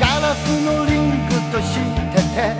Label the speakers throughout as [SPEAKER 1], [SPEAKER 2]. [SPEAKER 1] ガラスのリングとしてて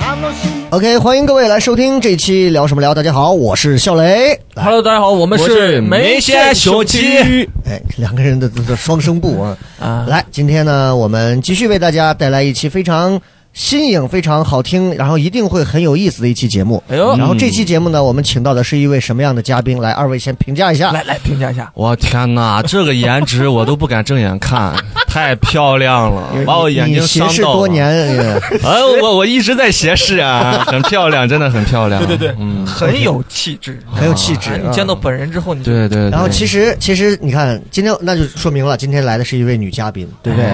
[SPEAKER 1] 楽しみ
[SPEAKER 2] OK，欢迎各位来收听这期聊什么聊。大家好，我是笑雷。来
[SPEAKER 3] Hello，大家好，哎我们
[SPEAKER 4] 我是
[SPEAKER 3] 梅
[SPEAKER 4] 梅
[SPEAKER 3] 县
[SPEAKER 4] 县
[SPEAKER 3] 手
[SPEAKER 4] 手
[SPEAKER 3] 机
[SPEAKER 4] 机。
[SPEAKER 2] 哎，两个人的的的双声部啊。
[SPEAKER 3] 啊
[SPEAKER 2] 来，今天呢，我们继续为大家带来一期非常新颖、非常好听，然后一定会很有意思的一期节目。
[SPEAKER 3] 哎呦
[SPEAKER 2] 然后这期节目呢，我们请到的是一位什么样的嘉宾？来，二位先评价一下。
[SPEAKER 3] 来来评价一下，
[SPEAKER 4] 我天哪，这个颜 值我都不敢正眼看，太漂亮了，把我哦眼睛
[SPEAKER 2] 你斜
[SPEAKER 4] 伤
[SPEAKER 2] 视
[SPEAKER 4] 到
[SPEAKER 2] 多
[SPEAKER 4] 了。
[SPEAKER 2] 年，哎
[SPEAKER 4] 哎，我我一直在斜视 啊，很漂亮，真的很漂亮。对对对，嗯，
[SPEAKER 3] 很有气质，
[SPEAKER 2] 很有气质
[SPEAKER 3] 啊
[SPEAKER 2] 啊
[SPEAKER 3] 你见到本人之后，你就
[SPEAKER 4] 对对对。
[SPEAKER 2] 然后其实其实你看，今天那就说明了，今天来的是一位女嘉宾，对不对？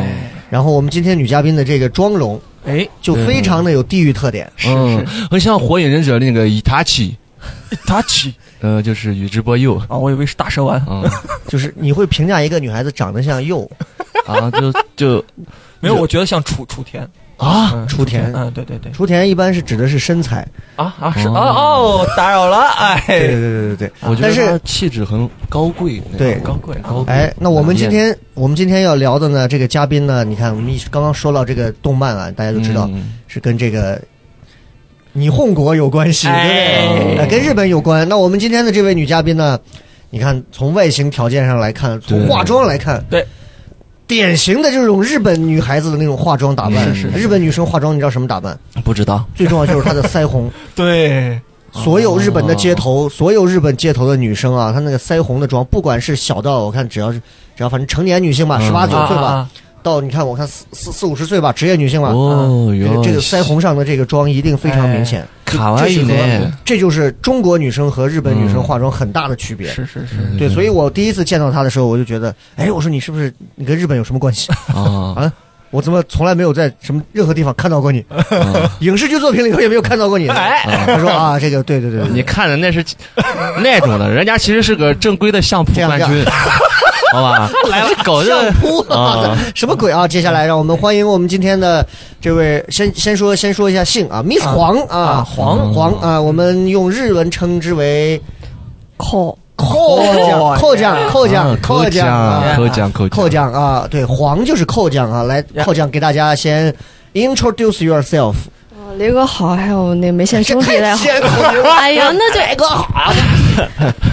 [SPEAKER 2] 然后我们今天女嘉宾的这个妆容
[SPEAKER 3] 哎，
[SPEAKER 2] 就非常的有地域特点，
[SPEAKER 4] 嗯，很像火影忍者那个伊塔奇，
[SPEAKER 3] 他起
[SPEAKER 4] 呃，就是宇智波鼬。
[SPEAKER 3] 啊，我以为是大蛇丸，
[SPEAKER 4] 嗯
[SPEAKER 2] 就是你会评价一个女孩子长得像鼬
[SPEAKER 4] 啊，就就
[SPEAKER 3] 没有，我觉得像楚楚田，
[SPEAKER 2] 啊
[SPEAKER 3] 嗯
[SPEAKER 2] 雏田。
[SPEAKER 3] 嗯，对对对，
[SPEAKER 2] 雏田一般是指的是身材，
[SPEAKER 3] 啊啊是
[SPEAKER 4] 哦
[SPEAKER 3] 啊哦，打扰了，
[SPEAKER 2] 对
[SPEAKER 3] 哎，
[SPEAKER 2] 对对对
[SPEAKER 4] 我
[SPEAKER 2] 啊
[SPEAKER 4] 觉
[SPEAKER 2] 但
[SPEAKER 4] 得
[SPEAKER 2] 是
[SPEAKER 4] 他气质很高贵。那种
[SPEAKER 2] 对
[SPEAKER 3] 高贵啊
[SPEAKER 4] 高
[SPEAKER 3] 高
[SPEAKER 2] 对。哎，那我们今天我们今天要聊的呢，这个嘉宾呢，你看我们一刚刚说到这个动漫啊，大家都知道
[SPEAKER 4] 嗯
[SPEAKER 2] 是跟这个霓虹国有关系，对不对？
[SPEAKER 3] 哎
[SPEAKER 2] 呃，跟日本有关。那我们今天的这位女嘉宾呢，你看从外形条件上来看，从
[SPEAKER 4] 对
[SPEAKER 2] 化妆来看，
[SPEAKER 3] 对，
[SPEAKER 2] 典型的这种日本女孩子的那种化妆打扮。
[SPEAKER 4] 是是
[SPEAKER 2] 日本女生化妆，你知道什么打扮？
[SPEAKER 4] 不知道，
[SPEAKER 2] 最重要就是她的腮 红。
[SPEAKER 3] 对，
[SPEAKER 4] 哦
[SPEAKER 2] 所有日本的街头，所有日本街头的女生啊，她那个腮红的妆，不管是小到我看只要是只要反正成年女性吧，
[SPEAKER 4] 嗯
[SPEAKER 2] 十八九岁
[SPEAKER 3] 啊
[SPEAKER 2] 吧，
[SPEAKER 3] 啊
[SPEAKER 2] 到你看我看四四四五十岁吧，职业女性吧，
[SPEAKER 3] 哎
[SPEAKER 4] 哦，
[SPEAKER 2] 啊这
[SPEAKER 4] 原
[SPEAKER 2] 个
[SPEAKER 4] 来
[SPEAKER 2] 哎这个腮红上的这个妆一定非常明显。
[SPEAKER 4] 卡
[SPEAKER 3] 哎
[SPEAKER 4] 哇伊
[SPEAKER 2] 这是和
[SPEAKER 4] 呢，
[SPEAKER 2] 这就是中国女生和日本女生
[SPEAKER 4] 嗯
[SPEAKER 2] 化妆很大的区别。
[SPEAKER 3] 是嗯是是，
[SPEAKER 2] 对，所以我第一次见到她的时候，我就觉得，哎，我说你是不是你跟日本有什么关 系？
[SPEAKER 4] 啊
[SPEAKER 2] 啊我怎么从来没有在什么任何地方看到过你？
[SPEAKER 4] 啊
[SPEAKER 2] 影视剧作品里头也没有看到过你。
[SPEAKER 3] 嗯 哎
[SPEAKER 2] 他说啊，这个对对对，对
[SPEAKER 4] 你看的那是 那种的，人家其实是个正规的相扑
[SPEAKER 2] 这样
[SPEAKER 4] 冠军，好吧？来了，搞哦这
[SPEAKER 2] 相扑啊
[SPEAKER 4] 啊，
[SPEAKER 2] 什么鬼啊？接下来让我们欢迎我们今天的这位，先先说先说一下姓啊，Miss
[SPEAKER 3] 啊
[SPEAKER 2] 黄啊，
[SPEAKER 3] 啊黄
[SPEAKER 2] 黄啊，我们用日文称之为
[SPEAKER 3] 扣
[SPEAKER 2] 扣将扣将扣将
[SPEAKER 4] 扣
[SPEAKER 2] 将
[SPEAKER 4] 奖，
[SPEAKER 2] 啊
[SPEAKER 4] 扣奖，扣
[SPEAKER 2] 扣将啊，对，黄就是扣将啊，来
[SPEAKER 3] Yeah
[SPEAKER 2] 扣将给大家先 introduce yourself，
[SPEAKER 5] 哦雷哥好，还有那梅县兄弟大家 好。
[SPEAKER 2] 先
[SPEAKER 5] 哎呀，那就
[SPEAKER 2] 哥好，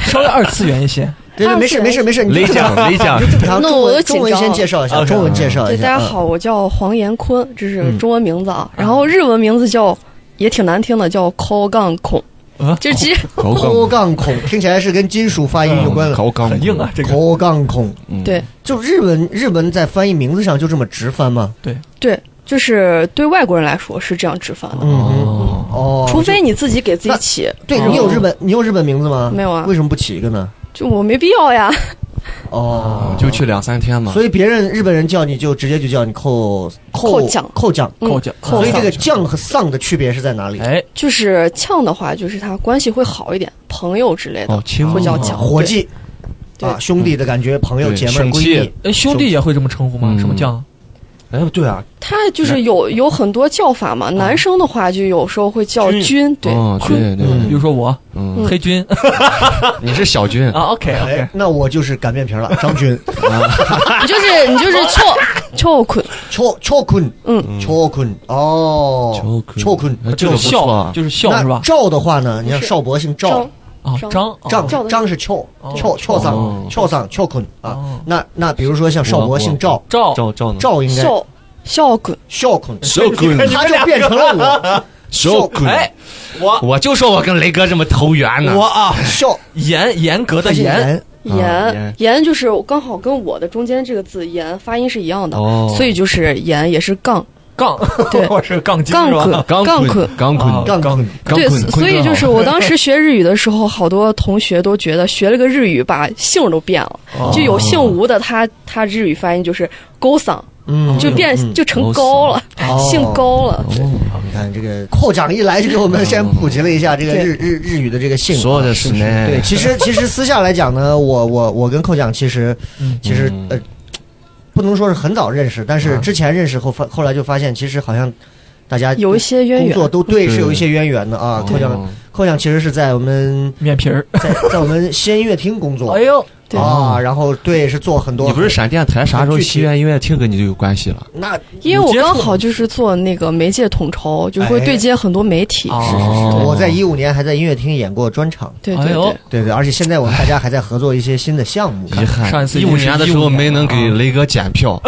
[SPEAKER 3] 稍微二次元一些，
[SPEAKER 2] 对对，没事没事没事，你
[SPEAKER 4] 雷
[SPEAKER 2] 正常
[SPEAKER 4] 奖，雷奖
[SPEAKER 2] 你，正常，
[SPEAKER 5] 啊那
[SPEAKER 2] 中
[SPEAKER 5] 我
[SPEAKER 2] 文
[SPEAKER 5] 都
[SPEAKER 2] 中文
[SPEAKER 5] 紧张
[SPEAKER 2] 先介绍一下，
[SPEAKER 4] OK
[SPEAKER 2] 中文介绍
[SPEAKER 5] 对
[SPEAKER 2] 一
[SPEAKER 5] 大
[SPEAKER 2] 下啊
[SPEAKER 5] 家，好，我叫黄延坤，这是中文名字啊。然后日文名字叫也挺难听的，叫 Call 杠孔
[SPEAKER 2] 嗯
[SPEAKER 3] 啊，
[SPEAKER 5] 就其
[SPEAKER 2] 哦
[SPEAKER 5] 实
[SPEAKER 4] 扣
[SPEAKER 2] 口杠孔听起来是跟金属发音有关的，
[SPEAKER 4] 扣杠
[SPEAKER 3] 很硬啊，，这个
[SPEAKER 2] 口杠孔。
[SPEAKER 4] 嗯
[SPEAKER 5] 对，
[SPEAKER 2] 就日文日文在翻译名字上就这么直翻吗？
[SPEAKER 5] 对，就是对外国人来说是这样直翻的，
[SPEAKER 2] 嗯
[SPEAKER 4] 哦，
[SPEAKER 2] 哦，
[SPEAKER 5] 除非你自己给自己起。
[SPEAKER 2] 对你有日本你有日本名字吗？
[SPEAKER 5] 没有啊
[SPEAKER 2] 嗯为什么不起一个呢？
[SPEAKER 5] 就我没必要呀，
[SPEAKER 2] 哦，
[SPEAKER 4] 就去两三天嘛，
[SPEAKER 2] 所以别人日本人叫你就直接就叫你扣
[SPEAKER 5] 扣酱
[SPEAKER 2] 扣酱，
[SPEAKER 5] 嗯
[SPEAKER 3] 扣奖，
[SPEAKER 5] 扣
[SPEAKER 2] 所以这个
[SPEAKER 3] 上
[SPEAKER 2] 酱和丧的区别是在哪里？
[SPEAKER 3] 哎，
[SPEAKER 5] 就是呛的话，就是他关系会好一点，朋友之类的
[SPEAKER 4] 哦亲密
[SPEAKER 5] 会叫呛。
[SPEAKER 2] 啊伙计
[SPEAKER 5] 对
[SPEAKER 2] 啊，兄弟的感觉，朋友、
[SPEAKER 4] 对
[SPEAKER 2] 姐妹、
[SPEAKER 4] 生
[SPEAKER 2] 闺
[SPEAKER 4] 气
[SPEAKER 2] 蜜。
[SPEAKER 3] 哎，兄弟也会这么称呼吗？
[SPEAKER 4] 嗯
[SPEAKER 3] 什么酱？
[SPEAKER 4] 哎，对啊，
[SPEAKER 5] 他就是有有很多叫法嘛，
[SPEAKER 2] 嗯
[SPEAKER 5] 男生的话就有时候会叫
[SPEAKER 3] 君
[SPEAKER 5] 君，对，
[SPEAKER 4] 哦，对对，
[SPEAKER 2] 嗯
[SPEAKER 3] 比如说我
[SPEAKER 4] 嗯，
[SPEAKER 3] 黑军
[SPEAKER 4] 你是小军
[SPEAKER 3] 啊，OK
[SPEAKER 2] 哎
[SPEAKER 3] OK，，
[SPEAKER 2] 那我就是擀面皮了，张 军，
[SPEAKER 4] 啊
[SPEAKER 5] 你就是你就是错错困，
[SPEAKER 2] 乔乔坤，
[SPEAKER 5] 嗯，
[SPEAKER 2] 乔坤，哦，乔坤，
[SPEAKER 4] 哎这
[SPEAKER 3] 就
[SPEAKER 4] 个
[SPEAKER 3] 是
[SPEAKER 4] 不
[SPEAKER 3] 笑
[SPEAKER 4] 错啊，
[SPEAKER 3] 就是笑
[SPEAKER 2] 那
[SPEAKER 3] 是吧？
[SPEAKER 2] 赵的话呢，你看
[SPEAKER 5] 不是
[SPEAKER 2] 邵博姓赵
[SPEAKER 5] 招，
[SPEAKER 3] 啊，
[SPEAKER 5] 张
[SPEAKER 3] 张啊
[SPEAKER 2] 张
[SPEAKER 5] 赵的
[SPEAKER 2] 张是翘
[SPEAKER 3] 哦
[SPEAKER 2] 翘翘
[SPEAKER 4] 哦
[SPEAKER 2] 桑翘桑翘坤啊
[SPEAKER 3] 哦。
[SPEAKER 2] 那那比如说像邵博姓赵，
[SPEAKER 3] 赵
[SPEAKER 4] 赵赵呢
[SPEAKER 2] 赵应该啊
[SPEAKER 5] 笑笑滚，
[SPEAKER 2] 孝坤，
[SPEAKER 4] 小坤
[SPEAKER 2] 他就变成 了
[SPEAKER 4] 小坤，
[SPEAKER 3] 哎，我
[SPEAKER 4] 我就说我跟雷哥这么投缘呢
[SPEAKER 3] 我，啊
[SPEAKER 2] 我，孝，
[SPEAKER 3] 严严格
[SPEAKER 2] 他
[SPEAKER 3] 的
[SPEAKER 2] 姓
[SPEAKER 3] 严，
[SPEAKER 2] 严，
[SPEAKER 5] 言
[SPEAKER 4] 言
[SPEAKER 5] 言就是刚好跟我的中间这个字言发音是一样的
[SPEAKER 4] 哦，
[SPEAKER 5] 所以就是言也是杠
[SPEAKER 3] 杠，
[SPEAKER 5] 对
[SPEAKER 3] 我是杠精
[SPEAKER 5] 杠
[SPEAKER 3] 是吧
[SPEAKER 5] 捆
[SPEAKER 4] 钢
[SPEAKER 5] 杠
[SPEAKER 4] 捆
[SPEAKER 5] 捆，
[SPEAKER 4] 钢
[SPEAKER 3] 啊
[SPEAKER 4] 捆，
[SPEAKER 2] 杠杠
[SPEAKER 4] 钢
[SPEAKER 5] 对，
[SPEAKER 4] 捆
[SPEAKER 5] 所，
[SPEAKER 4] 昆
[SPEAKER 5] 所以
[SPEAKER 4] 哥
[SPEAKER 5] 就
[SPEAKER 4] 好
[SPEAKER 5] 是我当时学日语的时候，好多同学都觉得学了个日语，把姓儿都变了。
[SPEAKER 2] 哦
[SPEAKER 3] 哦
[SPEAKER 5] 就有姓吴的，他他日语发音就是勾桑，
[SPEAKER 3] 哦
[SPEAKER 2] 嗯，
[SPEAKER 5] 就变
[SPEAKER 2] 嗯嗯
[SPEAKER 5] 就成高了，
[SPEAKER 2] 哦
[SPEAKER 5] 姓高了。
[SPEAKER 2] 好你看这个寇长一来就给我们先普及了一下这个
[SPEAKER 5] 对
[SPEAKER 2] 日日日语的这个姓啊，
[SPEAKER 4] 说的是呢
[SPEAKER 2] 对，其实其实私下来讲呢，我我我跟寇长其实
[SPEAKER 4] 嗯
[SPEAKER 2] 其实呃，不能说是很早认识，但
[SPEAKER 4] 嗯
[SPEAKER 2] 是之前认识后发后来就发现，其实好像大家
[SPEAKER 5] 有一些渊
[SPEAKER 2] 工
[SPEAKER 5] 源
[SPEAKER 2] 作，都对
[SPEAKER 4] 是
[SPEAKER 2] 是有一些渊源的啊。寇长
[SPEAKER 4] 嗯哦
[SPEAKER 2] 寇长其实是在我们
[SPEAKER 3] 面皮 儿，
[SPEAKER 5] 哎
[SPEAKER 2] 在在我们西安音乐厅工作
[SPEAKER 3] 哎呦，
[SPEAKER 5] 对
[SPEAKER 2] 啊，然后对是做很多，
[SPEAKER 4] 你不是闪电台啥时候
[SPEAKER 2] 具体
[SPEAKER 4] 西苑音乐厅跟你就有关系了？
[SPEAKER 2] 那
[SPEAKER 5] 因为我刚好就是做那个媒介统筹，就是会对接很多媒体。
[SPEAKER 3] 哎
[SPEAKER 5] 是
[SPEAKER 4] 哦
[SPEAKER 2] 我在一五年还在音乐厅演过专场。
[SPEAKER 5] 对
[SPEAKER 3] 哎
[SPEAKER 5] 对
[SPEAKER 3] 呦
[SPEAKER 5] 对，
[SPEAKER 2] 对对，而且现在我们大家还在合作一些新的项目。
[SPEAKER 4] 遗憾，
[SPEAKER 3] 上一次
[SPEAKER 4] 一
[SPEAKER 3] 已
[SPEAKER 4] 五
[SPEAKER 3] 经是
[SPEAKER 4] 年的时
[SPEAKER 3] 15
[SPEAKER 4] 候
[SPEAKER 3] 年
[SPEAKER 4] 没
[SPEAKER 2] 啊
[SPEAKER 4] 能给
[SPEAKER 3] 了
[SPEAKER 4] 雷哥检票，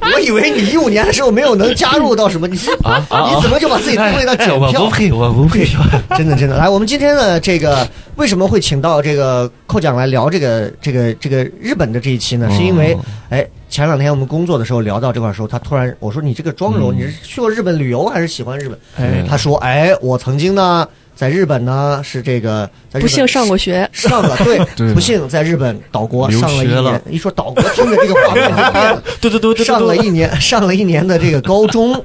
[SPEAKER 2] 我以为你一五年的时候没有能加入到什么，你是
[SPEAKER 4] 啊啊啊
[SPEAKER 2] 你怎么就把 自己推到检
[SPEAKER 4] 哎我不
[SPEAKER 2] 票？
[SPEAKER 4] 配，我不 配。
[SPEAKER 2] 真的真的，来，我们今天的这个为什么会请到这个寇奖来聊这个这个这个日本的这一期呢？是因为
[SPEAKER 4] 哦
[SPEAKER 2] 哎，前两天我们工作的时候聊到这块儿的时候，他突然我说你这个妆容，
[SPEAKER 4] 嗯
[SPEAKER 2] 你是去过日本旅游还是喜欢日本？
[SPEAKER 3] 哎
[SPEAKER 4] 嗯，
[SPEAKER 2] 他说哎，我曾经呢在日本呢是这个在日本
[SPEAKER 5] 不幸上过学，
[SPEAKER 2] 上了，对，
[SPEAKER 4] 对
[SPEAKER 2] 不幸在日本岛国
[SPEAKER 4] 留
[SPEAKER 2] 上了一
[SPEAKER 4] 学
[SPEAKER 2] 年。
[SPEAKER 4] 了
[SPEAKER 2] 一说岛国，听着这个画面就变了。
[SPEAKER 3] 对对对对，
[SPEAKER 2] 上了一年， 上了一年的这个高中，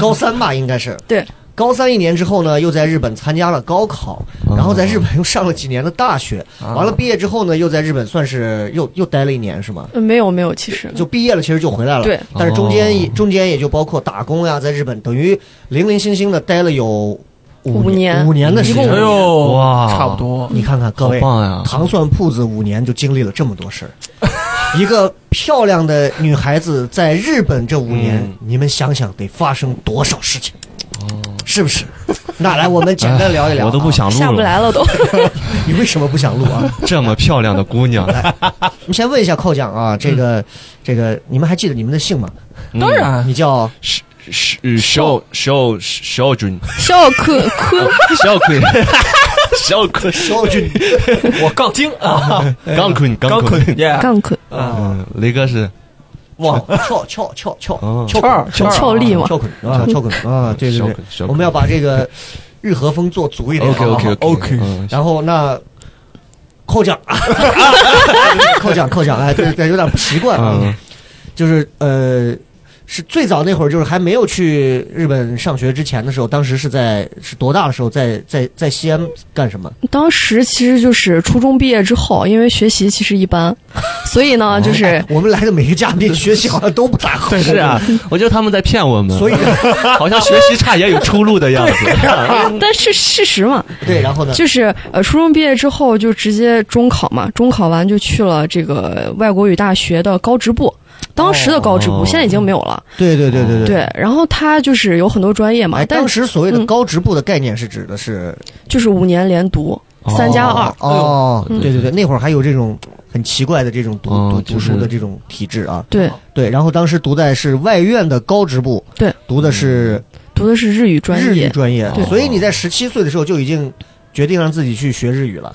[SPEAKER 2] 高三吧，应该是
[SPEAKER 5] 对，
[SPEAKER 2] 高三一年之后呢，又在日本参加了高考，然后在日本又上了几年的大学，
[SPEAKER 3] 啊
[SPEAKER 2] 完了毕业之后呢，又在日本算是又又待了一年，是吗？
[SPEAKER 5] 呃没有没有，其实
[SPEAKER 2] 就毕业了，其实就回来了。
[SPEAKER 5] 对，
[SPEAKER 2] 但是中间也
[SPEAKER 4] 哦
[SPEAKER 2] 中间也就包括打工呀，在日本等于零零星星的待了有
[SPEAKER 5] 五
[SPEAKER 2] 年，
[SPEAKER 5] 年
[SPEAKER 2] 五年的时
[SPEAKER 3] 一共
[SPEAKER 2] 间。
[SPEAKER 3] 哎呦
[SPEAKER 4] 哇
[SPEAKER 3] 差不多，
[SPEAKER 2] 你看看各
[SPEAKER 4] 好
[SPEAKER 2] 位，
[SPEAKER 4] 棒呀！
[SPEAKER 2] 糖蒜铺子五年就经历了这么多事儿。 一个漂亮的女孩子在日本这五年，
[SPEAKER 4] 嗯哦
[SPEAKER 2] 你们想想得发生多少事情？是不是？那来，我们简单聊一聊、啊
[SPEAKER 4] 哎 我都不，想
[SPEAKER 5] 啊下
[SPEAKER 4] 录
[SPEAKER 5] 不来
[SPEAKER 4] 了。
[SPEAKER 5] 了都。
[SPEAKER 2] 你为什么不想录 啊？
[SPEAKER 4] 这么漂亮的姑娘，
[SPEAKER 2] 我们先问一下寇奖啊，这个、这个，你们还记得你们的姓吗？
[SPEAKER 3] 当然
[SPEAKER 2] 你 叫
[SPEAKER 4] 嗯是是呃小小小军，
[SPEAKER 5] 笑坤坤，
[SPEAKER 4] 小坤，小坤，
[SPEAKER 2] 肖俊，
[SPEAKER 3] 我杠精啊，
[SPEAKER 4] 钢坤，
[SPEAKER 3] 杠
[SPEAKER 4] 钢
[SPEAKER 3] 捆
[SPEAKER 4] 坤。
[SPEAKER 3] 耶，
[SPEAKER 5] 杠坤，
[SPEAKER 4] 嗯，雷哥是
[SPEAKER 2] 哇，翘翘翘翘
[SPEAKER 4] 哦
[SPEAKER 2] 翘
[SPEAKER 3] 翘
[SPEAKER 2] 翘
[SPEAKER 5] 俏丽嘛
[SPEAKER 2] 翘滚啊，翘滚啊，对对
[SPEAKER 4] 小
[SPEAKER 2] 对
[SPEAKER 4] 滚小，滚
[SPEAKER 2] 我们要把这个日和风做足一点。
[SPEAKER 4] OK
[SPEAKER 2] 好不好
[SPEAKER 4] OK
[SPEAKER 3] OK
[SPEAKER 4] 嗯
[SPEAKER 2] 然后那扣奖， 扣奖，扣奖，哎，对对，有点不习惯啊
[SPEAKER 4] 嗯。
[SPEAKER 2] 就是呃，是最早那会儿，就是还没有去日本上学之前的时候，当时是在是多大的时候，在在在西安干 什么？
[SPEAKER 5] 当时其实就是初中毕业之后，因为学习其实一般， 所以
[SPEAKER 2] 哦
[SPEAKER 5] 呢 就是
[SPEAKER 2] 我们来的每个嘉宾学习好像都不咋好，
[SPEAKER 4] 哎 是啊，我觉得他们在骗我们，
[SPEAKER 2] 所以
[SPEAKER 4] 好像学习差也有出路的样子。
[SPEAKER 5] 啊但是事实嘛，
[SPEAKER 2] 对，然后呢？
[SPEAKER 5] 就是呃，初中毕业之后就直接中考嘛，中考完就去了这个外国语大学的高职部，当时的高职部，
[SPEAKER 4] 哦
[SPEAKER 5] 现在已经没有了。
[SPEAKER 2] 对对对对对。
[SPEAKER 5] 对，然后它就是有很多专业嘛，
[SPEAKER 2] 哎，
[SPEAKER 5] 但
[SPEAKER 2] 当时所谓的
[SPEAKER 5] 嗯
[SPEAKER 2] 高职部的概念是指的是
[SPEAKER 5] 就是五年连读，三加二。
[SPEAKER 2] 哦，
[SPEAKER 5] 嗯
[SPEAKER 2] 对对对，那会儿还有这种很奇怪的这种读
[SPEAKER 4] 哦
[SPEAKER 2] 读
[SPEAKER 4] 就是
[SPEAKER 2] 读书的这种体制啊，
[SPEAKER 5] 对，
[SPEAKER 2] 对，然后当时读在是外院的高职部，
[SPEAKER 5] 对，
[SPEAKER 2] 读的是
[SPEAKER 5] 读的是日语专
[SPEAKER 2] 日语
[SPEAKER 5] 业。
[SPEAKER 2] 专业，
[SPEAKER 4] 对
[SPEAKER 2] 所以你在十七岁的时候就已经决定让自己去学日语了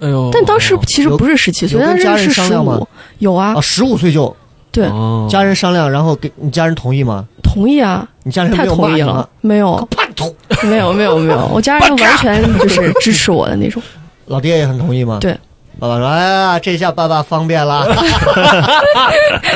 [SPEAKER 3] 哎呦，
[SPEAKER 5] 但当时其实不是十七岁，
[SPEAKER 2] 哦有
[SPEAKER 5] 但
[SPEAKER 2] 跟家人
[SPEAKER 5] 是
[SPEAKER 2] 商
[SPEAKER 5] 十
[SPEAKER 2] 量吗
[SPEAKER 5] 五。有啊
[SPEAKER 2] 啊，，十五岁就
[SPEAKER 5] 对，
[SPEAKER 4] 哦
[SPEAKER 2] 家人商量，然后给你家人同意吗？
[SPEAKER 5] 同意啊，
[SPEAKER 2] 你家人
[SPEAKER 5] 太
[SPEAKER 2] 没有骂
[SPEAKER 5] 同意
[SPEAKER 2] 你
[SPEAKER 5] 了
[SPEAKER 2] 吗？，哦
[SPEAKER 5] 没有，
[SPEAKER 2] 叛徒，
[SPEAKER 5] 没有，没有，没有，我家 人完全就是支持我的那种。
[SPEAKER 2] 老爹也很同意吗？
[SPEAKER 5] 对。
[SPEAKER 2] 爸爸说：“哎呀，这下爸爸方便 了，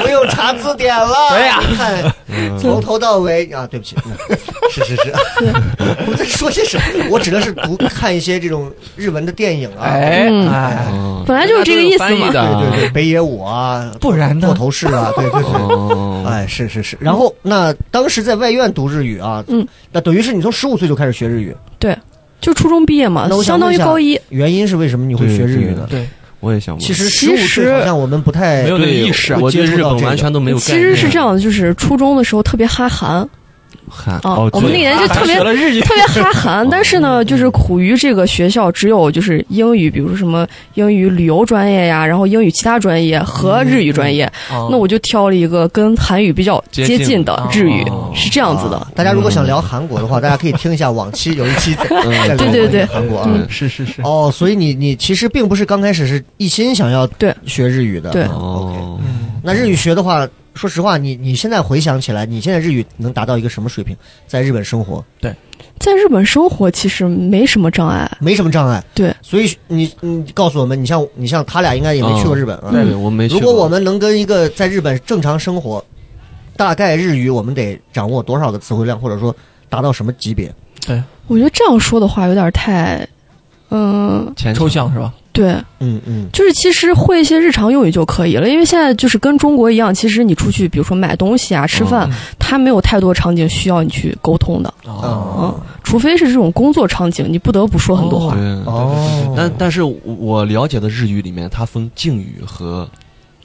[SPEAKER 2] 不用查字典了。
[SPEAKER 3] 对呀
[SPEAKER 2] 你看从头到尾啊，对不起，嗯是是是， 我们在说些什么？我指的是读看一些这种日文的电影啊，
[SPEAKER 3] 哎
[SPEAKER 5] 嗯
[SPEAKER 3] 哎，
[SPEAKER 4] 哦
[SPEAKER 5] 本来就是这个意思
[SPEAKER 4] 翻译
[SPEAKER 5] 嘛。
[SPEAKER 4] 的啊
[SPEAKER 2] 对对对，北野武啊，
[SPEAKER 3] 不然呢
[SPEAKER 2] 座头市 啊，对对对。
[SPEAKER 4] 哦
[SPEAKER 2] 哎，是是是，然后那当时在外院读日语啊，
[SPEAKER 5] 嗯，
[SPEAKER 2] 那等于是你从十五岁就开始学日语，
[SPEAKER 5] 对，就初中毕业嘛
[SPEAKER 2] 那我，想
[SPEAKER 5] 相当于
[SPEAKER 2] 问一下
[SPEAKER 5] 高一。
[SPEAKER 2] 原因是为什么你会学日语呢？
[SPEAKER 3] 对，
[SPEAKER 4] 我也想问，
[SPEAKER 2] 其实十
[SPEAKER 5] 其
[SPEAKER 2] 五
[SPEAKER 5] 实
[SPEAKER 2] 岁好像我们不太
[SPEAKER 3] 没有那个
[SPEAKER 4] 对
[SPEAKER 3] 意识啊
[SPEAKER 4] 我对
[SPEAKER 2] 接触
[SPEAKER 4] 日
[SPEAKER 2] 到
[SPEAKER 4] 本
[SPEAKER 2] 这
[SPEAKER 4] 完
[SPEAKER 2] 个
[SPEAKER 4] 全都没有概
[SPEAKER 5] 其
[SPEAKER 4] 念。
[SPEAKER 5] 实是这样的，就是初中的时候特别哈韩，
[SPEAKER 4] 喊
[SPEAKER 5] 啊
[SPEAKER 4] 哦，
[SPEAKER 5] 我们那
[SPEAKER 4] 对
[SPEAKER 5] 年就特别
[SPEAKER 3] 学了日语，
[SPEAKER 5] 特别 哈
[SPEAKER 2] 哦
[SPEAKER 5] 韩。但是
[SPEAKER 2] 嗯
[SPEAKER 5] 呢，就是苦于这个学校只有就是英语，比如说什么英语旅游专业呀，然后英语其他专业
[SPEAKER 2] 嗯
[SPEAKER 5] 和日语专业。
[SPEAKER 3] 啊
[SPEAKER 5] 那我就挑了一个跟韩语比较
[SPEAKER 4] 接
[SPEAKER 5] 接
[SPEAKER 4] 近
[SPEAKER 5] 近的日语，
[SPEAKER 3] 哦
[SPEAKER 5] 是这样子的。嗯
[SPEAKER 2] 啊大家如果想聊韩国的话，大家可以听一下往期有一期在在聊
[SPEAKER 5] 对对对
[SPEAKER 2] 韩国啊。
[SPEAKER 4] 嗯
[SPEAKER 3] 是是是，
[SPEAKER 2] 哦，所以你你其实并不是刚开始是一心想要
[SPEAKER 5] 对
[SPEAKER 2] 学日语的，
[SPEAKER 5] 对
[SPEAKER 2] 啊，OK
[SPEAKER 4] 哦，
[SPEAKER 2] 那日语学的话，说实话，你你现在回想起来，你现在日语能达到一个什么水平？在日本生活
[SPEAKER 5] 在日本生活其实没什么障碍，
[SPEAKER 2] 没什么障碍，
[SPEAKER 5] 对，
[SPEAKER 2] 所以你你告诉我们，你像你像他俩应该也没去过日本啊。
[SPEAKER 4] 嗯对，我没去
[SPEAKER 2] 如
[SPEAKER 4] 过。
[SPEAKER 2] 果我们能跟一个在日本正常生活，大概日语我们得掌握多少个词汇量，或者说达到什么级别？
[SPEAKER 5] 我觉得这样说的话有点太，嗯、
[SPEAKER 4] 前
[SPEAKER 3] 抽象是吧？
[SPEAKER 5] 对，
[SPEAKER 2] 嗯嗯
[SPEAKER 5] 就是其实会一些日常用语就可以了，因为现在就是跟中国一样，其实你出去比如说买东西啊、吃饭，
[SPEAKER 2] 哦
[SPEAKER 5] 它没有太多场景需要你去沟通的，
[SPEAKER 3] 啊，
[SPEAKER 5] 嗯，除非是这种工作场景，你不得不说很多话。
[SPEAKER 4] 对，
[SPEAKER 2] 哦
[SPEAKER 4] 但但是我了解的日语里面，它分敬语和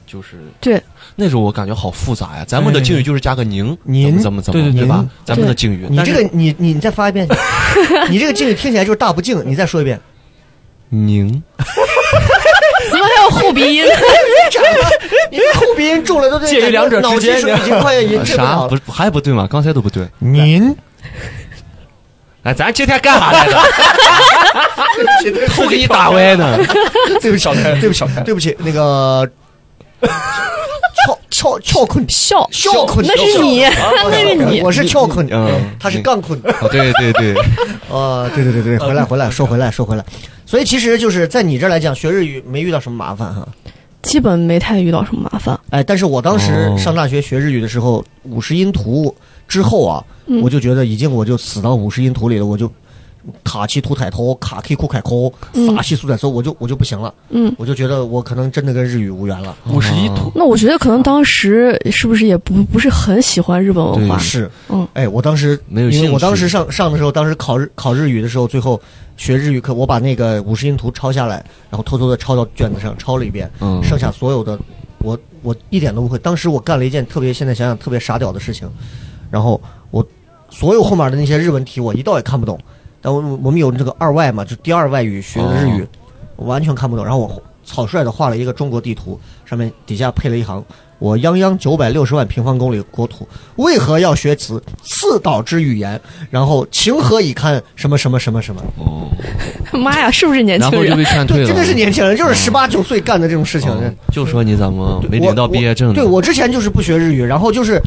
[SPEAKER 4] 就是
[SPEAKER 5] 对，
[SPEAKER 4] 那种我感觉好复杂呀。咱们的敬语就是加个您，
[SPEAKER 2] 您
[SPEAKER 4] 怎么怎
[SPEAKER 3] 对
[SPEAKER 4] 么怎
[SPEAKER 3] 对
[SPEAKER 4] 么对
[SPEAKER 2] 对
[SPEAKER 4] 吧
[SPEAKER 2] 您？
[SPEAKER 4] 咱们的敬语，
[SPEAKER 2] 你
[SPEAKER 4] 但
[SPEAKER 2] 这
[SPEAKER 4] 是
[SPEAKER 2] 个你你你再发一遍， 你这个敬语听起来就是大不敬，你再说一遍。
[SPEAKER 4] 您
[SPEAKER 5] 怎么还有 后鼻音？
[SPEAKER 2] 你这后鼻音中了都
[SPEAKER 3] 介于两者之间
[SPEAKER 2] 脑筋已经快已经
[SPEAKER 4] 呃
[SPEAKER 2] 治不
[SPEAKER 4] 啥
[SPEAKER 2] 了
[SPEAKER 4] 不
[SPEAKER 2] 了。
[SPEAKER 4] 是还不对吗？刚才都不对。
[SPEAKER 2] 您
[SPEAKER 4] 哎，咱今天干啥 来着？头给你打歪 呢。
[SPEAKER 2] 对不起，对不起，对不起，那个 撬撬撬困
[SPEAKER 5] 笑
[SPEAKER 2] 笑困
[SPEAKER 5] 那是你， 那是你。
[SPEAKER 2] 呃我是撬困，
[SPEAKER 4] 嗯
[SPEAKER 2] 他是
[SPEAKER 4] 你
[SPEAKER 2] 杠 困。
[SPEAKER 4] 哦，对对对，
[SPEAKER 2] 啊，对对对对，回来回来，说回来说回来。所以其实就是在你这儿来讲，学日语没遇到什么麻烦哈。
[SPEAKER 5] 基本没太遇到什么麻烦。
[SPEAKER 2] 哎，但是我当时
[SPEAKER 4] 哦
[SPEAKER 2] 上大学学日语的时候，五十音图之后啊，
[SPEAKER 5] 嗯
[SPEAKER 2] 我就觉得已经我就死到五十音图里了，我就卡其图凯头卡 K 库凯抠
[SPEAKER 5] 嗯
[SPEAKER 2] 法西苏凯搜，我就我就不行了，
[SPEAKER 5] 嗯，
[SPEAKER 2] 我就觉得我可能真的跟日语无缘了。
[SPEAKER 3] 五十一图，
[SPEAKER 5] 那我觉得可能当时是不是也不不是很喜欢日本文化
[SPEAKER 4] 对？
[SPEAKER 2] 是，
[SPEAKER 5] 嗯
[SPEAKER 2] 哎，我当时
[SPEAKER 4] 没有
[SPEAKER 2] 因为
[SPEAKER 4] 兴
[SPEAKER 2] 我当时
[SPEAKER 4] 趣
[SPEAKER 2] 上上的时候，当时考日考日语的时候，最后学日语课，我把那个五十音图抄下来，然后偷偷的抄到卷子上，抄了一遍，
[SPEAKER 4] 嗯
[SPEAKER 2] 剩下所有的我我一点都不会。当时我干了一件特别现在想想特别傻屌的事情，然后我所有后面的那些日文题我一道也看不懂，但我我们有这个二外嘛，就第二外语学的日
[SPEAKER 4] 哦
[SPEAKER 2] 语，我完全看不懂。然后我草率的画了一个中国地图，上面底下配了一行。我泱泱九百六十万平方公里国土，为何要学此四岛之语言？然后情何以堪？什么什么什么什么？
[SPEAKER 4] 哦，
[SPEAKER 5] 妈呀，是不是年
[SPEAKER 4] 然
[SPEAKER 5] 轻
[SPEAKER 4] 后就
[SPEAKER 5] 人？
[SPEAKER 4] 被劝退
[SPEAKER 2] 对，
[SPEAKER 4] 了。嗯
[SPEAKER 2] 真的是年轻人，就是十八九岁干的这种事情。
[SPEAKER 4] 哦
[SPEAKER 2] 这
[SPEAKER 4] 就说你怎么没
[SPEAKER 2] 我
[SPEAKER 4] 领到毕业证
[SPEAKER 2] 我
[SPEAKER 4] 呢？
[SPEAKER 2] 对我之前就是不学日语，然后就是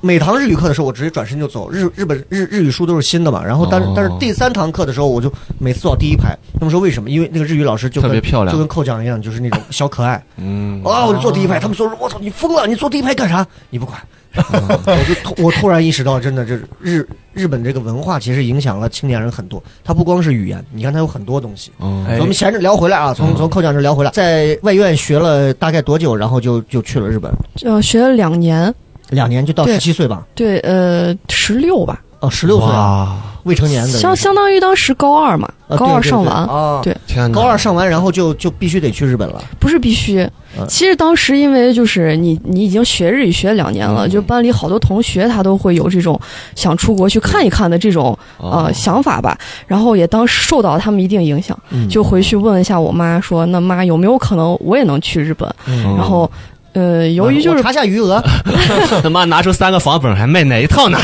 [SPEAKER 2] 每堂日语课的时候，我直接转身就走。日日本日日语书都是新的嘛，然后但是、
[SPEAKER 4] 哦
[SPEAKER 2] 但是第三堂课的时候，我就每次坐第一排。他们说为什么？因为那个日语老师就跟
[SPEAKER 4] 特别漂亮
[SPEAKER 2] 就跟寇讲一样，就是那种小可爱啊、
[SPEAKER 4] 嗯，
[SPEAKER 2] 我就坐第一排。他们说我操你疯了，你坐第一排干啥？你不管。
[SPEAKER 4] 哦
[SPEAKER 2] 我就突我突然意识到，真的这日日本这个文化其实影响了青年人很多。它不光是语言，你看它有很多东西。
[SPEAKER 4] 哦
[SPEAKER 3] 哎
[SPEAKER 2] 我们闲着聊回来啊，从
[SPEAKER 4] 嗯
[SPEAKER 2] 从寇讲这聊回来，在外院学了大概多久，然后就就去了日本，
[SPEAKER 5] 呃，学了两年，
[SPEAKER 2] 两年就到
[SPEAKER 5] 对
[SPEAKER 2] 十七岁吧，
[SPEAKER 5] 对，呃，十六吧，
[SPEAKER 2] 哦，十六岁啊，
[SPEAKER 4] 哇，
[SPEAKER 2] 未成年的，
[SPEAKER 5] 相相当于当时高二嘛，
[SPEAKER 2] 啊对
[SPEAKER 5] 高二上完，
[SPEAKER 2] 对对啊，
[SPEAKER 5] 对
[SPEAKER 4] 天哪！
[SPEAKER 2] 高二上完，然后就就必须得去日本了，
[SPEAKER 5] 不是必须
[SPEAKER 2] 嗯。
[SPEAKER 5] 其实当时因为就是你你已经学日语学两年
[SPEAKER 2] 嗯
[SPEAKER 5] 了，就班里好多同学他都会有这种想出国去看一看的这种
[SPEAKER 4] 哦
[SPEAKER 5] 呃想法吧，然后也当时受到他们一定影响，
[SPEAKER 4] 嗯
[SPEAKER 5] 就回去问一下我妈说，那妈有没有可能我也能去日本？
[SPEAKER 4] 嗯
[SPEAKER 5] 然后呃，由于就
[SPEAKER 2] 哦我
[SPEAKER 5] 是啊
[SPEAKER 2] 查下余额，
[SPEAKER 5] 呃
[SPEAKER 4] 他 妈拿出三个房本，还卖哪一套呢？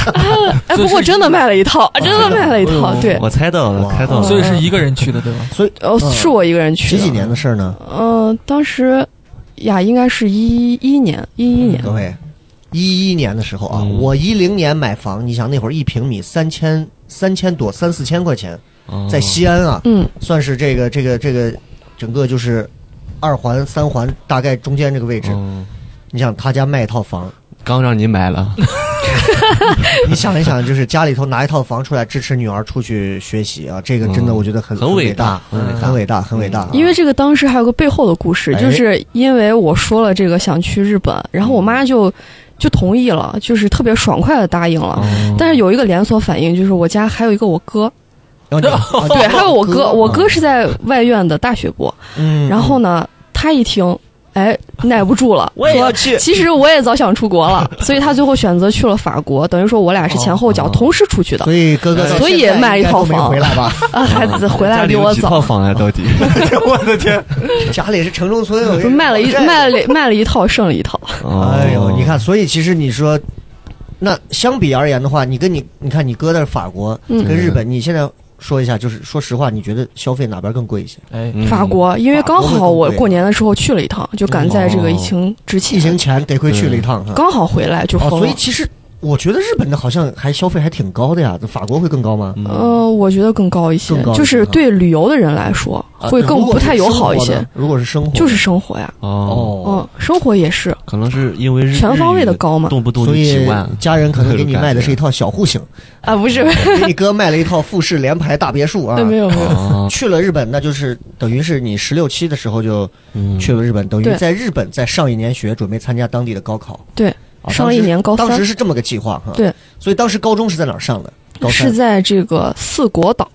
[SPEAKER 5] 哎，不过真的卖了一
[SPEAKER 2] 啊
[SPEAKER 5] 套，真的卖了一套
[SPEAKER 2] 哦
[SPEAKER 3] 哎，呦
[SPEAKER 5] 对，
[SPEAKER 4] 我猜到了，
[SPEAKER 2] 哇
[SPEAKER 4] 猜到
[SPEAKER 5] 嗯
[SPEAKER 4] 了。
[SPEAKER 3] 所以是一个人去的对吧？
[SPEAKER 2] 所以
[SPEAKER 5] 呃，
[SPEAKER 2] 嗯
[SPEAKER 5] 是我一个人去
[SPEAKER 2] 几
[SPEAKER 5] 的
[SPEAKER 2] 几，年的事儿呢？
[SPEAKER 5] 嗯，当时呀应该是一一年，一一年，
[SPEAKER 2] 各位，一一年的时候啊，
[SPEAKER 4] 嗯
[SPEAKER 2] 我一零年买房，你想那会儿一平米三千三千多三四千块钱，
[SPEAKER 4] 哦
[SPEAKER 2] 在西安啊，
[SPEAKER 5] 嗯，
[SPEAKER 2] 算是这个这个这个整个就是二环三环大概中间这个位置。
[SPEAKER 4] 哦
[SPEAKER 2] 你想他家卖一套房，
[SPEAKER 4] 刚让你买了，
[SPEAKER 2] 你想一想，就是家里头拿一套房出来支持女儿出去学习啊，这个真的
[SPEAKER 4] 嗯
[SPEAKER 2] 我觉得很
[SPEAKER 4] 很
[SPEAKER 2] 很
[SPEAKER 4] 伟
[SPEAKER 2] 大
[SPEAKER 4] 大，
[SPEAKER 2] 嗯很伟大，很伟大。
[SPEAKER 5] 因为这个当时还有个背后的故事，
[SPEAKER 2] 哎
[SPEAKER 5] 就是因为我说了这个想去日本，然后我
[SPEAKER 2] 嗯
[SPEAKER 5] 妈就就同意了，就是特别爽快的答应了。
[SPEAKER 2] 哦
[SPEAKER 5] 但是有一个连锁反应，就是我家还有一个我哥，
[SPEAKER 2] 然后 你啊
[SPEAKER 5] 对，还有我
[SPEAKER 2] 哥，哦
[SPEAKER 5] 哥，我哥是在外院的大学部。
[SPEAKER 2] 嗯，
[SPEAKER 5] 然后呢，他一听，哎，耐不住了，说
[SPEAKER 4] 去。
[SPEAKER 5] 其实我也早想出国 了，所以他最后选择去了法国，等于说我俩是前后脚同时出去的
[SPEAKER 2] 哦所。以哥哥到
[SPEAKER 5] 所以
[SPEAKER 2] 现在
[SPEAKER 5] 买一
[SPEAKER 2] 应该都
[SPEAKER 5] 套房
[SPEAKER 2] 没回来 吧？
[SPEAKER 5] 啊，孩子回
[SPEAKER 4] 家
[SPEAKER 5] 来
[SPEAKER 4] 里
[SPEAKER 5] 比
[SPEAKER 4] 有
[SPEAKER 5] 我
[SPEAKER 4] 几
[SPEAKER 5] 早
[SPEAKER 4] 套，房 啊，到底
[SPEAKER 2] 我的天，家里是城中村，我跟你
[SPEAKER 5] 卖了一
[SPEAKER 2] 说
[SPEAKER 5] 卖了卖了一套，剩了一套。
[SPEAKER 4] 哦
[SPEAKER 2] 哎呦，你看，所以其实你说，那相比而言的话，你跟你，你看你哥在法国，
[SPEAKER 5] 嗯
[SPEAKER 2] 跟日本，你现在说一下，就是说实话，你觉得消费哪边更贵一些？
[SPEAKER 3] 哎，
[SPEAKER 4] 嗯
[SPEAKER 5] 法国，因为
[SPEAKER 2] 法国
[SPEAKER 5] 刚
[SPEAKER 2] 会
[SPEAKER 5] 好
[SPEAKER 2] 更
[SPEAKER 5] 我
[SPEAKER 2] 贵
[SPEAKER 5] 过年的时候去了一趟，就赶在这个疫
[SPEAKER 4] 哦
[SPEAKER 5] 情之前，
[SPEAKER 2] 疫情前得亏去了一趟哈，
[SPEAKER 5] 刚好回来就
[SPEAKER 2] 哦，
[SPEAKER 5] 疯
[SPEAKER 2] 所
[SPEAKER 5] 了
[SPEAKER 2] 以。其实我觉得日本的好像还消费还挺高的呀，这法国会更高吗？
[SPEAKER 4] 嗯
[SPEAKER 5] 呃，我觉得更高一些
[SPEAKER 2] 更高一，些
[SPEAKER 5] 就是对旅游的人来说
[SPEAKER 2] 啊
[SPEAKER 5] 会更
[SPEAKER 2] 如果
[SPEAKER 5] 不
[SPEAKER 2] 是
[SPEAKER 5] 太友
[SPEAKER 2] 生
[SPEAKER 5] 好一
[SPEAKER 2] 活
[SPEAKER 5] 些
[SPEAKER 2] 呢，如果是生活，
[SPEAKER 5] 就是生活呀，
[SPEAKER 4] 哦，
[SPEAKER 2] 哦
[SPEAKER 5] 嗯，，生活也 是
[SPEAKER 4] 可能是因为日
[SPEAKER 5] 全方位的高嘛
[SPEAKER 4] 日语动不动就
[SPEAKER 2] 所
[SPEAKER 4] 几
[SPEAKER 2] 以
[SPEAKER 4] 万。
[SPEAKER 2] 家人可能 给你卖的是一套小户型，
[SPEAKER 5] 啊，不是，
[SPEAKER 2] 给你哥卖了一套富士联排大别墅啊。
[SPEAKER 5] 没有没有，
[SPEAKER 4] 哦，
[SPEAKER 2] 去了日本，那就是等于是你十六七的时候就
[SPEAKER 4] 嗯
[SPEAKER 2] 去了日本，等于
[SPEAKER 5] 对
[SPEAKER 2] 在日本再上一年学，准备参加当地的高考。
[SPEAKER 5] 对，
[SPEAKER 2] 啊
[SPEAKER 5] 上
[SPEAKER 2] 当
[SPEAKER 5] 一
[SPEAKER 2] 时
[SPEAKER 5] 年高
[SPEAKER 2] 当
[SPEAKER 5] 三
[SPEAKER 2] 时是这么个计划哈。
[SPEAKER 5] 对，
[SPEAKER 2] 所以当时高中是在哪儿上的？高三
[SPEAKER 5] 是在这个四国岛，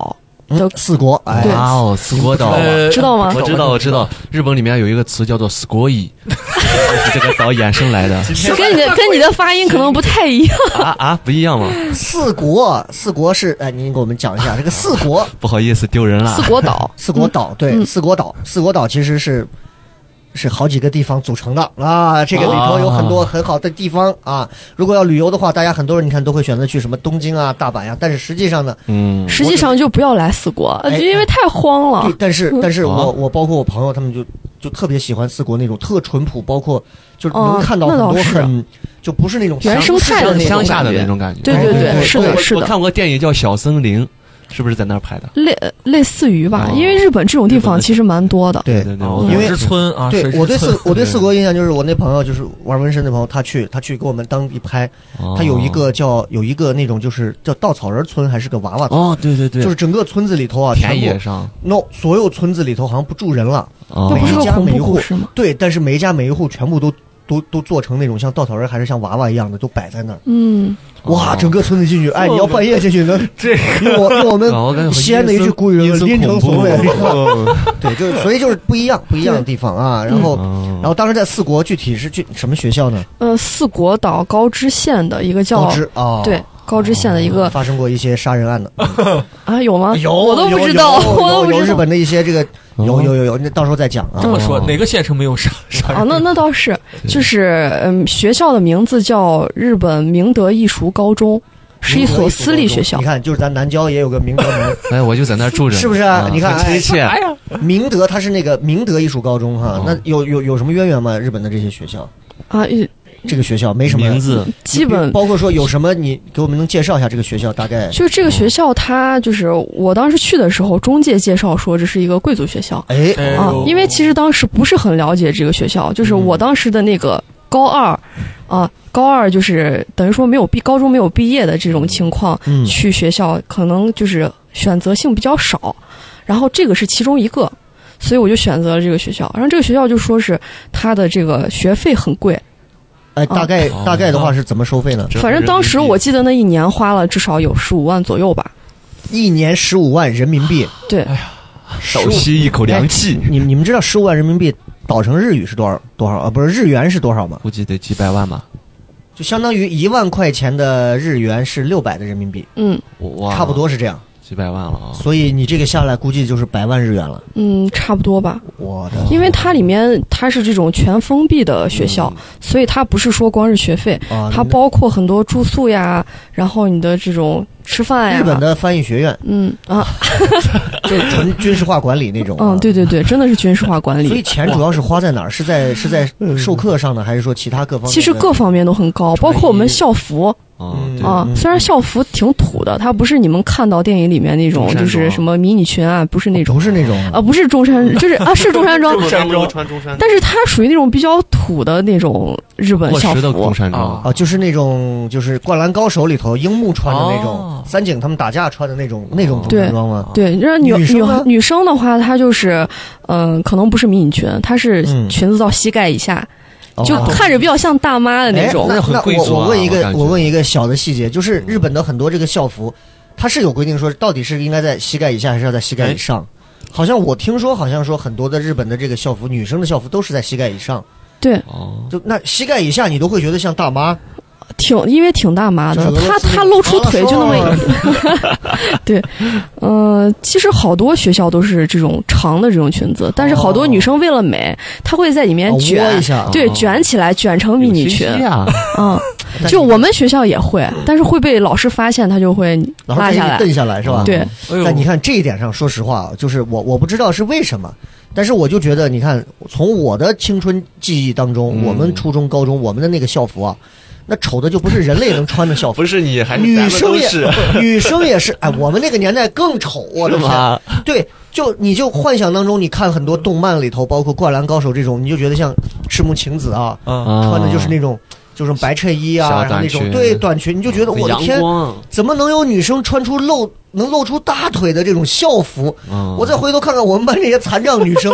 [SPEAKER 2] 嗯
[SPEAKER 5] 的
[SPEAKER 2] 四国，哎
[SPEAKER 5] 对
[SPEAKER 4] 哇哦，四国岛，啊
[SPEAKER 3] 呃
[SPEAKER 5] 知道吗？
[SPEAKER 4] 我知道，我 知道，日本里面有一个词叫做 “score”，就是这个岛衍生 来的
[SPEAKER 2] 嗯
[SPEAKER 5] 跟你的跟你的发音可能不太一样，
[SPEAKER 4] 啊啊，不一样吗？
[SPEAKER 2] 四国，四国是哎，您给我们讲一 下这个四国，
[SPEAKER 4] 不好意思，丢人了。
[SPEAKER 5] 四国岛
[SPEAKER 2] 四国岛，对，
[SPEAKER 5] 嗯
[SPEAKER 2] 四国岛，四国岛其实是是好几个地方组成的啊。这个里头有很多很好的地方啊。如果要旅游的话，大家很多人你看都会选择去什么东京啊、大阪呀、但是实际上呢，
[SPEAKER 4] 嗯，
[SPEAKER 5] 实际上就不要来四国，
[SPEAKER 2] 哎
[SPEAKER 5] 就因为太荒
[SPEAKER 2] 对
[SPEAKER 5] 了，，
[SPEAKER 2] 但是但是我
[SPEAKER 4] 哦
[SPEAKER 2] 我包括我朋友他们就就特别喜欢四国那种特淳朴，包括就是
[SPEAKER 5] 哦
[SPEAKER 2] 能看到
[SPEAKER 5] 那
[SPEAKER 2] 很
[SPEAKER 5] 倒
[SPEAKER 2] 多
[SPEAKER 5] 是
[SPEAKER 2] 很就不是那种
[SPEAKER 5] 原生态的那种
[SPEAKER 4] 乡下的
[SPEAKER 5] 感觉
[SPEAKER 4] 那种感觉。哦
[SPEAKER 5] 对
[SPEAKER 2] 对对
[SPEAKER 4] 我
[SPEAKER 2] 是
[SPEAKER 5] 的
[SPEAKER 4] 我
[SPEAKER 5] 是的
[SPEAKER 4] 我看过个电影叫《小森林》，是不是在那儿拍的？
[SPEAKER 5] 类类似于吧，
[SPEAKER 4] 哦
[SPEAKER 5] 因为日本这种地
[SPEAKER 4] 日本
[SPEAKER 5] 方
[SPEAKER 4] 的
[SPEAKER 5] 其实蛮多的，
[SPEAKER 2] 对
[SPEAKER 4] 对对，
[SPEAKER 3] 哦
[SPEAKER 4] 我
[SPEAKER 2] 因为
[SPEAKER 3] 之村啊，
[SPEAKER 2] 对
[SPEAKER 3] 水，之
[SPEAKER 2] 我对
[SPEAKER 3] 村
[SPEAKER 2] 四我对四国印象就是我那朋友就是玩纹身的朋友，他去他去给我们当地拍，
[SPEAKER 4] 哦
[SPEAKER 2] 他有一个叫有一个那种就是叫稻草人村还是个娃娃村，
[SPEAKER 4] 哦，对对对，
[SPEAKER 2] 就是整个村子里头啊，
[SPEAKER 4] 哦田
[SPEAKER 2] 全
[SPEAKER 4] 野
[SPEAKER 2] 部
[SPEAKER 4] 上，
[SPEAKER 2] no 所有村子里头好像不住人了，
[SPEAKER 4] 哦
[SPEAKER 5] 那不是
[SPEAKER 2] 每
[SPEAKER 5] 个
[SPEAKER 2] 一家
[SPEAKER 5] 恐
[SPEAKER 2] 每一
[SPEAKER 5] 怖
[SPEAKER 2] 户
[SPEAKER 5] 故事吗？
[SPEAKER 2] 对，但是每一家每一户全部都都都做成那种像稻草人还是像娃娃一样的，都摆在那儿。
[SPEAKER 5] 嗯，
[SPEAKER 2] 哇，
[SPEAKER 4] 哦
[SPEAKER 2] 整个村子进去，哎，你要半夜进去能，
[SPEAKER 4] 这个
[SPEAKER 2] 用我用我
[SPEAKER 4] 啊我感
[SPEAKER 2] 们
[SPEAKER 4] 觉
[SPEAKER 2] 西安的一句古语
[SPEAKER 4] 阴
[SPEAKER 2] 叫“
[SPEAKER 4] 森
[SPEAKER 2] 阴城所谓”，
[SPEAKER 4] 哦
[SPEAKER 2] 对，就是所以就是不一样，不一样的地方啊。然后，
[SPEAKER 4] 嗯
[SPEAKER 2] 然后当时在四国，具体是去什么学校呢？
[SPEAKER 5] 呃，四国岛高知县的一个叫
[SPEAKER 2] 高知啊，
[SPEAKER 5] 对高知县的一个
[SPEAKER 2] 发生过一些杀人案的，
[SPEAKER 5] 啊有吗？
[SPEAKER 2] 有，
[SPEAKER 5] 我都不
[SPEAKER 2] 有
[SPEAKER 5] 知道，
[SPEAKER 2] 有
[SPEAKER 5] 我都不
[SPEAKER 2] 有有
[SPEAKER 5] 知
[SPEAKER 2] 日
[SPEAKER 5] 道
[SPEAKER 2] 本的一些这个，有
[SPEAKER 4] 哦
[SPEAKER 2] 有有有，那到时候再讲啊
[SPEAKER 3] 这。么说，哪个县城没有
[SPEAKER 2] 哦
[SPEAKER 3] 啥啥
[SPEAKER 5] 啊，那那倒是，就是嗯，学校的名字叫日本明德艺术高中，是一所私立学校
[SPEAKER 2] 你。看，就是咱南郊也有个明德 门，
[SPEAKER 4] 哎，我就在那儿住着呢，
[SPEAKER 2] 是不是啊
[SPEAKER 4] 啊
[SPEAKER 2] 你看
[SPEAKER 4] 很
[SPEAKER 2] 哎
[SPEAKER 4] 亲切，
[SPEAKER 2] 明德它是那个明德艺术高中哈
[SPEAKER 4] 哦。
[SPEAKER 2] 那有有有什么渊源吗？日本的这些学校，
[SPEAKER 5] 啊，一
[SPEAKER 2] 这个学校没什么
[SPEAKER 4] 名字，
[SPEAKER 5] 基本
[SPEAKER 2] 包括说有什么，你给我们能介绍一下这个学校大概？
[SPEAKER 5] 就这个学校，它就是我当时去的时候，中介介绍说这是一个贵族学校
[SPEAKER 2] 哎，
[SPEAKER 3] 哎
[SPEAKER 5] 啊
[SPEAKER 3] 呦，
[SPEAKER 5] 因为其实当时不是很了解这个学校，就是我当时的那个高二啊，高二就是等于说没有毕高中没有毕业的这种情况，
[SPEAKER 2] 嗯
[SPEAKER 5] 去学校可能就是选择性比较少，然后这个是其中一个，所以我就选择了这个学校。然后这个学校就说是它的这个学费很贵，
[SPEAKER 2] 哎，大概
[SPEAKER 4] 哦
[SPEAKER 2] 大概的话是怎么收费呢？
[SPEAKER 4] 折合
[SPEAKER 5] 反正当时
[SPEAKER 4] 人民币
[SPEAKER 5] 我记得那一年花了至少有十五万左右吧。
[SPEAKER 2] 一年十五万人民币，
[SPEAKER 5] 对，
[SPEAKER 4] 倒吸一口
[SPEAKER 5] 哎
[SPEAKER 4] 凉气，
[SPEAKER 2] 你你们知道十五万人民币倒成日语是多少多少啊？不是日元是多少吗？
[SPEAKER 4] 估计得几百万吧，
[SPEAKER 2] 就相当于一万块钱的日元是六百的人民币，
[SPEAKER 5] 嗯
[SPEAKER 4] 哇，
[SPEAKER 2] 差不多是这样。
[SPEAKER 4] 几百万了啊。
[SPEAKER 2] 所以你这个下来估计就是百万日元了。
[SPEAKER 5] 嗯，差不多吧。
[SPEAKER 2] 我的
[SPEAKER 5] 因为它里面它是这种全封闭的学校，所以它不是说光是学费，
[SPEAKER 2] 嗯啊！
[SPEAKER 5] 它包括很多住宿呀，然后你的这种吃饭呀。
[SPEAKER 2] 日本的翻译学院，
[SPEAKER 5] 嗯啊
[SPEAKER 2] 就是纯军事化管理那种啊。
[SPEAKER 5] 嗯，对对对，真的是军事化管
[SPEAKER 2] 所以
[SPEAKER 5] 理。
[SPEAKER 2] 钱主要是花在哪儿？是在是在
[SPEAKER 4] 嗯
[SPEAKER 2] 授课上呢，还是说其他各方面的？
[SPEAKER 5] 其实各方面都很高，包括我们校服
[SPEAKER 4] 嗯，
[SPEAKER 2] 嗯
[SPEAKER 4] 对
[SPEAKER 5] 啊，虽然校服挺土的，它不是你们看到电影里面那种，
[SPEAKER 4] 中山
[SPEAKER 5] 就
[SPEAKER 4] 装
[SPEAKER 5] 是什么迷你裙啊，不是那种
[SPEAKER 2] 不是那种
[SPEAKER 5] 啊，不是中山，就是啊是中山装，
[SPEAKER 4] 中山装穿中山，
[SPEAKER 5] 但是它属于那种比较土的那种日本
[SPEAKER 4] 过
[SPEAKER 5] 校
[SPEAKER 4] 时的
[SPEAKER 5] 服
[SPEAKER 4] 中，山装
[SPEAKER 3] 啊，
[SPEAKER 2] 啊，就是那种就是《灌篮高手》里头樱木穿的那种，
[SPEAKER 3] 哦
[SPEAKER 2] 三井他们打架穿的那种那
[SPEAKER 4] 哦
[SPEAKER 2] 种中
[SPEAKER 5] 对
[SPEAKER 2] 山装吗？
[SPEAKER 5] 对，就是女
[SPEAKER 2] 啊女生
[SPEAKER 5] 女
[SPEAKER 2] 呢
[SPEAKER 5] 女生的话，她就是，嗯、可能不是迷你裙，她是
[SPEAKER 2] 嗯
[SPEAKER 5] 裙子到膝盖以下，
[SPEAKER 2] 哦
[SPEAKER 5] 就看着比较像大妈的那种。
[SPEAKER 2] 哎那
[SPEAKER 4] 很
[SPEAKER 2] 那
[SPEAKER 4] 贵族
[SPEAKER 2] 我
[SPEAKER 4] 啊
[SPEAKER 2] 我问一
[SPEAKER 4] 我
[SPEAKER 2] 个
[SPEAKER 4] 感，觉
[SPEAKER 2] 我问一个小的细节，就是日本的很多这个校服，它是有规定说到底是应该在膝盖以下还是要在膝盖以
[SPEAKER 4] 哎
[SPEAKER 2] 上？好像我听说，好像说很多的日本的这个校服，女生的校服都是在膝盖以上，
[SPEAKER 5] 对，
[SPEAKER 4] 哦，
[SPEAKER 2] 就那膝盖以下你都会觉得像大妈，
[SPEAKER 5] 挺因为挺大妈的
[SPEAKER 2] 这，
[SPEAKER 5] 他他啊露出
[SPEAKER 2] 啊
[SPEAKER 5] 腿就那么一，对，嗯，其实好多学校都是这种长的这种裙子，但是好多女生为了美，她会在里面
[SPEAKER 2] 哦
[SPEAKER 5] 卷，
[SPEAKER 2] 窝一下哎
[SPEAKER 5] 对，
[SPEAKER 4] 哦
[SPEAKER 5] 卷起来卷成迷你裙，
[SPEAKER 4] 啊，
[SPEAKER 5] 嗯，就我们学校也会，但是会被老师发现，他就会
[SPEAKER 2] 嗯老师
[SPEAKER 5] 拉
[SPEAKER 2] 给
[SPEAKER 5] 下
[SPEAKER 2] 你
[SPEAKER 5] 来。
[SPEAKER 2] 蹬下啊来是吧？
[SPEAKER 5] 对，
[SPEAKER 3] 哎呦
[SPEAKER 2] 但你看这一点上，说实话，啊就是我我不知道是为什么，但是我就觉得，你看，从我的青春记忆当中，
[SPEAKER 4] 嗯
[SPEAKER 2] 我们初中、高中，我们的那个校服啊，那丑的就不是人类能穿的校服
[SPEAKER 4] 不。是你，还是咱
[SPEAKER 2] 女
[SPEAKER 4] 们
[SPEAKER 2] 生
[SPEAKER 4] 都
[SPEAKER 2] 也
[SPEAKER 4] 是，
[SPEAKER 2] 女生也是，哎，我们那个年代更丑， 我的
[SPEAKER 4] 是
[SPEAKER 2] 天！
[SPEAKER 4] 吗？
[SPEAKER 2] 对，就你就幻想当中，你看很多动漫里头，包括《灌篮高手》这种，你就觉得像赤木晴子啊，
[SPEAKER 3] 啊，
[SPEAKER 4] 穿
[SPEAKER 2] 穿的就是那种就是白衬衣啊，
[SPEAKER 4] 小
[SPEAKER 2] 然后那种
[SPEAKER 4] 短裙
[SPEAKER 2] 对短裙，你就觉得我的
[SPEAKER 4] 阳
[SPEAKER 2] 天，
[SPEAKER 4] 光，
[SPEAKER 2] 怎么能有女生穿出露能露出大腿的这种校服？
[SPEAKER 4] 嗯
[SPEAKER 2] 我再回头看看我们班这些残障女 生，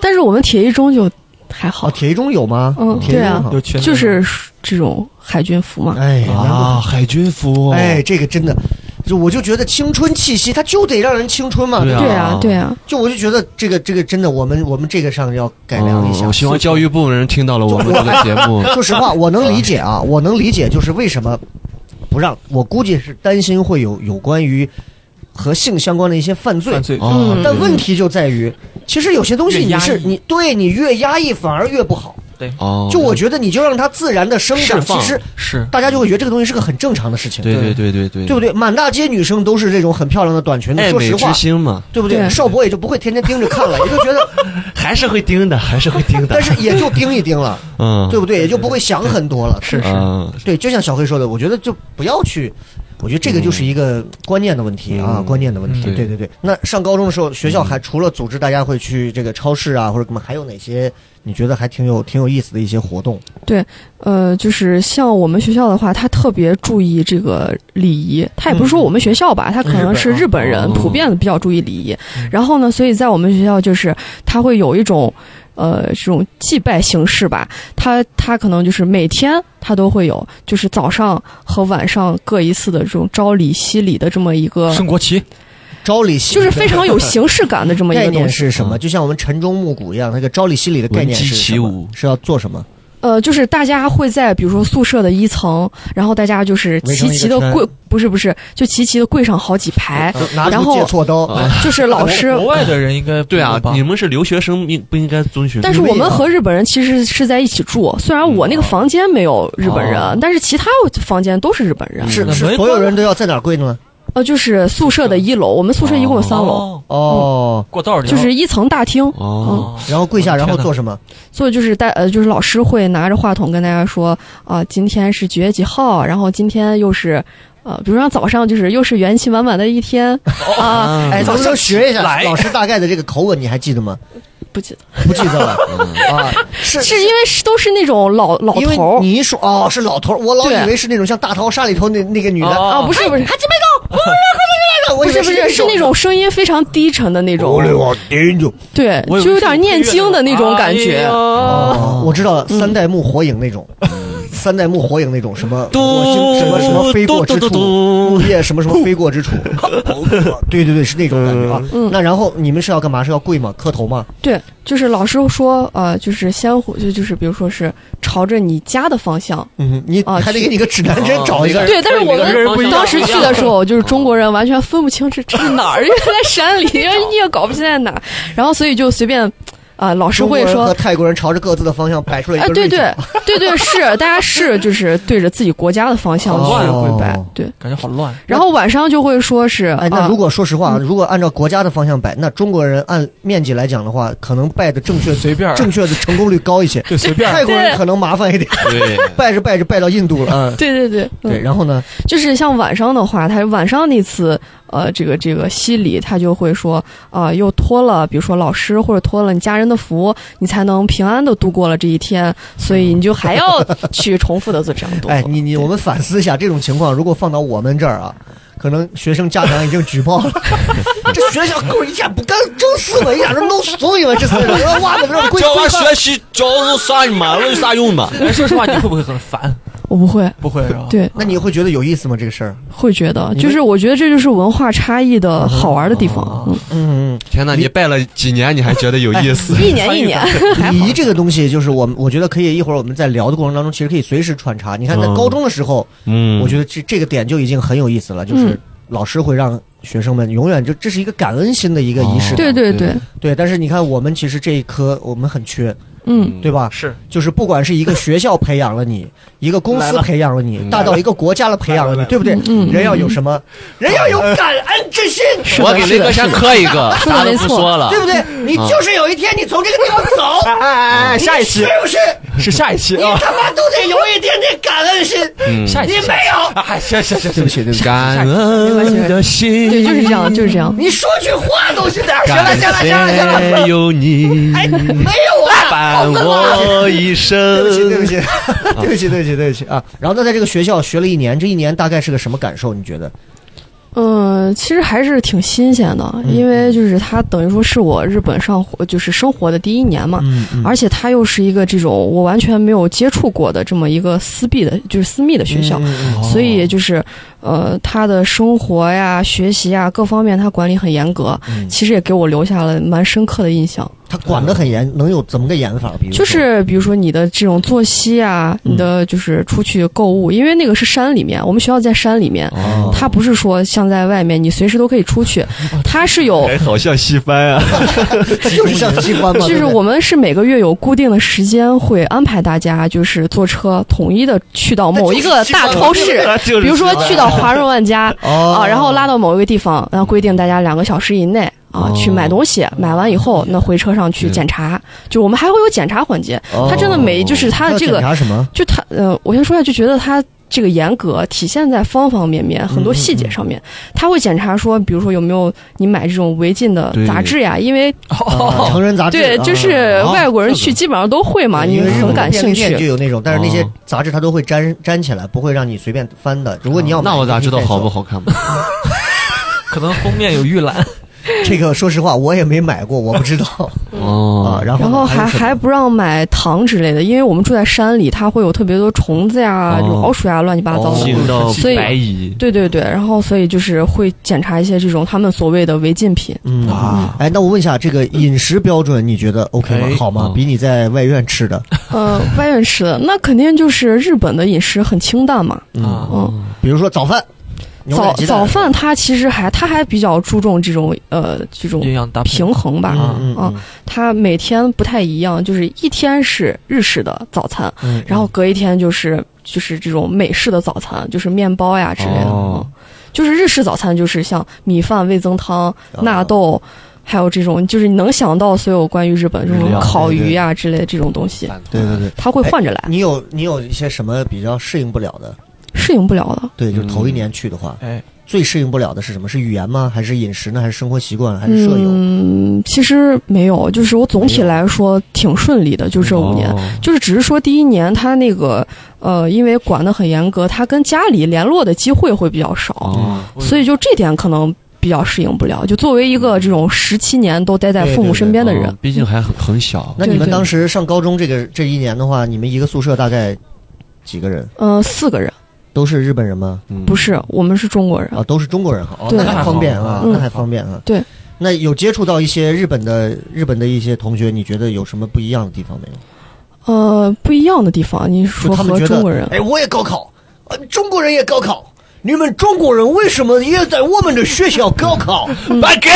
[SPEAKER 5] 但是我们铁一中就还
[SPEAKER 2] 哦，
[SPEAKER 5] 好，
[SPEAKER 2] 铁一中有吗？
[SPEAKER 5] 嗯
[SPEAKER 2] 铁一
[SPEAKER 5] 对啊
[SPEAKER 2] 中好
[SPEAKER 3] 有裙子
[SPEAKER 5] 就是这种海军服嘛。
[SPEAKER 2] 哎难
[SPEAKER 4] 啊，
[SPEAKER 2] 怪
[SPEAKER 4] 海军服，
[SPEAKER 2] 哎，，这个真的，就我就觉得青春气息，它就得让人青春嘛。
[SPEAKER 4] 对啊
[SPEAKER 5] 对啊，对啊，
[SPEAKER 2] 就我就觉得这个这个真的，我们哦我们这个上要改良一下。
[SPEAKER 4] 嗯我 希望教育部门听到了我们这个节 目，
[SPEAKER 2] 说实话，我能理解啊，我能理解，就是为什么不让我估计是担心会有有关于和性相关的一些犯罪
[SPEAKER 3] 犯。罪
[SPEAKER 4] 哦
[SPEAKER 5] 嗯
[SPEAKER 2] 但问题就在于，其实有些东西
[SPEAKER 3] 越
[SPEAKER 2] 你
[SPEAKER 3] 压
[SPEAKER 2] 是
[SPEAKER 3] 抑
[SPEAKER 2] 你对你越压抑反而越不好。
[SPEAKER 4] 哦，
[SPEAKER 2] 就我觉得你就让它自然的生
[SPEAKER 3] 释
[SPEAKER 2] 长，其
[SPEAKER 3] 放
[SPEAKER 2] 实
[SPEAKER 3] 是
[SPEAKER 2] 大家就会觉得这个东西是个很正常的事情，
[SPEAKER 4] 对对对对对，
[SPEAKER 2] 对不对？满大街女生都是这种很漂亮的短裙子，
[SPEAKER 4] 爱
[SPEAKER 2] 说
[SPEAKER 4] 美
[SPEAKER 2] 实
[SPEAKER 4] 之
[SPEAKER 2] 话，
[SPEAKER 4] 心嘛，
[SPEAKER 2] 对不对？
[SPEAKER 5] 对
[SPEAKER 2] 少博也就不会天天盯着看了，也就觉得，
[SPEAKER 4] 还是会盯的，还是会盯的，
[SPEAKER 2] 但是也就盯一盯了，
[SPEAKER 4] 嗯，
[SPEAKER 2] 对不对？也就不会想很多了。
[SPEAKER 5] 是是，
[SPEAKER 4] 嗯，
[SPEAKER 2] 对，就像小黑说的，我觉得就不要去，我觉得这个就是一个观念的问题啊，
[SPEAKER 4] 嗯
[SPEAKER 2] 观念的问题。
[SPEAKER 4] 嗯
[SPEAKER 2] 对对对。那上高中的时候，学校还除了组织大家会去这个超市啊，或者什么，还有哪些你觉得还挺有挺有意思的一些活动？
[SPEAKER 5] 呃，就是像我们学校的话，他特别注意这个礼仪。他也不是说我们学校吧，他可能是嗯日本哦嗯人
[SPEAKER 4] 嗯
[SPEAKER 5] 普遍的比较注意礼仪。然后呢，所以在我们学校就是他会有一种。呃，这种祭拜形式吧，他他可能就是每天他都会有，就是早上和晚上各一次的这种朝礼夕礼的这么一
[SPEAKER 2] 呃
[SPEAKER 5] 个，
[SPEAKER 3] 升国旗，
[SPEAKER 2] 朝里夕
[SPEAKER 5] 就是非 常 有形式感的这么一
[SPEAKER 2] 概
[SPEAKER 5] 个东
[SPEAKER 2] 念
[SPEAKER 5] 西。嗯
[SPEAKER 2] 是什么？就像我们晨钟暮鼓一样，那个朝里夕礼的概念是
[SPEAKER 4] 闻鸡
[SPEAKER 2] 什
[SPEAKER 4] 起
[SPEAKER 2] 么
[SPEAKER 4] 舞？
[SPEAKER 2] 是要做什么？
[SPEAKER 5] 呃，就是大家会在比如说宿舍的一层，然后大家就是
[SPEAKER 2] 围成
[SPEAKER 5] 齐
[SPEAKER 2] 一个
[SPEAKER 5] 齐的
[SPEAKER 2] 圈
[SPEAKER 5] 跪，不是不是，就齐齐的跪上好几 排，
[SPEAKER 2] 拿
[SPEAKER 5] 哎然
[SPEAKER 2] 出
[SPEAKER 5] 后
[SPEAKER 2] 借错刀，啊
[SPEAKER 5] 就是老师。
[SPEAKER 3] 国外的人应该
[SPEAKER 4] 对啊
[SPEAKER 3] 不，
[SPEAKER 4] 你
[SPEAKER 3] 用吧
[SPEAKER 4] 们是留学生，应不应该遵循？
[SPEAKER 5] 但是
[SPEAKER 2] 你们
[SPEAKER 5] 我
[SPEAKER 2] 也
[SPEAKER 5] 们和日本人其实是在一起住，虽然我那个房间没有日本人，
[SPEAKER 4] 哦
[SPEAKER 5] 但是其他房间都是日本人。
[SPEAKER 2] 是
[SPEAKER 3] 那
[SPEAKER 2] 是
[SPEAKER 3] 没
[SPEAKER 2] 所有人都要在哪儿跪呢？
[SPEAKER 5] 呃，就是宿舍的一楼，我们宿舍一共有三楼，
[SPEAKER 3] 哦
[SPEAKER 2] 哦，
[SPEAKER 3] 过道儿里
[SPEAKER 5] 就是一层大厅。
[SPEAKER 4] 哦，
[SPEAKER 3] 哦
[SPEAKER 2] 然后跪下，
[SPEAKER 3] 我的
[SPEAKER 2] 然
[SPEAKER 3] 天
[SPEAKER 2] 后
[SPEAKER 3] 哪
[SPEAKER 2] 做什么？
[SPEAKER 5] 所以就是大呃，就是老师会拿着话筒跟大家说啊、今天是几月几号，然后今天又是。呃，比如说早上就是又是元气满满的一天 啊，
[SPEAKER 2] 哎，能不能学一下
[SPEAKER 3] 来
[SPEAKER 2] 老师大概的这个口吻？你还记得吗？
[SPEAKER 5] 不记得，
[SPEAKER 2] 不记得 了啊， 是
[SPEAKER 5] 是因为是都是那种老老
[SPEAKER 2] 因为
[SPEAKER 5] 头儿
[SPEAKER 2] 你一说哦是老头儿，我老
[SPEAKER 5] 对
[SPEAKER 2] 以为是那种像大逃杀里头那那个女的，
[SPEAKER 3] 哦
[SPEAKER 5] 啊，不是不是，
[SPEAKER 2] 我
[SPEAKER 5] 不
[SPEAKER 2] 以
[SPEAKER 5] 是
[SPEAKER 2] 为
[SPEAKER 5] 不是是那种声音非常低沉的那种，
[SPEAKER 2] 我盯着
[SPEAKER 5] 对，
[SPEAKER 3] 我以为
[SPEAKER 5] 就有
[SPEAKER 3] 是
[SPEAKER 5] 点念经的那种感
[SPEAKER 3] 哎
[SPEAKER 5] 觉。
[SPEAKER 3] 呀
[SPEAKER 2] 哦，我知道
[SPEAKER 5] 嗯
[SPEAKER 2] 了，三代目火影那种，三代目火影那种什么我
[SPEAKER 4] 咚
[SPEAKER 2] 是什么什么飞过之
[SPEAKER 4] 咚
[SPEAKER 2] 处，
[SPEAKER 4] 咚咚
[SPEAKER 2] 木叶什么什么飞过 之处，对对对，是那种感觉啊。
[SPEAKER 5] 嗯
[SPEAKER 2] 那然后你们是要干嘛？是要跪吗？磕头吗？
[SPEAKER 5] 对，就是老师说，呃，就是先回就就是比如说是朝着你家的方向。
[SPEAKER 2] 嗯，你
[SPEAKER 5] 啊
[SPEAKER 2] 还得给你个指南针
[SPEAKER 4] 哦
[SPEAKER 2] 找一个。
[SPEAKER 5] 对，但是我
[SPEAKER 3] 每个人不一
[SPEAKER 5] 们
[SPEAKER 3] 样
[SPEAKER 5] 当时去的时候，就是中国人完全分不清这这是哪儿，因为在山里，因为你也搞不清在哪儿，然后所以就随便，啊、老师
[SPEAKER 2] 中国
[SPEAKER 5] 会
[SPEAKER 2] 人
[SPEAKER 5] 说
[SPEAKER 2] 和，泰国人朝着各自的方向摆出了一
[SPEAKER 5] 哎
[SPEAKER 2] 个，
[SPEAKER 5] 对
[SPEAKER 2] 锐角
[SPEAKER 5] 对对对，是大家是就是对着自己国家的方向
[SPEAKER 2] 哦
[SPEAKER 5] 去跪拜，对，
[SPEAKER 3] 感觉好乱，
[SPEAKER 5] 然后晚上就会说是，
[SPEAKER 2] 哎，那
[SPEAKER 5] 啊
[SPEAKER 2] 如果说实话啊，如果按照国家的方向摆，那中国人按面积来讲的话，可能拜的正确
[SPEAKER 3] 随便儿
[SPEAKER 2] 正确的成功率高一些。
[SPEAKER 3] 对随便儿
[SPEAKER 2] 泰国人可能麻烦一点，
[SPEAKER 4] 对，
[SPEAKER 2] 拜着拜着拜到印度了。嗯，
[SPEAKER 5] 对对对，嗯
[SPEAKER 2] 对，然后呢，
[SPEAKER 5] 就是像晚上的话，他晚上那次呃，这个这个西礼，他就会说啊、又托了，比如说老师或者托了你家人的福，你才能平安的度过了这一天，所以你就还要 去重复的做这样的动作。
[SPEAKER 2] 哎，你你我们反思一下这种情况，如果放到我们这儿啊，可能学生家长已经举报了，这学校够一天不干正事嘛，一天都弄怂你们这是，我说 哇，我这跪
[SPEAKER 4] 教
[SPEAKER 2] 跪
[SPEAKER 4] 完
[SPEAKER 2] 下
[SPEAKER 4] 学习教有啥嘛？有啥用嘛？
[SPEAKER 3] 哎，说实话，你会不会很烦？
[SPEAKER 5] 我不会，
[SPEAKER 3] 不会是吧？
[SPEAKER 5] 对，
[SPEAKER 2] 那你会觉得有意思吗？这个事儿？
[SPEAKER 5] 会觉得
[SPEAKER 2] 你
[SPEAKER 5] 就是我觉得这就是文化差异的好玩的地
[SPEAKER 4] 哦
[SPEAKER 5] 方，嗯，
[SPEAKER 2] 嗯，
[SPEAKER 4] 天哪，你哎拜了几年，你还觉得有意思？
[SPEAKER 5] 一年一年，
[SPEAKER 2] 礼仪这个东西，就是我们我觉得可以一会儿我们在聊的过程当中，其实可以随时穿插。你看，在
[SPEAKER 4] 嗯
[SPEAKER 2] 高中的时候，
[SPEAKER 4] 嗯，
[SPEAKER 2] 我觉得这这个点就已经很有意思了，就是
[SPEAKER 5] 嗯
[SPEAKER 2] 老师会让学生们永远就这是一个感恩心的一个仪式感。
[SPEAKER 4] 哦
[SPEAKER 5] 对对对，
[SPEAKER 2] 对，但是你看，我们其实这一科我们很缺，
[SPEAKER 5] 嗯，
[SPEAKER 2] 对吧？
[SPEAKER 3] 是
[SPEAKER 2] 就是不管是一个学校培养了你，一个公司培养了你，
[SPEAKER 4] 嗯
[SPEAKER 2] 大到一个国家了培养了你，对不对？
[SPEAKER 5] 嗯嗯
[SPEAKER 2] 人要有什么？人要有感恩之心，
[SPEAKER 6] 我给雷哥先磕一个，
[SPEAKER 5] 是的
[SPEAKER 6] 啥都
[SPEAKER 5] 没
[SPEAKER 6] 不
[SPEAKER 5] 错
[SPEAKER 6] 说了
[SPEAKER 2] 对。不对？你就是有一天你从这个地方走，
[SPEAKER 3] 哎哎哎，下一期
[SPEAKER 2] 是不是？
[SPEAKER 3] 是下一期
[SPEAKER 2] 你
[SPEAKER 3] 啊，
[SPEAKER 2] 他妈都得有一点点感恩心，
[SPEAKER 4] 嗯
[SPEAKER 3] 下一
[SPEAKER 2] 你
[SPEAKER 3] 期
[SPEAKER 2] 没有，
[SPEAKER 3] 啊，行行行行，
[SPEAKER 2] 起，对不起，
[SPEAKER 4] 感恩的心，
[SPEAKER 5] 对，就是这样，就是这样，
[SPEAKER 2] 你说句话都是哪儿？行
[SPEAKER 4] 感
[SPEAKER 2] 了，行了，行了，行了，
[SPEAKER 4] 谢有你
[SPEAKER 2] 没有啊，
[SPEAKER 4] 伴我一生。
[SPEAKER 2] 对不起，对不起， 对不起，对不起，对不起啊！然后他在这个学校学了一年，这一年大概是个什么感受？你觉得？
[SPEAKER 5] 嗯，其实还是挺新鲜的，因为就是它等于说是我日本上活就是生活的第一年嘛，
[SPEAKER 2] 嗯
[SPEAKER 5] 而且它又是一个这种我完全没有接触过的这么一个私闭的，就是私密的学
[SPEAKER 4] 嗯
[SPEAKER 2] 嗯
[SPEAKER 5] 校，
[SPEAKER 4] 哦
[SPEAKER 5] 所以就是呃，他的生活呀、学习呀各方面，他管理很严格，其实也给我留下了蛮深刻的印象。
[SPEAKER 2] 他管得很严，能有怎么个严法？比如说
[SPEAKER 5] 就是比如说你的这种作息啊，你的就是出去购物，因为那个是山里面，我们学校在山里面。
[SPEAKER 2] 哦
[SPEAKER 5] 它不是说像在外面，你随时都可以出去，它是有
[SPEAKER 4] 哎，好像戏番啊！
[SPEAKER 2] 他就是像机关嘛，
[SPEAKER 5] 就
[SPEAKER 2] 对
[SPEAKER 5] 是
[SPEAKER 2] 不对
[SPEAKER 5] 我们是每个月有固定的时间会安排大家，就是坐车统一的去到某一个大超市，
[SPEAKER 4] 就是
[SPEAKER 5] 比如说去到华润万家
[SPEAKER 2] 哦
[SPEAKER 5] 啊，然后拉到某一个地方，然后规定大家两个小时以内。啊，
[SPEAKER 2] 哦
[SPEAKER 5] 去买东西，买完以后，那回车上
[SPEAKER 2] 嗯
[SPEAKER 5] 去检查，就我们还会有检查环节。他真的每就是他的这
[SPEAKER 2] 哦要
[SPEAKER 5] 个
[SPEAKER 2] 检，查什么？
[SPEAKER 5] 就他呃，我先说一下，就觉得他这个严格体现在方方面面，很多细节上面，
[SPEAKER 2] 嗯
[SPEAKER 5] 他会检查说，比如说有没有你买这种违禁的
[SPEAKER 4] 对
[SPEAKER 5] 杂志呀，因为
[SPEAKER 2] 啊成人杂志
[SPEAKER 5] 哦对，就是外国人
[SPEAKER 2] 啊
[SPEAKER 5] 去基本上都会嘛，你
[SPEAKER 2] 因为日
[SPEAKER 5] 很
[SPEAKER 2] 本的
[SPEAKER 5] 感
[SPEAKER 2] 便利
[SPEAKER 5] 兴
[SPEAKER 2] 店就
[SPEAKER 5] 趣。
[SPEAKER 2] 有那种，但是那些
[SPEAKER 4] 哦
[SPEAKER 2] 杂志它都会粘粘起来，不会让你随便翻的。如果你要买
[SPEAKER 4] 哦那我咋知道好不
[SPEAKER 2] 好？
[SPEAKER 4] 好看嘛？
[SPEAKER 3] 可能封面有预 览，
[SPEAKER 2] 这个说实话我也没买过，我不知道啊
[SPEAKER 4] 哦。，
[SPEAKER 2] 然后
[SPEAKER 5] 然
[SPEAKER 2] 呢
[SPEAKER 5] 后
[SPEAKER 2] 还
[SPEAKER 5] 还
[SPEAKER 2] 有什么
[SPEAKER 5] 还不让买糖之类的，因为我们住在山里，它会有特别多虫子呀、
[SPEAKER 4] 哦
[SPEAKER 5] 这种老鼠呀、乱七八糟
[SPEAKER 2] 哦
[SPEAKER 5] 的。
[SPEAKER 4] 进到
[SPEAKER 5] 所以
[SPEAKER 4] 白蚁，
[SPEAKER 5] 对对对，然后所以就是会检查一些这种他们所谓的违禁品。
[SPEAKER 2] 嗯
[SPEAKER 4] 啊
[SPEAKER 2] 哎，那我问一下，这个饮食标准你觉得 OK 吗？
[SPEAKER 3] 哎
[SPEAKER 2] 好吗？
[SPEAKER 4] 嗯
[SPEAKER 2] 比你在外院吃的，
[SPEAKER 5] 呃，外面吃的那肯定就是日本的饮食很清淡嘛。
[SPEAKER 3] 啊
[SPEAKER 2] 嗯，
[SPEAKER 5] 嗯，
[SPEAKER 2] 比如说早饭，牛奶
[SPEAKER 5] 早
[SPEAKER 2] 鸡蛋
[SPEAKER 5] 早，饭它其实还它还比较注重这种呃这种
[SPEAKER 3] 营养搭配
[SPEAKER 5] 平衡吧。
[SPEAKER 2] 嗯嗯
[SPEAKER 5] 啊
[SPEAKER 2] 嗯
[SPEAKER 5] 它每天不太一样，就是一天是日式的早餐，
[SPEAKER 2] 嗯，
[SPEAKER 5] 然后隔一天就是就是这种美式的早餐，就是面包呀之类的。
[SPEAKER 4] 哦
[SPEAKER 5] 嗯，就是日式早餐就是像米饭、味增汤、纳
[SPEAKER 2] 哦
[SPEAKER 5] 豆，还有这种就是你能想到所有关于日本这
[SPEAKER 4] 日
[SPEAKER 5] 种
[SPEAKER 4] 料
[SPEAKER 5] 烤
[SPEAKER 2] 对对
[SPEAKER 5] 鱼呀之类的这种东西，
[SPEAKER 2] 对对
[SPEAKER 4] 哦
[SPEAKER 2] 对。
[SPEAKER 5] 它会换着来，
[SPEAKER 2] 你有你有一些什么比较适应不了的？
[SPEAKER 5] 适应不了的。
[SPEAKER 2] 对，就是头一年去的话，
[SPEAKER 3] 哎，
[SPEAKER 2] 最适应不了的是什么？是语言吗？还是饮食呢？还是生活习惯？还是舍友？
[SPEAKER 5] 嗯，其实没有，就是我总体来说挺顺利的，就这五年。
[SPEAKER 4] 哦
[SPEAKER 5] 就是只是说第一年他那个呃，因为管得很严格，他跟家里联络的机会会比较少，
[SPEAKER 4] 哦，
[SPEAKER 2] 嗯
[SPEAKER 5] 所以就这点可能比较适应不了。就作为一个这种十七年都待在父母身边的
[SPEAKER 2] 嗯
[SPEAKER 5] 人，
[SPEAKER 4] 哦毕竟还很很小，
[SPEAKER 2] 那你
[SPEAKER 5] 对
[SPEAKER 2] 们
[SPEAKER 5] 对
[SPEAKER 2] 当时上高中这个这一年的话，你们一个宿舍大概几个人？
[SPEAKER 5] 嗯、四个人
[SPEAKER 2] 都是日本人吗？
[SPEAKER 4] 嗯
[SPEAKER 5] 不是，我们是中国人。
[SPEAKER 2] 啊，都是中国人哈，哦，
[SPEAKER 5] 对
[SPEAKER 2] 那还方便啊，
[SPEAKER 5] 嗯
[SPEAKER 2] 那还方便啊。
[SPEAKER 5] 对，
[SPEAKER 2] 那有接触到一些日本的日本的一些同学，你觉得有什么不一样的地方没有？
[SPEAKER 5] 呃，不一样的地方，你
[SPEAKER 2] 就
[SPEAKER 5] 说
[SPEAKER 2] 他
[SPEAKER 5] 和
[SPEAKER 2] 们觉
[SPEAKER 5] 中
[SPEAKER 2] 得
[SPEAKER 5] 国人，
[SPEAKER 2] 哎，我也高考，呃，中国人也高考。你们中国人为什么也在我们的学校高考？
[SPEAKER 5] 嗯
[SPEAKER 4] 八 哥，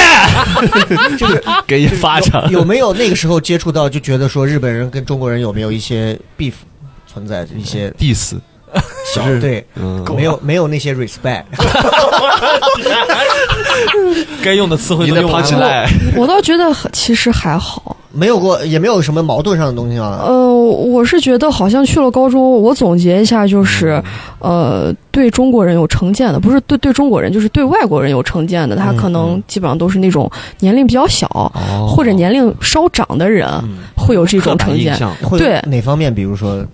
[SPEAKER 4] 给你发展
[SPEAKER 2] 有没有那个时候接触到就觉得说日本人跟中国人有没有一些 beef 存在着一些
[SPEAKER 4] diss，
[SPEAKER 2] 小
[SPEAKER 4] 是
[SPEAKER 2] 对？
[SPEAKER 4] 嗯，
[SPEAKER 2] 没有没有那些 respect，
[SPEAKER 3] 该用的词汇
[SPEAKER 4] 你
[SPEAKER 3] 都
[SPEAKER 4] 得
[SPEAKER 3] 用
[SPEAKER 4] 胖
[SPEAKER 3] 完
[SPEAKER 4] 起
[SPEAKER 3] 了。
[SPEAKER 4] 来，
[SPEAKER 5] 我倒觉得很其实还好。
[SPEAKER 2] 没有过也没有什么矛盾上的东西啊。
[SPEAKER 5] 呃，我是觉得好像去了高中，我总结一下就是，
[SPEAKER 4] 嗯
[SPEAKER 5] 呃，对中国人有成见的，不是对对中国人，就是对外国人有成见的，他
[SPEAKER 2] 嗯
[SPEAKER 5] 可能基本上都是那种年龄比较小、
[SPEAKER 4] 哦嗯
[SPEAKER 5] 或者年龄稍长的人、会有这种成见。
[SPEAKER 2] 会
[SPEAKER 5] 呃对
[SPEAKER 2] 哪方面？比如说，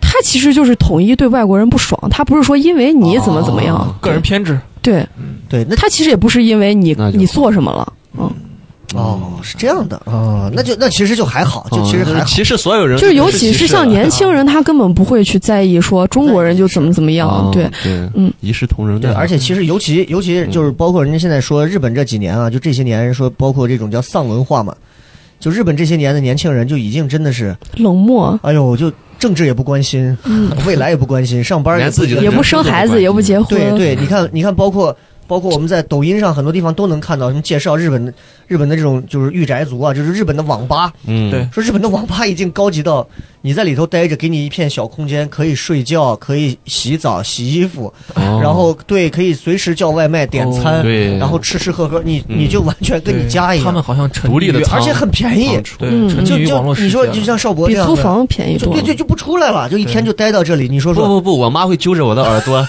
[SPEAKER 5] 他其实就是统一对外国人不爽，他不是说因为你怎么怎么样，
[SPEAKER 4] 哦
[SPEAKER 3] 个人偏执，
[SPEAKER 5] 对
[SPEAKER 2] 对，那
[SPEAKER 5] 他其实也不是因为你
[SPEAKER 4] 那就
[SPEAKER 5] 你做什么了，嗯，
[SPEAKER 2] 哦，是这样的哦，那就那其实就还好，
[SPEAKER 4] 嗯
[SPEAKER 2] 就其实还好。
[SPEAKER 4] 歧视所有人，
[SPEAKER 5] 就是尤其
[SPEAKER 4] 是
[SPEAKER 5] 是像年轻人，他根本不会去在意说中国人就怎么怎么样，对，
[SPEAKER 4] 哦对，
[SPEAKER 5] 嗯，
[SPEAKER 4] 一视同仁
[SPEAKER 2] 对，
[SPEAKER 4] 的，
[SPEAKER 2] 而且其实尤其尤其就是包括人家现在说日本这几年啊，就这些年说包括这种叫丧文化嘛，就日本这些年的年轻人就已经真的是，
[SPEAKER 5] 冷漠，
[SPEAKER 2] 哎呦，就政治也不关心，未来也不关心，上班
[SPEAKER 4] 连
[SPEAKER 2] 也不
[SPEAKER 4] 自己的
[SPEAKER 5] 也
[SPEAKER 4] 人
[SPEAKER 5] 不生孩子，也不结婚，
[SPEAKER 2] 对对，你看你看，包括包括我们在抖音上很多地方都能看到什么介绍日本的日本的这种就是御宅族啊，就是日本的网吧，
[SPEAKER 4] 嗯，
[SPEAKER 3] 对
[SPEAKER 2] 说日本的网吧已经高级到你在里头待着，给你一片小空间，可以睡觉，可以洗澡、洗衣服，
[SPEAKER 4] 哦
[SPEAKER 2] 然后对，可以随时叫外卖、点餐，
[SPEAKER 4] 对
[SPEAKER 2] 然后吃吃喝喝，你
[SPEAKER 4] 嗯
[SPEAKER 2] 你就完全跟你家一
[SPEAKER 3] 他们
[SPEAKER 2] 样，
[SPEAKER 3] 好像沉
[SPEAKER 4] 独立的
[SPEAKER 3] 溺于
[SPEAKER 4] 仓
[SPEAKER 2] 而且很便宜
[SPEAKER 4] 仓，储
[SPEAKER 3] 对
[SPEAKER 5] 嗯
[SPEAKER 3] 沉
[SPEAKER 2] 就
[SPEAKER 3] 溺于网
[SPEAKER 2] 就
[SPEAKER 3] 络世
[SPEAKER 2] 你说
[SPEAKER 3] 界
[SPEAKER 2] 就像邵博
[SPEAKER 5] 比
[SPEAKER 2] 这样
[SPEAKER 5] 租
[SPEAKER 2] 的，
[SPEAKER 5] 房便宜
[SPEAKER 2] 就
[SPEAKER 5] 多
[SPEAKER 2] 对
[SPEAKER 5] 了。
[SPEAKER 2] 对，就不出来了，就一天就待到这里。你说
[SPEAKER 6] 不
[SPEAKER 2] 说，
[SPEAKER 6] 不不，我妈会揪着我的耳 朵，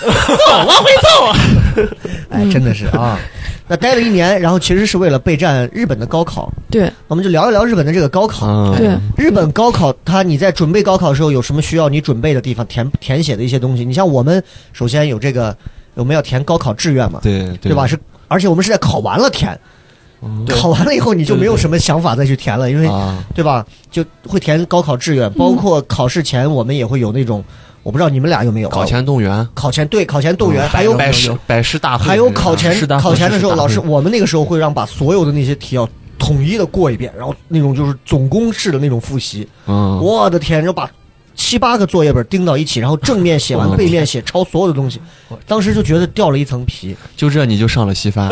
[SPEAKER 2] 哎，真的是啊。那待了一年，然后其实是为了备战日本的高考。
[SPEAKER 5] 对
[SPEAKER 2] 我们就聊一聊日本的这个高考。
[SPEAKER 4] 嗯
[SPEAKER 5] 对，
[SPEAKER 2] 日本高考，它你在准备高考的时候有什么需要你准备的地方，填填写的一些东西？你像我们首先有这个，我们要填高考志愿嘛，
[SPEAKER 4] 对
[SPEAKER 2] 对吧？？是，而且我们是在考完了填，考完了以后你就没有什么想法再去填了，因为
[SPEAKER 4] 啊，
[SPEAKER 2] 对吧？就会填高考志愿，包括考试前我们也会有那种，我不知道你们俩有没有啊
[SPEAKER 4] 搞钱动员，嗯
[SPEAKER 2] 考前对考前动员，还有
[SPEAKER 4] 百事百事大会，
[SPEAKER 2] 还有考前
[SPEAKER 3] 是的
[SPEAKER 2] 考前的时候，
[SPEAKER 4] 是的
[SPEAKER 2] 老师我们那个时候会让把所有的那些题要统一的过一遍，然后那种就是总公式的那种复习。
[SPEAKER 4] 嗯，
[SPEAKER 2] 我的天，就把七八个作业本钉到一起，然后正面写完，
[SPEAKER 4] 嗯
[SPEAKER 2] 背面写，抄所有的 东西。当时就觉得掉了一层皮，
[SPEAKER 4] 就这你就上了西 番，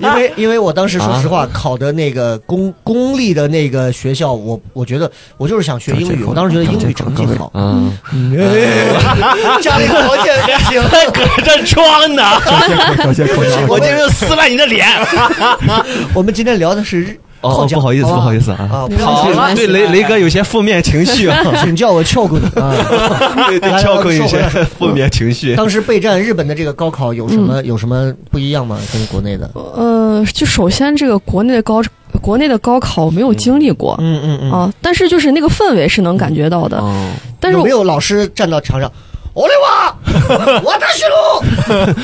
[SPEAKER 2] 因 为因为我当时说
[SPEAKER 4] 啊
[SPEAKER 2] 实话，考的那个公公立的那个学校，我我觉得我就是想学英语，我当时觉得英语成绩好，
[SPEAKER 4] 嗯，
[SPEAKER 2] 家里条件不行，
[SPEAKER 6] 搁这装 呢，我今天撕烂你的脸。
[SPEAKER 2] 我们今天聊的是日
[SPEAKER 4] 哦，不好意思，不好意
[SPEAKER 2] 思
[SPEAKER 4] 思啊，
[SPEAKER 2] 啊，不
[SPEAKER 5] 好
[SPEAKER 2] 好意
[SPEAKER 5] 了
[SPEAKER 4] 对雷雷哥有些负面情绪 啊，
[SPEAKER 2] 思，请叫我翘棍 啊。
[SPEAKER 4] 对对
[SPEAKER 2] 来，
[SPEAKER 4] 跳过
[SPEAKER 2] 说
[SPEAKER 4] 一
[SPEAKER 2] 回
[SPEAKER 4] 些
[SPEAKER 2] 来
[SPEAKER 4] 负面情绪。
[SPEAKER 2] 当时备战日本的这个高考有什
[SPEAKER 4] 嗯
[SPEAKER 2] 么有什么不一样吗？跟国内的？
[SPEAKER 5] 呃，就首先这个国内的高国内的高考我没有经历过
[SPEAKER 2] 嗯嗯嗯。
[SPEAKER 5] 啊，但是就是那个氛围是能感觉到的。
[SPEAKER 4] 哦，
[SPEAKER 5] 但是
[SPEAKER 2] 有
[SPEAKER 5] 我
[SPEAKER 2] 没有老师站到场上，我的 娃，我的西路，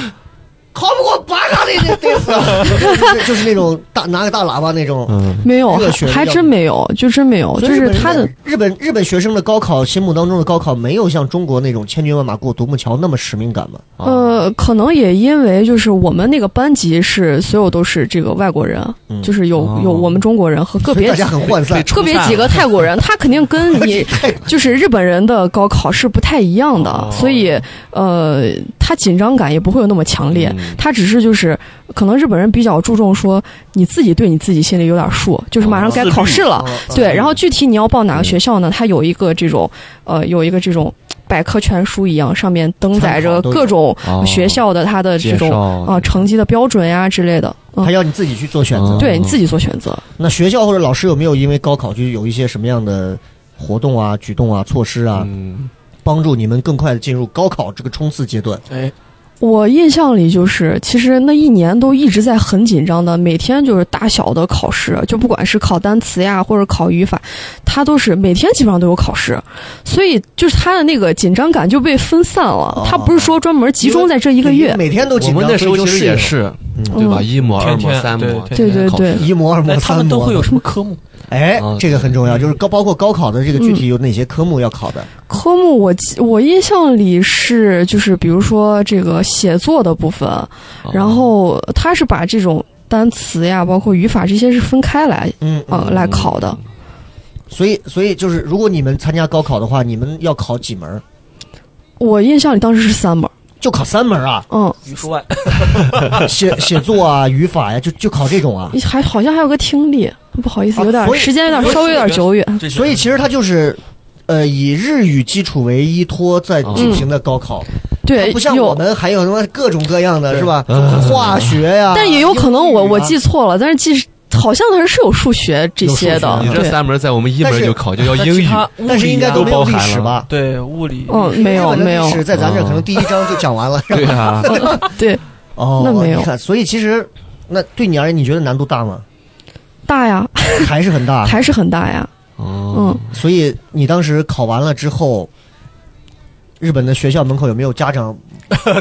[SPEAKER 2] 考不过巴嘎的 那得死，就是那种大拿个大喇叭那种。
[SPEAKER 4] 嗯，
[SPEAKER 5] 没有
[SPEAKER 2] 热血，的
[SPEAKER 5] 还
[SPEAKER 2] 要
[SPEAKER 5] 真没有，就真没有，
[SPEAKER 2] 所
[SPEAKER 5] 就
[SPEAKER 2] 以日
[SPEAKER 5] 是
[SPEAKER 2] 本人
[SPEAKER 5] 他的
[SPEAKER 2] 在日本日本学生的高考，心目当中的高考没有像中国那种千军万马过独木桥那么使命感嘛？哦
[SPEAKER 5] 呃，可能也因为就是我们那个班级是所有都是这个外国人，
[SPEAKER 2] 嗯
[SPEAKER 5] 就是有、
[SPEAKER 4] 哦
[SPEAKER 5] 有我们中国人和个
[SPEAKER 2] 所以
[SPEAKER 5] 别
[SPEAKER 2] 大家很涣散。
[SPEAKER 5] 个别几个泰国人，他肯定跟你就是日本人的高考是不太一样的，
[SPEAKER 4] 哦
[SPEAKER 5] 所以呃，他紧张感也不会有那么强烈。
[SPEAKER 4] 嗯
[SPEAKER 5] 他只是就是，可能日本人比较注重说你自己对你自己心里有点数，就是马上该考试了，
[SPEAKER 2] 哦嗯
[SPEAKER 5] 对。然后具体你要报哪个学校呢？它有一个这种呃，有一个这种百科全书一样，上面登载着
[SPEAKER 2] 参考都有
[SPEAKER 5] 各种
[SPEAKER 4] 哦
[SPEAKER 5] 学校的它的这
[SPEAKER 4] 介
[SPEAKER 5] 种
[SPEAKER 4] 绍
[SPEAKER 5] 啊、成绩的标准呀之类的。嗯
[SPEAKER 2] 还，要你自己去做选择。
[SPEAKER 4] 嗯
[SPEAKER 5] 对你自己做选择。
[SPEAKER 2] 那学校或者老师有没有因为高考就有一些什么样的活动啊、举动啊、措施啊，
[SPEAKER 4] 嗯，
[SPEAKER 2] 帮助你们更快的进入高考这个冲刺阶段？
[SPEAKER 3] 哎，
[SPEAKER 5] 我印象里就是，其实那一年都一直在很紧张的，每天就是大小的考试，就不管是考单词呀，或者考语法，它都是每天基本上都有考试，所以就是他的那个紧张感就被分散了
[SPEAKER 2] 哦。
[SPEAKER 5] 他不是说专门集中在这一个
[SPEAKER 2] 因为
[SPEAKER 5] 月，
[SPEAKER 2] 每天都
[SPEAKER 4] 我
[SPEAKER 2] 紧张，
[SPEAKER 4] 们那时候
[SPEAKER 2] 所以
[SPEAKER 4] 其
[SPEAKER 2] 就
[SPEAKER 4] 实也是，对吧？
[SPEAKER 5] 嗯
[SPEAKER 4] 一模、二
[SPEAKER 3] 天
[SPEAKER 4] 模、
[SPEAKER 3] 天
[SPEAKER 4] 三模，
[SPEAKER 5] 对
[SPEAKER 3] 对
[SPEAKER 4] 天天
[SPEAKER 5] 对
[SPEAKER 4] 考
[SPEAKER 5] 对
[SPEAKER 4] 试
[SPEAKER 2] 一模二模
[SPEAKER 3] 那他
[SPEAKER 2] 三
[SPEAKER 3] 们都
[SPEAKER 2] 模
[SPEAKER 3] 会有
[SPEAKER 2] 的。
[SPEAKER 3] 什么科目？
[SPEAKER 2] 哎
[SPEAKER 4] 啊，
[SPEAKER 2] 这个很重要，就是高包括高考的这个具
[SPEAKER 5] 嗯
[SPEAKER 2] 体有哪些科目要考的？
[SPEAKER 5] 科目我记我印象里是就是比如说这个写作的部分，
[SPEAKER 4] 啊
[SPEAKER 5] 然后他是把这种单词呀，包括语法这些是分开来
[SPEAKER 2] 嗯，
[SPEAKER 5] 啊、呃来考的。
[SPEAKER 2] 所以所以就是，如果你们参加高考的话，你们要考几门儿？
[SPEAKER 5] 我印象里当时是三门，，
[SPEAKER 2] 就考三门儿啊
[SPEAKER 5] 嗯。
[SPEAKER 3] 语数外，
[SPEAKER 2] 写写作啊、语法呀、就就考这种啊。
[SPEAKER 5] 还好像还有个听力，不好意思，
[SPEAKER 2] 啊
[SPEAKER 5] 有点、
[SPEAKER 2] 所以
[SPEAKER 5] 时间有点稍微有点久远。
[SPEAKER 3] 这些
[SPEAKER 2] 所以其实它就是，呃，以日语基础为依托在
[SPEAKER 4] 哦
[SPEAKER 2] 进行的高考，它
[SPEAKER 5] 嗯对，
[SPEAKER 2] 不像我
[SPEAKER 5] 有，
[SPEAKER 2] 们还有什么各种各样的，是吧
[SPEAKER 4] 嗯？
[SPEAKER 2] 化学呀，
[SPEAKER 5] 但也有可能我
[SPEAKER 2] 英语啊
[SPEAKER 5] 我记错了，但是记好像它是有数学这些的
[SPEAKER 4] 你，这
[SPEAKER 5] 对，
[SPEAKER 4] 三门在我们一门就考，就叫呃英语，
[SPEAKER 2] 但是应该
[SPEAKER 4] 都
[SPEAKER 2] 没有
[SPEAKER 4] 包
[SPEAKER 2] 历
[SPEAKER 4] 含
[SPEAKER 2] 史
[SPEAKER 4] 了
[SPEAKER 2] 吧？
[SPEAKER 3] 啊对物理，
[SPEAKER 5] 嗯，没有
[SPEAKER 2] 日本的
[SPEAKER 5] 没有
[SPEAKER 2] 历，史在咱这儿可能第一章就讲完 了，是吧
[SPEAKER 4] 对啊，
[SPEAKER 5] 对，
[SPEAKER 2] 哦，
[SPEAKER 5] 那没有
[SPEAKER 2] 你看，所以其实那对你而言，你觉得难度大吗？
[SPEAKER 5] 大呀，
[SPEAKER 2] 还是很大。
[SPEAKER 5] 还是很大呀，
[SPEAKER 4] 哦，
[SPEAKER 5] 嗯，
[SPEAKER 2] 所 以你当时考完了之后，日本的学校门口有没有家长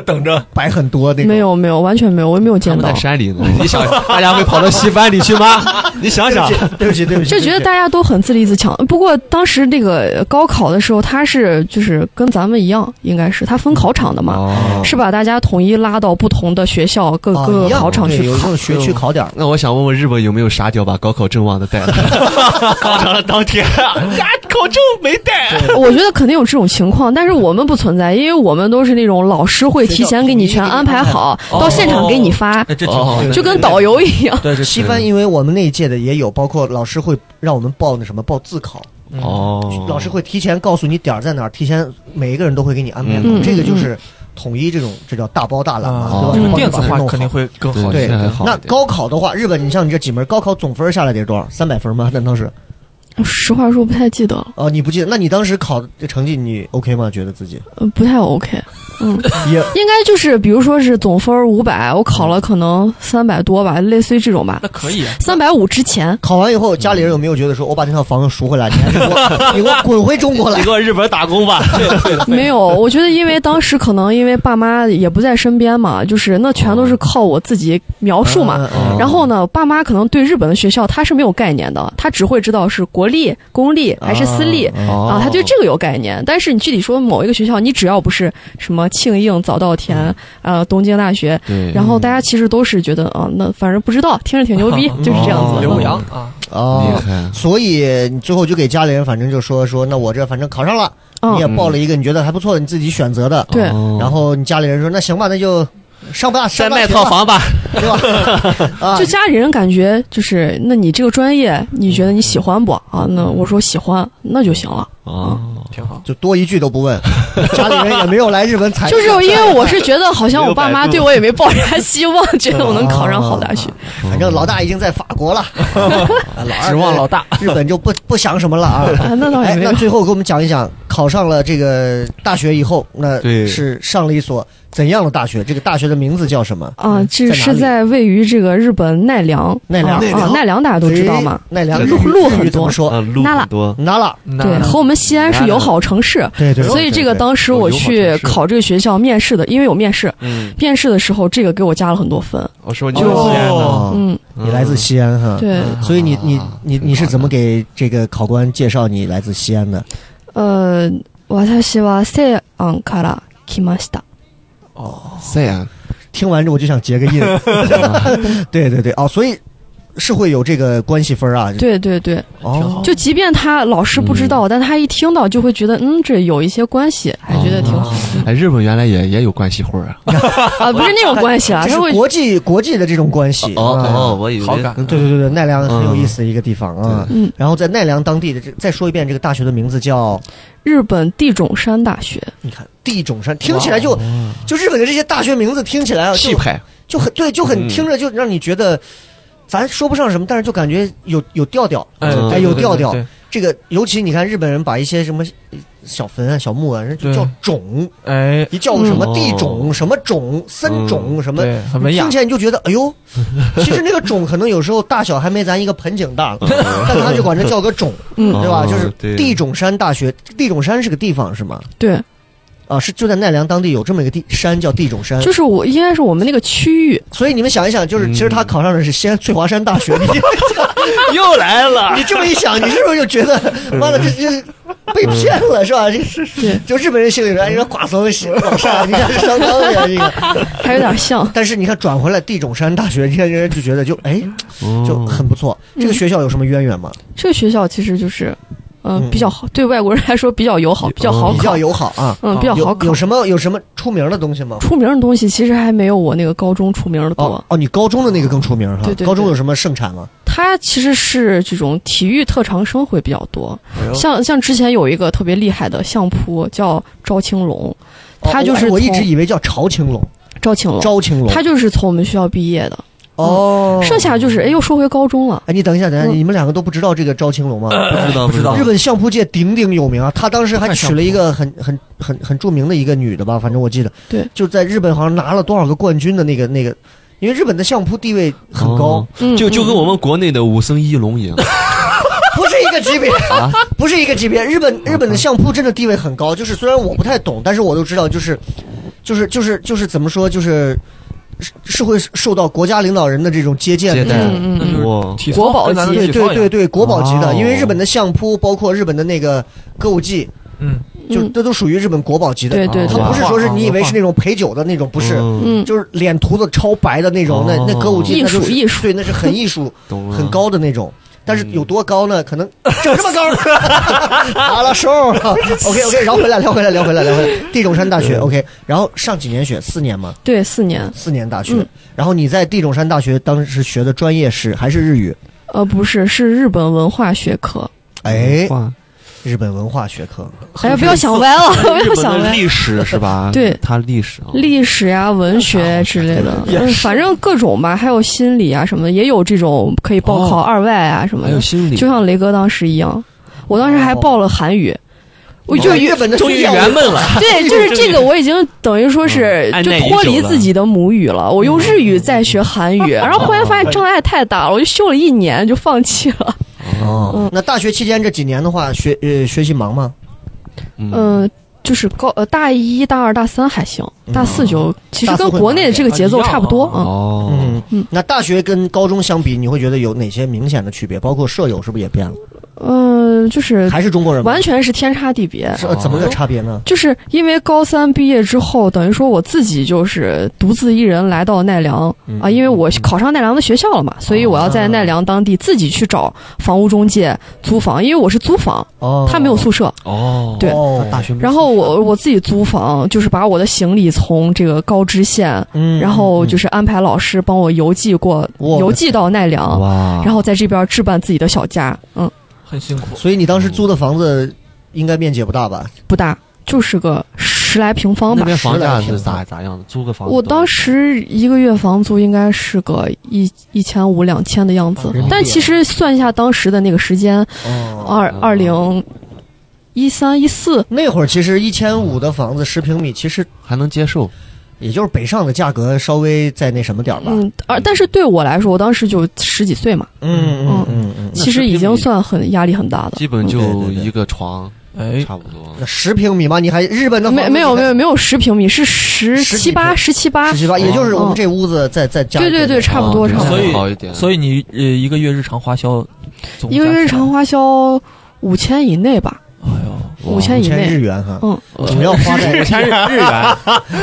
[SPEAKER 4] 等着。
[SPEAKER 2] 摆很多那种。
[SPEAKER 5] 没有没有，完全没有，我也没有
[SPEAKER 4] 他
[SPEAKER 5] 见
[SPEAKER 4] 们
[SPEAKER 5] 到
[SPEAKER 4] 在。山里呢，
[SPEAKER 5] 嗯
[SPEAKER 4] 你想大家会跑到西番里去吗？ 你想想，
[SPEAKER 2] 对不起，对不起，对不起，
[SPEAKER 5] 就觉得大家都很自立自强。不过当时那个高考的时候，他是就是跟咱们一样，应该是他分考场的嘛，
[SPEAKER 4] 哦
[SPEAKER 5] 是把大家统一拉到不同的学校各
[SPEAKER 2] 啊
[SPEAKER 5] 各
[SPEAKER 2] 一
[SPEAKER 5] 个
[SPEAKER 2] 样
[SPEAKER 5] 考场
[SPEAKER 2] 对
[SPEAKER 5] 去
[SPEAKER 2] 有这
[SPEAKER 5] 考嗯
[SPEAKER 2] 种。学区考点儿。
[SPEAKER 4] 那我想问问日本有没有傻屌把高考证忘的带 了？
[SPEAKER 6] 考场的当天，呀，考证没带，
[SPEAKER 5] 我觉得肯定有这种情况，但是我们不存在，因为我们都是那种老师会提前给你全安排好，
[SPEAKER 3] 哦
[SPEAKER 5] 到现场给你发，
[SPEAKER 3] 哎，这挺好的，
[SPEAKER 5] 就跟导游一样。
[SPEAKER 3] 对，这
[SPEAKER 2] 西番，因为我们那一届的也有，包括老师会让我们报那什么报自考，
[SPEAKER 3] 嗯
[SPEAKER 4] 哦，
[SPEAKER 2] 老师会提前告诉你点儿在哪儿，提前每一个人都会给你安排好。
[SPEAKER 5] 嗯
[SPEAKER 2] 这个就是统一这种，这叫大包大揽嘛，
[SPEAKER 3] 啊，
[SPEAKER 4] 哦
[SPEAKER 2] 对
[SPEAKER 3] 这
[SPEAKER 2] 吧？帮
[SPEAKER 3] 个
[SPEAKER 2] 你
[SPEAKER 3] 电子
[SPEAKER 2] 把它
[SPEAKER 3] 化
[SPEAKER 2] 弄好
[SPEAKER 3] 肯定会更好
[SPEAKER 4] 对
[SPEAKER 2] 对
[SPEAKER 3] 一
[SPEAKER 4] 现
[SPEAKER 3] 些。
[SPEAKER 4] 在好一
[SPEAKER 2] 那
[SPEAKER 4] 点
[SPEAKER 2] 高考的话，日本，你像你这几门高考总分下来得多少？三百分吗？难道是？
[SPEAKER 5] 实话说，不太记得了，
[SPEAKER 2] 哦，你不记得？那你当时考的成绩你 OK 吗？觉得 自己
[SPEAKER 5] 呃不太 OK。嗯，
[SPEAKER 2] 也
[SPEAKER 5] 应该就是比如说是总分五百，我考了可能三百多吧，类似于这种吧
[SPEAKER 3] 那，可以，啊
[SPEAKER 5] 三百五之前。
[SPEAKER 2] 考完以后，家里人有没有觉得说我把这套房子赎回来？你还是给 我你给我滚回中国来
[SPEAKER 6] 你？给我日本打工吧。
[SPEAKER 5] 没有，我觉得因为当时可能因为爸妈也不在身边嘛，就是那全都是靠我自己描述嘛。
[SPEAKER 2] 嗯嗯嗯
[SPEAKER 5] 然后呢，爸妈可能对日本的学校他是没有概念的，他只会知道是国立、公立还是私立。
[SPEAKER 4] 哦
[SPEAKER 5] 啊，他对这个有概念，但是你具体说某一个学校，你只要不是什么庆应、早稻田、
[SPEAKER 2] 嗯
[SPEAKER 5] 呃东京大学，
[SPEAKER 4] 对，
[SPEAKER 5] 然后大家其实都是觉得啊，那反正不知道，听着挺牛逼，就是这样子。嗯
[SPEAKER 3] 刘洋啊，
[SPEAKER 2] 哦
[SPEAKER 4] 厉害
[SPEAKER 2] 所以你最后就给家里人，反正就说说，那我这反正考上了，
[SPEAKER 5] 嗯
[SPEAKER 2] 你也报了一个你觉得还不错的，你自己选择的。
[SPEAKER 5] 对
[SPEAKER 4] 哦
[SPEAKER 2] 然后你家里人说，那行吧，那就上不大，
[SPEAKER 6] 再
[SPEAKER 2] 上大
[SPEAKER 6] 卖
[SPEAKER 2] 学
[SPEAKER 6] 套
[SPEAKER 2] 吧，
[SPEAKER 6] 房吧，
[SPEAKER 2] 对吧？啊
[SPEAKER 5] 就，家里人感觉就是，那你这个专业你觉得你喜欢不啊？那我说喜欢，那就行了。
[SPEAKER 4] 哦，
[SPEAKER 5] 嗯
[SPEAKER 3] 挺好。
[SPEAKER 2] 就多一句都不问， 家里人也没有来日本 采，
[SPEAKER 5] 就是因为我是觉得好像我爸妈对我也没抱啥希望，觉
[SPEAKER 2] 嗯
[SPEAKER 5] 得我能考上好大学。
[SPEAKER 2] 反正老大已经在法 国了，啊老二
[SPEAKER 3] 指望老大，
[SPEAKER 2] 日本就不不想什么了啊。
[SPEAKER 5] 啊，那倒也
[SPEAKER 2] 哎，
[SPEAKER 5] 没有
[SPEAKER 2] 那。最后给我们讲一讲，考上了这个大学以后，那
[SPEAKER 4] 对
[SPEAKER 2] 是上了一所怎样的大学？这个大学的名字叫什么？
[SPEAKER 5] 啊，这
[SPEAKER 2] 在哪
[SPEAKER 5] 是
[SPEAKER 2] 里
[SPEAKER 5] 在位于这个日本奈良，
[SPEAKER 2] 奈良
[SPEAKER 5] 啊
[SPEAKER 2] 奈
[SPEAKER 5] 啊，
[SPEAKER 2] 良
[SPEAKER 5] 奈良大家都知道嘛。
[SPEAKER 2] 哎？奈良
[SPEAKER 5] 路
[SPEAKER 2] 日语
[SPEAKER 5] 路很
[SPEAKER 2] 怎么
[SPEAKER 5] 多
[SPEAKER 2] 说
[SPEAKER 4] 啊，路
[SPEAKER 5] 那了
[SPEAKER 4] 很多，
[SPEAKER 2] 拿了，
[SPEAKER 5] 对，和我们西安是友好城市，
[SPEAKER 2] 对对
[SPEAKER 5] 所以这个当时我去考这个学校面试的，因为有面试，
[SPEAKER 4] 嗯，
[SPEAKER 5] 面试的时候这个给我加了很多分。
[SPEAKER 4] 我说你啊
[SPEAKER 2] 就是是
[SPEAKER 4] 西安的，
[SPEAKER 5] 嗯，
[SPEAKER 2] 哦你来自西安哈？。
[SPEAKER 5] 对，
[SPEAKER 2] 所以你你你你是怎么给这个考官介绍你来自西安的？
[SPEAKER 5] 呃，私は西安から来ました。
[SPEAKER 4] 西安，
[SPEAKER 2] 听完之后我就想结个 印。对对对，哦，所以是会有这个关系分啊。
[SPEAKER 5] 对对对，
[SPEAKER 2] 哦，嗯
[SPEAKER 5] 就即便他老师不知道，但他一听到就会觉得，嗯，这有一些关系，还觉得挺
[SPEAKER 2] 哦
[SPEAKER 5] 好
[SPEAKER 4] 哎，日本原来也也有关系户啊，
[SPEAKER 5] 啊，不是那种关系啊，
[SPEAKER 2] 这
[SPEAKER 5] 他
[SPEAKER 2] 是
[SPEAKER 5] 会
[SPEAKER 2] 国际国际的这种关
[SPEAKER 3] 哦
[SPEAKER 2] 系。
[SPEAKER 4] 哦
[SPEAKER 2] 啊，
[SPEAKER 6] 我以
[SPEAKER 3] 好感。
[SPEAKER 2] 对对对对，奈良很有意思的一个地方啊。
[SPEAKER 5] 嗯，
[SPEAKER 2] 然后在奈良当地的这，再说一遍这个大学的名字叫，
[SPEAKER 5] 日本地种山大学，
[SPEAKER 2] 你看地种山，听起来就
[SPEAKER 3] 哦
[SPEAKER 2] 就日本的这些大学名字听起来啊就
[SPEAKER 4] 气派，
[SPEAKER 2] 就很对，就
[SPEAKER 3] 嗯
[SPEAKER 2] 很听着就让你觉得，咱说不上什么，但是就感觉有有调调，
[SPEAKER 3] 哎
[SPEAKER 4] 嗯
[SPEAKER 2] 哎，
[SPEAKER 3] 对
[SPEAKER 2] 有
[SPEAKER 3] 对
[SPEAKER 2] 调
[SPEAKER 3] 对
[SPEAKER 2] 调
[SPEAKER 3] 对。
[SPEAKER 2] 这个尤其你看日本人把一些什么小坟啊、小墓啊，人家就
[SPEAKER 3] 对
[SPEAKER 2] 叫冢，
[SPEAKER 3] 哎，
[SPEAKER 2] 一叫什么
[SPEAKER 4] 嗯
[SPEAKER 2] 地冢、什么冢、森冢什么，
[SPEAKER 3] 嗯对，很文雅
[SPEAKER 2] 听起。来你就觉得哎 呦，其实那个冢可能有时候大小还没咱一个盆景大了，
[SPEAKER 3] 嗯
[SPEAKER 2] 但他就管这叫个 冢，
[SPEAKER 3] 哦
[SPEAKER 5] 嗯，
[SPEAKER 2] 对吧？就是
[SPEAKER 4] 哦对
[SPEAKER 2] 地冢山大学，地冢山是个地方是吗？
[SPEAKER 5] 对，
[SPEAKER 2] 啊，是就在奈良当地有这么一个地山叫地冢山，
[SPEAKER 5] 就是我应该是我们那个区域，
[SPEAKER 2] 所以你们想一想，
[SPEAKER 3] 嗯
[SPEAKER 2] 就是其实他考上的是西安翠华山大学，
[SPEAKER 6] 又来
[SPEAKER 2] 你
[SPEAKER 6] 了，
[SPEAKER 2] 你这么一想，你是不是就觉 得妈的这这被骗了是吧？这是
[SPEAKER 5] 对
[SPEAKER 2] 就日本人心里说，哎，你说寡怂的 心往上，你看这相当的这个。
[SPEAKER 5] 还有点像。
[SPEAKER 2] 但是你看转回来地冢山大学，你看人家就觉得就哎
[SPEAKER 4] 嗯哦
[SPEAKER 2] 就很不错。
[SPEAKER 5] 嗯
[SPEAKER 2] 这个学校有什么渊源吗？
[SPEAKER 5] 这个学校其实就是，嗯、
[SPEAKER 2] 嗯哦
[SPEAKER 5] 比较好，对外国人来说比较友好，比较好
[SPEAKER 2] 比
[SPEAKER 5] 考
[SPEAKER 2] 较，友好啊，
[SPEAKER 5] 嗯，比较好
[SPEAKER 2] 有
[SPEAKER 5] 考
[SPEAKER 2] 有。什么有什么出名的东西吗？
[SPEAKER 5] 出名的东西其实还没有我那个高中出名的
[SPEAKER 2] 哦
[SPEAKER 5] 多。
[SPEAKER 2] 哦，你高中的那个更出名哈
[SPEAKER 5] 对对。对
[SPEAKER 2] 高中有什么盛产吗？
[SPEAKER 5] 它其实是这种体育特长生会比较多，
[SPEAKER 3] 哎
[SPEAKER 2] 哦
[SPEAKER 5] 像像之前有一个特别厉害的相扑叫赵青龙，
[SPEAKER 2] 哦
[SPEAKER 5] 他就是
[SPEAKER 2] 我我一直
[SPEAKER 5] 从
[SPEAKER 2] 以为叫朝青龙，
[SPEAKER 5] 赵青龙，
[SPEAKER 2] 朝青龙。
[SPEAKER 5] 他就是从我们学校毕业的。
[SPEAKER 2] 哦，
[SPEAKER 5] 剩下就是，哎，又说回高中了。
[SPEAKER 2] 哎，你等一下，等一下，
[SPEAKER 5] 嗯
[SPEAKER 2] 你们两个都不知道这个赵青龙吗？
[SPEAKER 4] 嗯不知道不知
[SPEAKER 2] 日本相扑界鼎鼎有名啊，他当时还娶了一个很很很很著名的一个女的吧，反正我记得，
[SPEAKER 5] 对，
[SPEAKER 2] 就在日本好像拿了多少个冠军的那个那个，因为日本的相扑地位很高，
[SPEAKER 4] 哦
[SPEAKER 5] 嗯，
[SPEAKER 4] 就就跟我们国内的武僧一 龙一样，
[SPEAKER 2] 不是一个级别， 不是一个级别。日本日本的相扑真的地位很高，就是虽然我不太懂，但是我都知道，就是就是就是就是怎么说，就是是是会受到国家领导人的这种接见
[SPEAKER 4] 接
[SPEAKER 2] 的
[SPEAKER 4] 待
[SPEAKER 2] 这种。
[SPEAKER 5] 嗯嗯嗯
[SPEAKER 4] 哇，
[SPEAKER 3] 体
[SPEAKER 5] 国宝
[SPEAKER 3] 跟咱的
[SPEAKER 5] 级
[SPEAKER 2] 对
[SPEAKER 3] 体
[SPEAKER 2] 对
[SPEAKER 3] 操一
[SPEAKER 2] 对
[SPEAKER 3] 样，
[SPEAKER 2] 对，国宝级的，
[SPEAKER 4] 哦
[SPEAKER 2] 因为日本的相扑，包括日本的那个歌舞伎，
[SPEAKER 3] 嗯，
[SPEAKER 2] 就
[SPEAKER 5] 嗯
[SPEAKER 2] 这都属于日本国宝级的。
[SPEAKER 5] 对对
[SPEAKER 2] 它
[SPEAKER 5] 对，
[SPEAKER 2] 不是说是
[SPEAKER 3] 啊哇
[SPEAKER 2] 你以为是那种陪酒的那种，不是，
[SPEAKER 4] 嗯
[SPEAKER 5] 嗯，
[SPEAKER 2] 就是脸涂的超白的那种，那那歌舞伎
[SPEAKER 5] 艺
[SPEAKER 2] 那就是
[SPEAKER 5] 术艺术
[SPEAKER 2] 对，那是很艺术、
[SPEAKER 4] 懂了，
[SPEAKER 2] 很高的那种。但是有多高呢？可能整这么高，拉拉手。OK OK，然后回来聊回来聊回来聊回来，地种山大学 OK，然后上几年学四年嘛，
[SPEAKER 5] 对，四年，
[SPEAKER 2] 四年大学
[SPEAKER 5] 嗯。
[SPEAKER 2] 然后你在地种山大学当时学的专业是还是日语？
[SPEAKER 5] 呃，不是，是日本文化学科。
[SPEAKER 2] 哎，
[SPEAKER 4] 哇
[SPEAKER 2] 日本文化学科。
[SPEAKER 5] 哎呀，不要想歪了，不
[SPEAKER 4] 日
[SPEAKER 5] 要
[SPEAKER 4] 本
[SPEAKER 5] 想
[SPEAKER 4] 的
[SPEAKER 5] 歪。
[SPEAKER 4] 历史是吧？
[SPEAKER 5] 对
[SPEAKER 4] 它历史啊，
[SPEAKER 5] 历史呀、文学之类的，嗯反正各种吧，还有心理啊什么的，也有这种可以报考二外啊什么
[SPEAKER 4] 哦还
[SPEAKER 5] 的
[SPEAKER 4] 有，心理，哦
[SPEAKER 5] 就像雷哥当时一样，我当时还报了韩语，我就
[SPEAKER 2] 哦
[SPEAKER 5] 是
[SPEAKER 2] 日本的
[SPEAKER 3] 终于
[SPEAKER 2] 学校
[SPEAKER 3] 圆梦了。
[SPEAKER 5] 对，就是这个，我已经等于说是
[SPEAKER 4] 嗯按
[SPEAKER 5] 就
[SPEAKER 4] 耐已
[SPEAKER 5] 脱
[SPEAKER 4] 久
[SPEAKER 5] 离
[SPEAKER 4] 了嗯
[SPEAKER 5] 自己的母语了，我用日语在学韩语，然后忽然发现障碍太大了，我就修了一年就放弃了。
[SPEAKER 2] 哦，那大学期间这几年的话，学呃学习忙吗？
[SPEAKER 4] 嗯，
[SPEAKER 5] 嗯，就是高呃大一、大二、大三还行，大四就其实
[SPEAKER 2] 大四
[SPEAKER 5] 跟
[SPEAKER 2] 会
[SPEAKER 5] 国
[SPEAKER 2] 忙
[SPEAKER 5] 内
[SPEAKER 2] 一
[SPEAKER 5] 的这
[SPEAKER 2] 点
[SPEAKER 5] 个
[SPEAKER 3] 啊
[SPEAKER 5] 节
[SPEAKER 3] 一
[SPEAKER 5] 奏
[SPEAKER 3] 样
[SPEAKER 5] 差不多，嗯。
[SPEAKER 4] 哦，
[SPEAKER 2] 嗯嗯，那大学跟高中相比，你会觉得有哪些明显的区别？包括舍友是不是也变了？
[SPEAKER 5] 嗯，就是
[SPEAKER 2] 还是中国人吗？
[SPEAKER 5] 完全是天差地别。
[SPEAKER 2] 是呃怎么个差别呢？
[SPEAKER 5] 就是因为高三毕业之后，等于说我自己就是独自一人来到奈良
[SPEAKER 2] 嗯哦
[SPEAKER 5] 啊，因为我考上奈良的学校了嘛，所以我要在奈良当地自己去找房屋中介租房，因为我是租房，
[SPEAKER 2] 哦，
[SPEAKER 5] 他没有宿舍。
[SPEAKER 4] 哦，
[SPEAKER 5] 对
[SPEAKER 2] 哦，
[SPEAKER 3] 学
[SPEAKER 5] 然后我我自己租房，就是把我的行李从这个高知县，
[SPEAKER 2] 嗯，
[SPEAKER 5] 然后就是安排老师帮我邮寄过，
[SPEAKER 2] 哇
[SPEAKER 5] 邮寄到奈良，
[SPEAKER 4] 哇，
[SPEAKER 5] 然后在这边置办自己的小家，嗯，
[SPEAKER 3] 很辛苦，
[SPEAKER 2] 所以你当时租的房子应该面积也不大吧？
[SPEAKER 5] 不大，就是个十来平方吧
[SPEAKER 4] 那。边房价
[SPEAKER 2] 十来
[SPEAKER 4] 是
[SPEAKER 2] 平
[SPEAKER 4] 咋咋样的？租个房子多少，
[SPEAKER 5] 我当时一个月房租应该是个一一千五两千的样子
[SPEAKER 2] 人民，币
[SPEAKER 5] 但其实算一下当时的那个时间，
[SPEAKER 2] 哦，
[SPEAKER 5] 二二零一三一四，
[SPEAKER 2] 那会儿其实一千五的房子十平米，其实
[SPEAKER 4] 还能接受，
[SPEAKER 2] 也就是北上的价格稍微再那什么点儿吧。
[SPEAKER 5] 嗯，而但是对我来说，我当时就十几岁嘛，哦
[SPEAKER 2] 嗯嗯嗯，
[SPEAKER 4] 那
[SPEAKER 5] 其实已
[SPEAKER 4] 10平
[SPEAKER 5] 经
[SPEAKER 4] 米
[SPEAKER 5] 算很压力很大的。
[SPEAKER 4] 基本
[SPEAKER 2] 对对
[SPEAKER 4] 就
[SPEAKER 2] 对
[SPEAKER 4] 一个床，
[SPEAKER 3] 哎，
[SPEAKER 4] 差不多。
[SPEAKER 2] 那十平米吗？你还日本的房
[SPEAKER 5] 没
[SPEAKER 2] 子
[SPEAKER 5] 没有没有没有十平米，是十
[SPEAKER 2] 十
[SPEAKER 5] 七
[SPEAKER 2] 几
[SPEAKER 5] 八
[SPEAKER 2] 平
[SPEAKER 5] 十七八
[SPEAKER 2] 十，七八，也就是我们这屋子再再加一
[SPEAKER 5] 嗯对对
[SPEAKER 2] 点点
[SPEAKER 5] 对，差不多
[SPEAKER 4] 哦
[SPEAKER 5] 差不
[SPEAKER 4] 所
[SPEAKER 5] 多。
[SPEAKER 4] 以
[SPEAKER 3] 以
[SPEAKER 4] 好一点
[SPEAKER 3] 所以你呃一个月日常花销，总
[SPEAKER 5] 一个
[SPEAKER 3] 加起来
[SPEAKER 5] 日常，花销五千以内吧，
[SPEAKER 3] 哎呦，
[SPEAKER 5] 五千
[SPEAKER 2] 五
[SPEAKER 5] 以
[SPEAKER 2] 千日
[SPEAKER 5] 内。
[SPEAKER 2] 元哈，
[SPEAKER 5] 嗯，
[SPEAKER 3] 呃
[SPEAKER 2] 主要花在
[SPEAKER 4] 千日日元，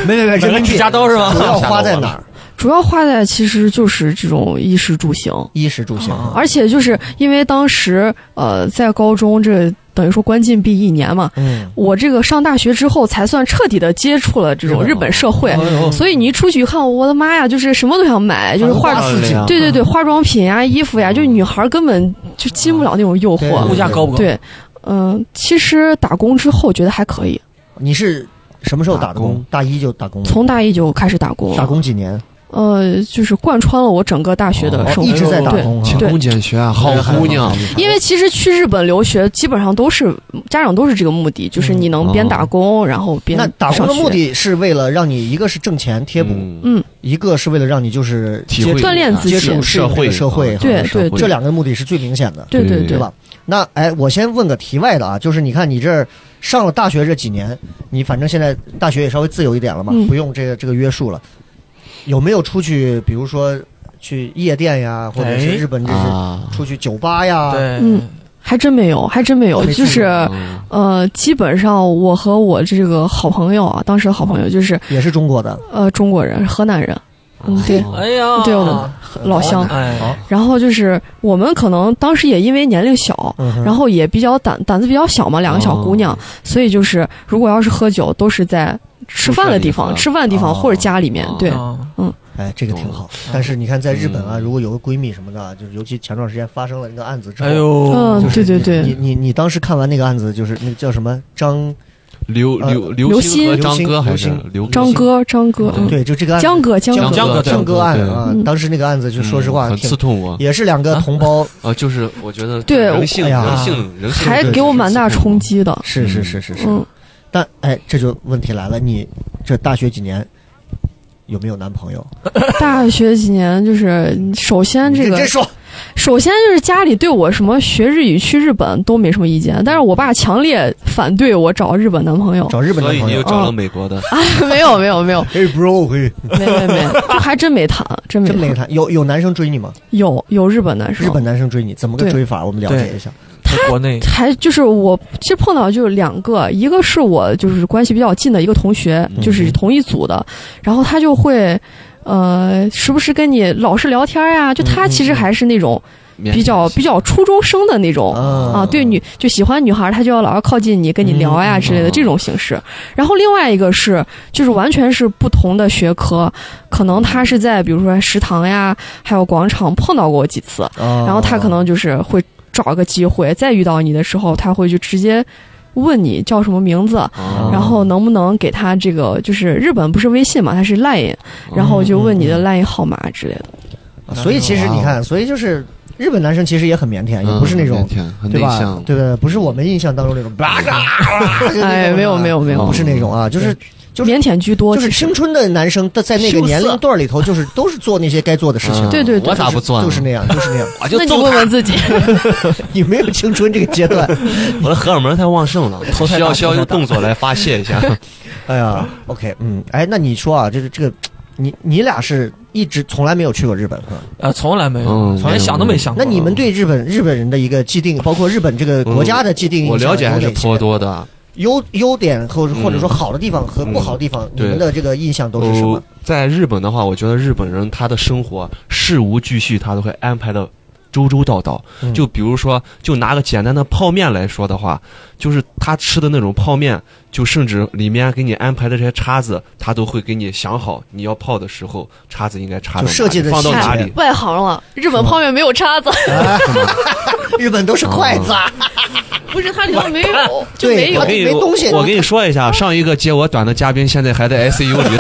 [SPEAKER 2] 没没没人民币
[SPEAKER 3] 指甲刀是吗
[SPEAKER 2] 主要花在哪儿？
[SPEAKER 5] 主要花在其实就是这种衣食住行。
[SPEAKER 2] 衣食住行啊，
[SPEAKER 5] 而且就是因为当时呃在高中这等于说关禁闭一年嘛，
[SPEAKER 2] 嗯，
[SPEAKER 5] 我这个上大学之后才算彻底的接触了这种
[SPEAKER 4] 日本哦
[SPEAKER 5] 日本社会，所以你一出去一看，我的妈呀，就是什么都想买，就是化
[SPEAKER 2] 反正花
[SPEAKER 4] 了呀
[SPEAKER 5] 对对对，化妆品呀、衣服呀，就是女孩根本就禁不了那种诱
[SPEAKER 2] 对对
[SPEAKER 5] 惑
[SPEAKER 3] 物。价高不高？
[SPEAKER 5] 对，嗯、其实打工之后觉得还可以，
[SPEAKER 2] 你是什么时候打的
[SPEAKER 4] 打
[SPEAKER 2] 工
[SPEAKER 4] 工？
[SPEAKER 2] 大一就打工了，
[SPEAKER 5] 从大一就开始打工了，
[SPEAKER 2] 打工几年，
[SPEAKER 5] 呃，就是贯穿了我整个大学的
[SPEAKER 4] 哦
[SPEAKER 2] 哦
[SPEAKER 5] 生活，
[SPEAKER 2] 一直在打
[SPEAKER 5] 对
[SPEAKER 2] 工啊
[SPEAKER 4] 勤。工俭学啊，好姑娘，
[SPEAKER 5] 因为其实去日本留学，基本上都是家长都是这个目的，就是你能边打工，然后边
[SPEAKER 2] 那打工的
[SPEAKER 5] 上学
[SPEAKER 2] 目的是为了让你一个是挣钱贴补，
[SPEAKER 4] 嗯
[SPEAKER 5] 嗯，
[SPEAKER 2] 一个是为了让你就是
[SPEAKER 4] 体
[SPEAKER 2] 接
[SPEAKER 4] 会
[SPEAKER 2] 触
[SPEAKER 5] 锻炼自己
[SPEAKER 2] 接触适应
[SPEAKER 4] 社
[SPEAKER 2] 这
[SPEAKER 4] 会
[SPEAKER 2] 个社会，
[SPEAKER 4] 啊
[SPEAKER 2] 哈
[SPEAKER 5] 对
[SPEAKER 4] 社会
[SPEAKER 5] 对
[SPEAKER 2] 这两个目的是最明显的，
[SPEAKER 5] 对对
[SPEAKER 4] 对
[SPEAKER 2] 对吧？那哎，我先问个题外的啊，就是你看你这儿上了大学这几年，你反正现在大学也稍微自由一点了嘛，
[SPEAKER 5] 嗯
[SPEAKER 2] 不用这个这个约束了，有没有出去，比如说去夜店呀，或者是
[SPEAKER 3] 哎
[SPEAKER 2] 日本这是
[SPEAKER 4] 啊，
[SPEAKER 2] 出去酒吧呀？
[SPEAKER 3] 对，
[SPEAKER 5] 嗯还真没有，还真没有，
[SPEAKER 2] 没
[SPEAKER 5] 就
[SPEAKER 2] 去
[SPEAKER 5] 是
[SPEAKER 4] 嗯
[SPEAKER 5] 呃，基本上我和我这个好朋友啊，当时的好朋友就是
[SPEAKER 2] 也是中国的，
[SPEAKER 5] 呃中国人，河南人，嗯，对，
[SPEAKER 4] 哦
[SPEAKER 3] 哎呀，
[SPEAKER 5] 对我们老乡。
[SPEAKER 4] 嗯
[SPEAKER 3] 哎，
[SPEAKER 5] 然后就是我们可能当时也因为年龄小，
[SPEAKER 2] 嗯哼
[SPEAKER 5] 然后也比较胆胆子比较小嘛，两个小姑娘，所以就是如果要是喝酒，都是在吃饭的地方，
[SPEAKER 4] 宿
[SPEAKER 5] 吃饭的地方
[SPEAKER 2] 哦
[SPEAKER 5] 或者家里面
[SPEAKER 4] 哦，
[SPEAKER 5] 对，
[SPEAKER 3] 啊
[SPEAKER 2] 哎，这个挺好。但是你看，在日本
[SPEAKER 4] 嗯
[SPEAKER 2] 啊，如果有个闺蜜什么的，啊就是尤其前段时间发生了那个案子之后，
[SPEAKER 3] 哎呦，
[SPEAKER 5] 嗯
[SPEAKER 2] 就，是
[SPEAKER 5] 对对
[SPEAKER 2] 你你
[SPEAKER 5] 对，
[SPEAKER 2] 你你当时看完那个案子，就是那个叫什么张，
[SPEAKER 4] 刘刘刘
[SPEAKER 5] 呃刘
[SPEAKER 4] 星和
[SPEAKER 5] 星
[SPEAKER 4] 张哥还是
[SPEAKER 2] 刘星
[SPEAKER 4] 刘
[SPEAKER 5] 张哥，张哥，嗯，
[SPEAKER 2] 对，就这个案子，
[SPEAKER 5] 江哥，江
[SPEAKER 4] 哦江
[SPEAKER 5] 哥，
[SPEAKER 4] 哥
[SPEAKER 3] 哥
[SPEAKER 2] 江
[SPEAKER 4] 江
[SPEAKER 2] 歌案啊
[SPEAKER 5] 嗯，
[SPEAKER 2] 当时那个案子，就说实话
[SPEAKER 4] 嗯很
[SPEAKER 2] 挺
[SPEAKER 4] 刺痛我
[SPEAKER 2] 也是两个同胞，
[SPEAKER 4] 啊，就是我觉得
[SPEAKER 5] 对
[SPEAKER 4] 人性
[SPEAKER 2] 哎呀
[SPEAKER 4] 人性人性
[SPEAKER 5] 还给我蛮大冲击的，
[SPEAKER 2] 是是是是是。
[SPEAKER 5] 嗯，
[SPEAKER 2] 但哎，这就问题来了，你这大学几年有没有男朋友？
[SPEAKER 5] 大学几年就是首先
[SPEAKER 2] 你
[SPEAKER 5] 这
[SPEAKER 2] 认
[SPEAKER 5] 个
[SPEAKER 2] 真说，
[SPEAKER 5] 首先就是家里对我什么学日语去日本都没什么意见，但是我爸强烈反对我找日本男朋友。
[SPEAKER 2] 找日本
[SPEAKER 4] 所
[SPEAKER 2] 男
[SPEAKER 4] 以
[SPEAKER 2] 朋
[SPEAKER 4] 你
[SPEAKER 5] 嗯
[SPEAKER 4] 又
[SPEAKER 2] 友。
[SPEAKER 4] 找了美国的，
[SPEAKER 5] 没有没有没有
[SPEAKER 2] 哎，bro，嘿，
[SPEAKER 5] 没没没，就还真没谈，真没
[SPEAKER 2] 真没
[SPEAKER 5] 谈。
[SPEAKER 2] 谈。有有男生追你吗？
[SPEAKER 5] 有有日本男生，
[SPEAKER 2] 日本男生追你，怎么个
[SPEAKER 5] 哦对
[SPEAKER 2] 追法？我们了解一下。
[SPEAKER 3] 在国内
[SPEAKER 5] 还就是我其实碰到就是两个，一个是我就是关系比较近的一个同学，就是同一组的，然后他就会。呃，时不时跟你老是聊天呀、就他其实还是那种比较、比较初中生的那
[SPEAKER 4] 哦
[SPEAKER 5] 种
[SPEAKER 2] 啊
[SPEAKER 5] 啊，对女就喜欢女孩，他就要老要靠近你，跟你聊呀、之类的这种形式。然后另外一个是，就是完全是不同的学科，可能他是在比如说食堂呀，还有广场碰到过我几次，
[SPEAKER 2] 然
[SPEAKER 5] 然后他可能就是会找个机会，再遇到你的时候，他会就直接问你叫什么名字，
[SPEAKER 4] 啊
[SPEAKER 5] 然后能不能给他这个就是日本不是微信嘛，他是 Line，然后就问你的 Line 号码之类的。
[SPEAKER 2] 啊所以其实你看，所以就是日本男生其实也很腼腆，也不是那种
[SPEAKER 4] 嗯很
[SPEAKER 2] 对
[SPEAKER 4] 内
[SPEAKER 2] 吧
[SPEAKER 4] 向？，嗯
[SPEAKER 2] 对对对，不是我们印象当中那种嘎嘎，
[SPEAKER 5] 哎，没有没有没有，
[SPEAKER 2] 啊不是那种啊，就是就是
[SPEAKER 5] 腼腆居多，
[SPEAKER 2] 就是
[SPEAKER 5] 其实
[SPEAKER 2] 青春的男生，在在那个
[SPEAKER 6] 羞涩
[SPEAKER 2] 年龄段里头，就是都是做那些该做的事情。
[SPEAKER 4] 嗯
[SPEAKER 5] 对对对
[SPEAKER 4] 我咋不做呢？
[SPEAKER 2] 就是那样，就是那样。
[SPEAKER 4] 我就
[SPEAKER 5] 那你
[SPEAKER 4] 揍
[SPEAKER 5] 问
[SPEAKER 4] 他
[SPEAKER 5] 问自 己，
[SPEAKER 2] 你没有青春这个阶段，
[SPEAKER 4] 我的荷尔蒙太旺盛了，
[SPEAKER 2] 头太大
[SPEAKER 4] 需要需要
[SPEAKER 2] 头太
[SPEAKER 4] 用
[SPEAKER 2] 大
[SPEAKER 4] 动作来发泄一下。
[SPEAKER 2] 哎呀，OK，嗯，哎，那你说啊，这个这个，你你俩是一直从来没有去过日本，是吧？
[SPEAKER 3] 呃，从来没有，
[SPEAKER 4] 嗯
[SPEAKER 3] 从来想都没想过。
[SPEAKER 2] 那你们对日本日本人的一个既定，包括日本这个国家的既定印象
[SPEAKER 4] 嗯我了解还是
[SPEAKER 2] 有哪些
[SPEAKER 4] 颇多的。啊
[SPEAKER 2] 优优点或者或者说
[SPEAKER 4] 嗯
[SPEAKER 2] 好的地方和不好的地方，你
[SPEAKER 4] 对
[SPEAKER 2] 们的这个印象都是什么
[SPEAKER 4] 哦？，在日本的话，我觉得日本人他的生活事无巨细，他都会安排的周周到到。
[SPEAKER 2] 嗯
[SPEAKER 4] 就比如说，就拿个简单的泡面来说的话，就是他吃的那种泡面，就甚至里面给你安排的这些叉子，他都会给你想好你要泡的时候，叉子应该插到
[SPEAKER 2] 就设计
[SPEAKER 4] 哪里
[SPEAKER 2] 得
[SPEAKER 4] 放到
[SPEAKER 2] 细
[SPEAKER 4] 哪
[SPEAKER 2] 节
[SPEAKER 4] 里。
[SPEAKER 5] 外行了，日本泡面没有叉子，
[SPEAKER 2] 日本都是筷子，
[SPEAKER 4] 哦
[SPEAKER 2] 啊，
[SPEAKER 5] 不是它里 头没有就
[SPEAKER 2] 对
[SPEAKER 5] 没
[SPEAKER 2] 我
[SPEAKER 5] 有
[SPEAKER 4] 我跟你
[SPEAKER 2] 没东西
[SPEAKER 4] 我跟你说一下，上一个接我短的嘉宾现在还在 ICU 里。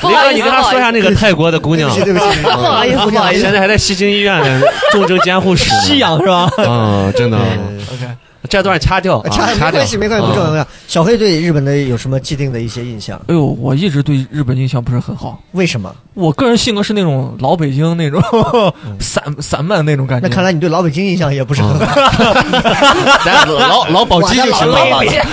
[SPEAKER 5] 不
[SPEAKER 4] 林
[SPEAKER 5] 好
[SPEAKER 4] 哥，
[SPEAKER 5] 意
[SPEAKER 4] 你
[SPEAKER 5] 思
[SPEAKER 4] 跟他说一下那个泰国的姑
[SPEAKER 2] 对
[SPEAKER 4] 娘
[SPEAKER 2] 不，起对 不
[SPEAKER 4] 哦
[SPEAKER 2] 起，
[SPEAKER 5] 不好意思
[SPEAKER 2] 姑
[SPEAKER 5] 不
[SPEAKER 2] 娘
[SPEAKER 5] 好意
[SPEAKER 4] 现在还在西京医院重症监护室。
[SPEAKER 3] 吸氧是吧？哎
[SPEAKER 4] 嗯，真的，
[SPEAKER 3] OK，
[SPEAKER 4] 这段掐掉，
[SPEAKER 2] 啊 掐
[SPEAKER 4] 啊掐
[SPEAKER 2] 没
[SPEAKER 4] 掉
[SPEAKER 2] 关系，没关系，不重要。不重要小黑对日本的有什么既定的一些印象？
[SPEAKER 3] 哎呦，我一直对日本印象不是很好。
[SPEAKER 2] 为什么？
[SPEAKER 3] 我个人性格是那种老北京那种散散漫那种感觉。
[SPEAKER 2] 那看来你对老北京印象也不是很好。
[SPEAKER 4] 嗯
[SPEAKER 6] 咱老老保鸡就行了，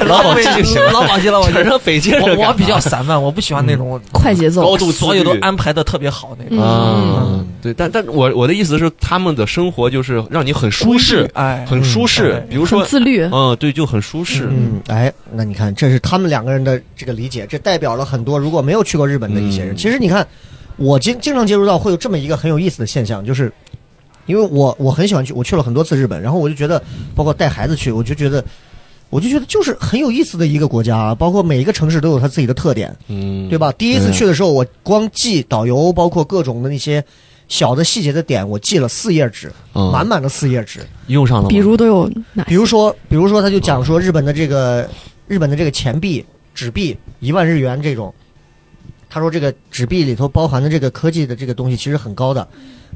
[SPEAKER 6] 老保鸡 就行了。
[SPEAKER 3] 老保 鸡，老保鸡
[SPEAKER 4] 反。正北京人
[SPEAKER 3] 我我比较散漫，我不喜欢那种
[SPEAKER 5] 快节奏
[SPEAKER 6] 高，度自律
[SPEAKER 3] 所有都安排的特别好那种。
[SPEAKER 4] 啊，对，但但我我的意思是，他们的生活就是让你很舒适，
[SPEAKER 3] 哎，
[SPEAKER 4] 很舒适
[SPEAKER 3] 嗯。
[SPEAKER 4] 比如
[SPEAKER 5] 很
[SPEAKER 4] 说，
[SPEAKER 5] 自律。
[SPEAKER 4] 嗯，对，就很舒适。
[SPEAKER 2] 嗯，哎，那你看，这是他们两个人的这个理解，这代表了很多如果没有去过日本的一些人。
[SPEAKER 4] 嗯
[SPEAKER 2] 其实你看，我经经常接触到会有这么一个很有意思的现象，就是因为我我很喜欢去，我去了很多次日本，然后我就觉得，包括带孩子去，我就觉得。我就觉得就是很有意思的一个国家，包括每一个城市都有它自己的特点，
[SPEAKER 4] 嗯，
[SPEAKER 2] 对吧？第一次去的时候，我光记导游，包括各种的那些小的细节的点，我记了四页纸，
[SPEAKER 4] 嗯
[SPEAKER 2] 满满的四页纸。
[SPEAKER 4] 用上了吗，
[SPEAKER 5] 比如都有哪些？
[SPEAKER 2] 比如说，比如说，他就讲说日本的这个日本的这个钱币、纸币一万日元这种，他说这个纸币里头包含的这个科技的这个东西其实很高的，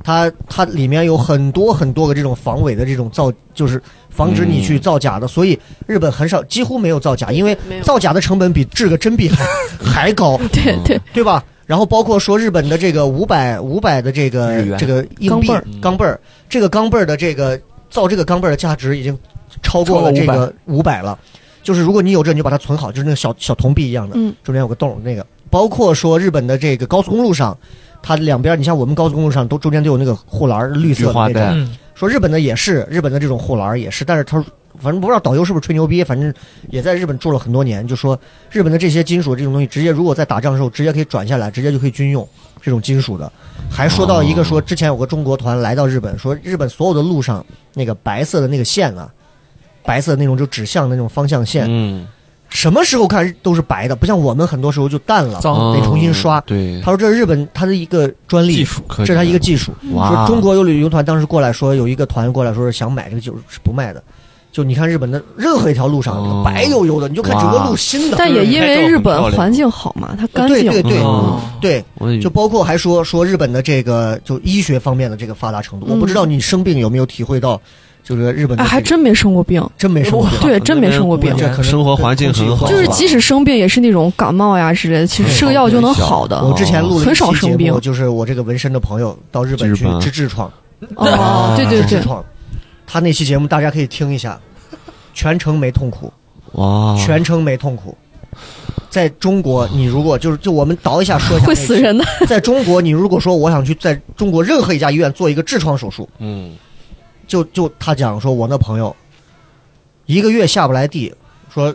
[SPEAKER 2] 它它里面有很多很多个这种防伪的这种造，就是防止你去造假的，所以日本很少几乎没有造假，因为
[SPEAKER 5] 哎没有
[SPEAKER 2] 造假的成本比制个真币还还高，
[SPEAKER 5] 对
[SPEAKER 4] 嗯
[SPEAKER 5] 对，
[SPEAKER 2] 对吧？然后包括说日本的这个五百五百的这
[SPEAKER 4] 日
[SPEAKER 2] 个
[SPEAKER 4] 元
[SPEAKER 2] 这个硬币
[SPEAKER 5] 钢镚儿
[SPEAKER 2] 钢镚儿，这个钢镚儿的这个造这个钢镚儿的价值已经超过了这
[SPEAKER 3] 超过
[SPEAKER 2] 个五百了。就是如果你有这，你就把它存好，就是那个小小铜币一样的，
[SPEAKER 5] 嗯
[SPEAKER 2] 中间有个洞儿那个。包括说日本的这个高速公路上，它两边儿你像我们高速公路上都中间都有那个护栏儿，绿
[SPEAKER 4] 菊
[SPEAKER 2] 色的
[SPEAKER 4] 花
[SPEAKER 2] 那种。
[SPEAKER 4] 带，
[SPEAKER 3] 嗯，
[SPEAKER 2] 说日本的也是，日本的这种护栏儿也是，但是他说反正不知道导游是不是吹牛逼，反正也在日本住了很多年，就说日本的这些金属这种东西，直接如果在打仗的时候直接可以转下来，直接就可以军用这种金属的。还说到一个说，之前有个中国团来到日本，说日本所有的路上那个白色的那个线啊，白色的那种就指向的那种方向线，
[SPEAKER 4] 嗯，
[SPEAKER 2] 什么时候看都是白的，不像我们很多时候就淡了。
[SPEAKER 5] 哦
[SPEAKER 3] 脏
[SPEAKER 2] 得重新刷
[SPEAKER 4] 哦对，
[SPEAKER 2] 他说这是日本它的一个专利
[SPEAKER 3] 技，术，
[SPEAKER 4] 可
[SPEAKER 2] 这
[SPEAKER 4] 以
[SPEAKER 2] 是他一个技术。
[SPEAKER 4] 哇
[SPEAKER 2] 说中国有旅游团当时过来说，有一个团过来说是想买这个酒是不卖的，就你看日本的任何一条路上、
[SPEAKER 4] 哦
[SPEAKER 2] 白悠悠的，你就看整个路
[SPEAKER 4] 哇
[SPEAKER 2] 新的，
[SPEAKER 5] 但也因为日本环境好嘛，它干净。
[SPEAKER 2] 对对对
[SPEAKER 4] 嗯
[SPEAKER 2] 对，
[SPEAKER 4] 我以
[SPEAKER 2] 就包括还说说日本的这个就医学方面的这个发达程度，
[SPEAKER 4] 嗯
[SPEAKER 2] 我不知道你生病有没有体会到，就是日本的
[SPEAKER 5] 哎，
[SPEAKER 2] 这个、
[SPEAKER 5] 还真没生过病。哦
[SPEAKER 2] 真没生过病，
[SPEAKER 5] 对，真没生过病
[SPEAKER 3] 那。
[SPEAKER 2] 这
[SPEAKER 3] 边
[SPEAKER 2] 可能
[SPEAKER 4] 生活环境很好
[SPEAKER 5] 就是
[SPEAKER 2] 即
[SPEAKER 5] 即使生病，也是那种感冒呀之类的，其实吃个药就能好的。
[SPEAKER 2] 我之前录了一
[SPEAKER 5] 很少
[SPEAKER 2] 期
[SPEAKER 5] 生
[SPEAKER 2] 节目，
[SPEAKER 5] 病
[SPEAKER 2] 就是我这个纹身的朋友到日本
[SPEAKER 4] 日
[SPEAKER 2] 去
[SPEAKER 4] 本啊
[SPEAKER 2] 治痔疮，
[SPEAKER 5] 哦，对对对
[SPEAKER 2] 自，创。他那期节目大家可以听一下，全程没痛苦，
[SPEAKER 4] 哇，
[SPEAKER 2] 全程没痛苦。在中国，你如果就是就我们倒一下说一下，
[SPEAKER 5] 会死。人的。
[SPEAKER 2] 在中国，你如果说我想去在中国任何一家医院做一个痔疮手术，
[SPEAKER 4] 嗯，
[SPEAKER 2] 就就他讲说，我那朋友一个月下不来地，说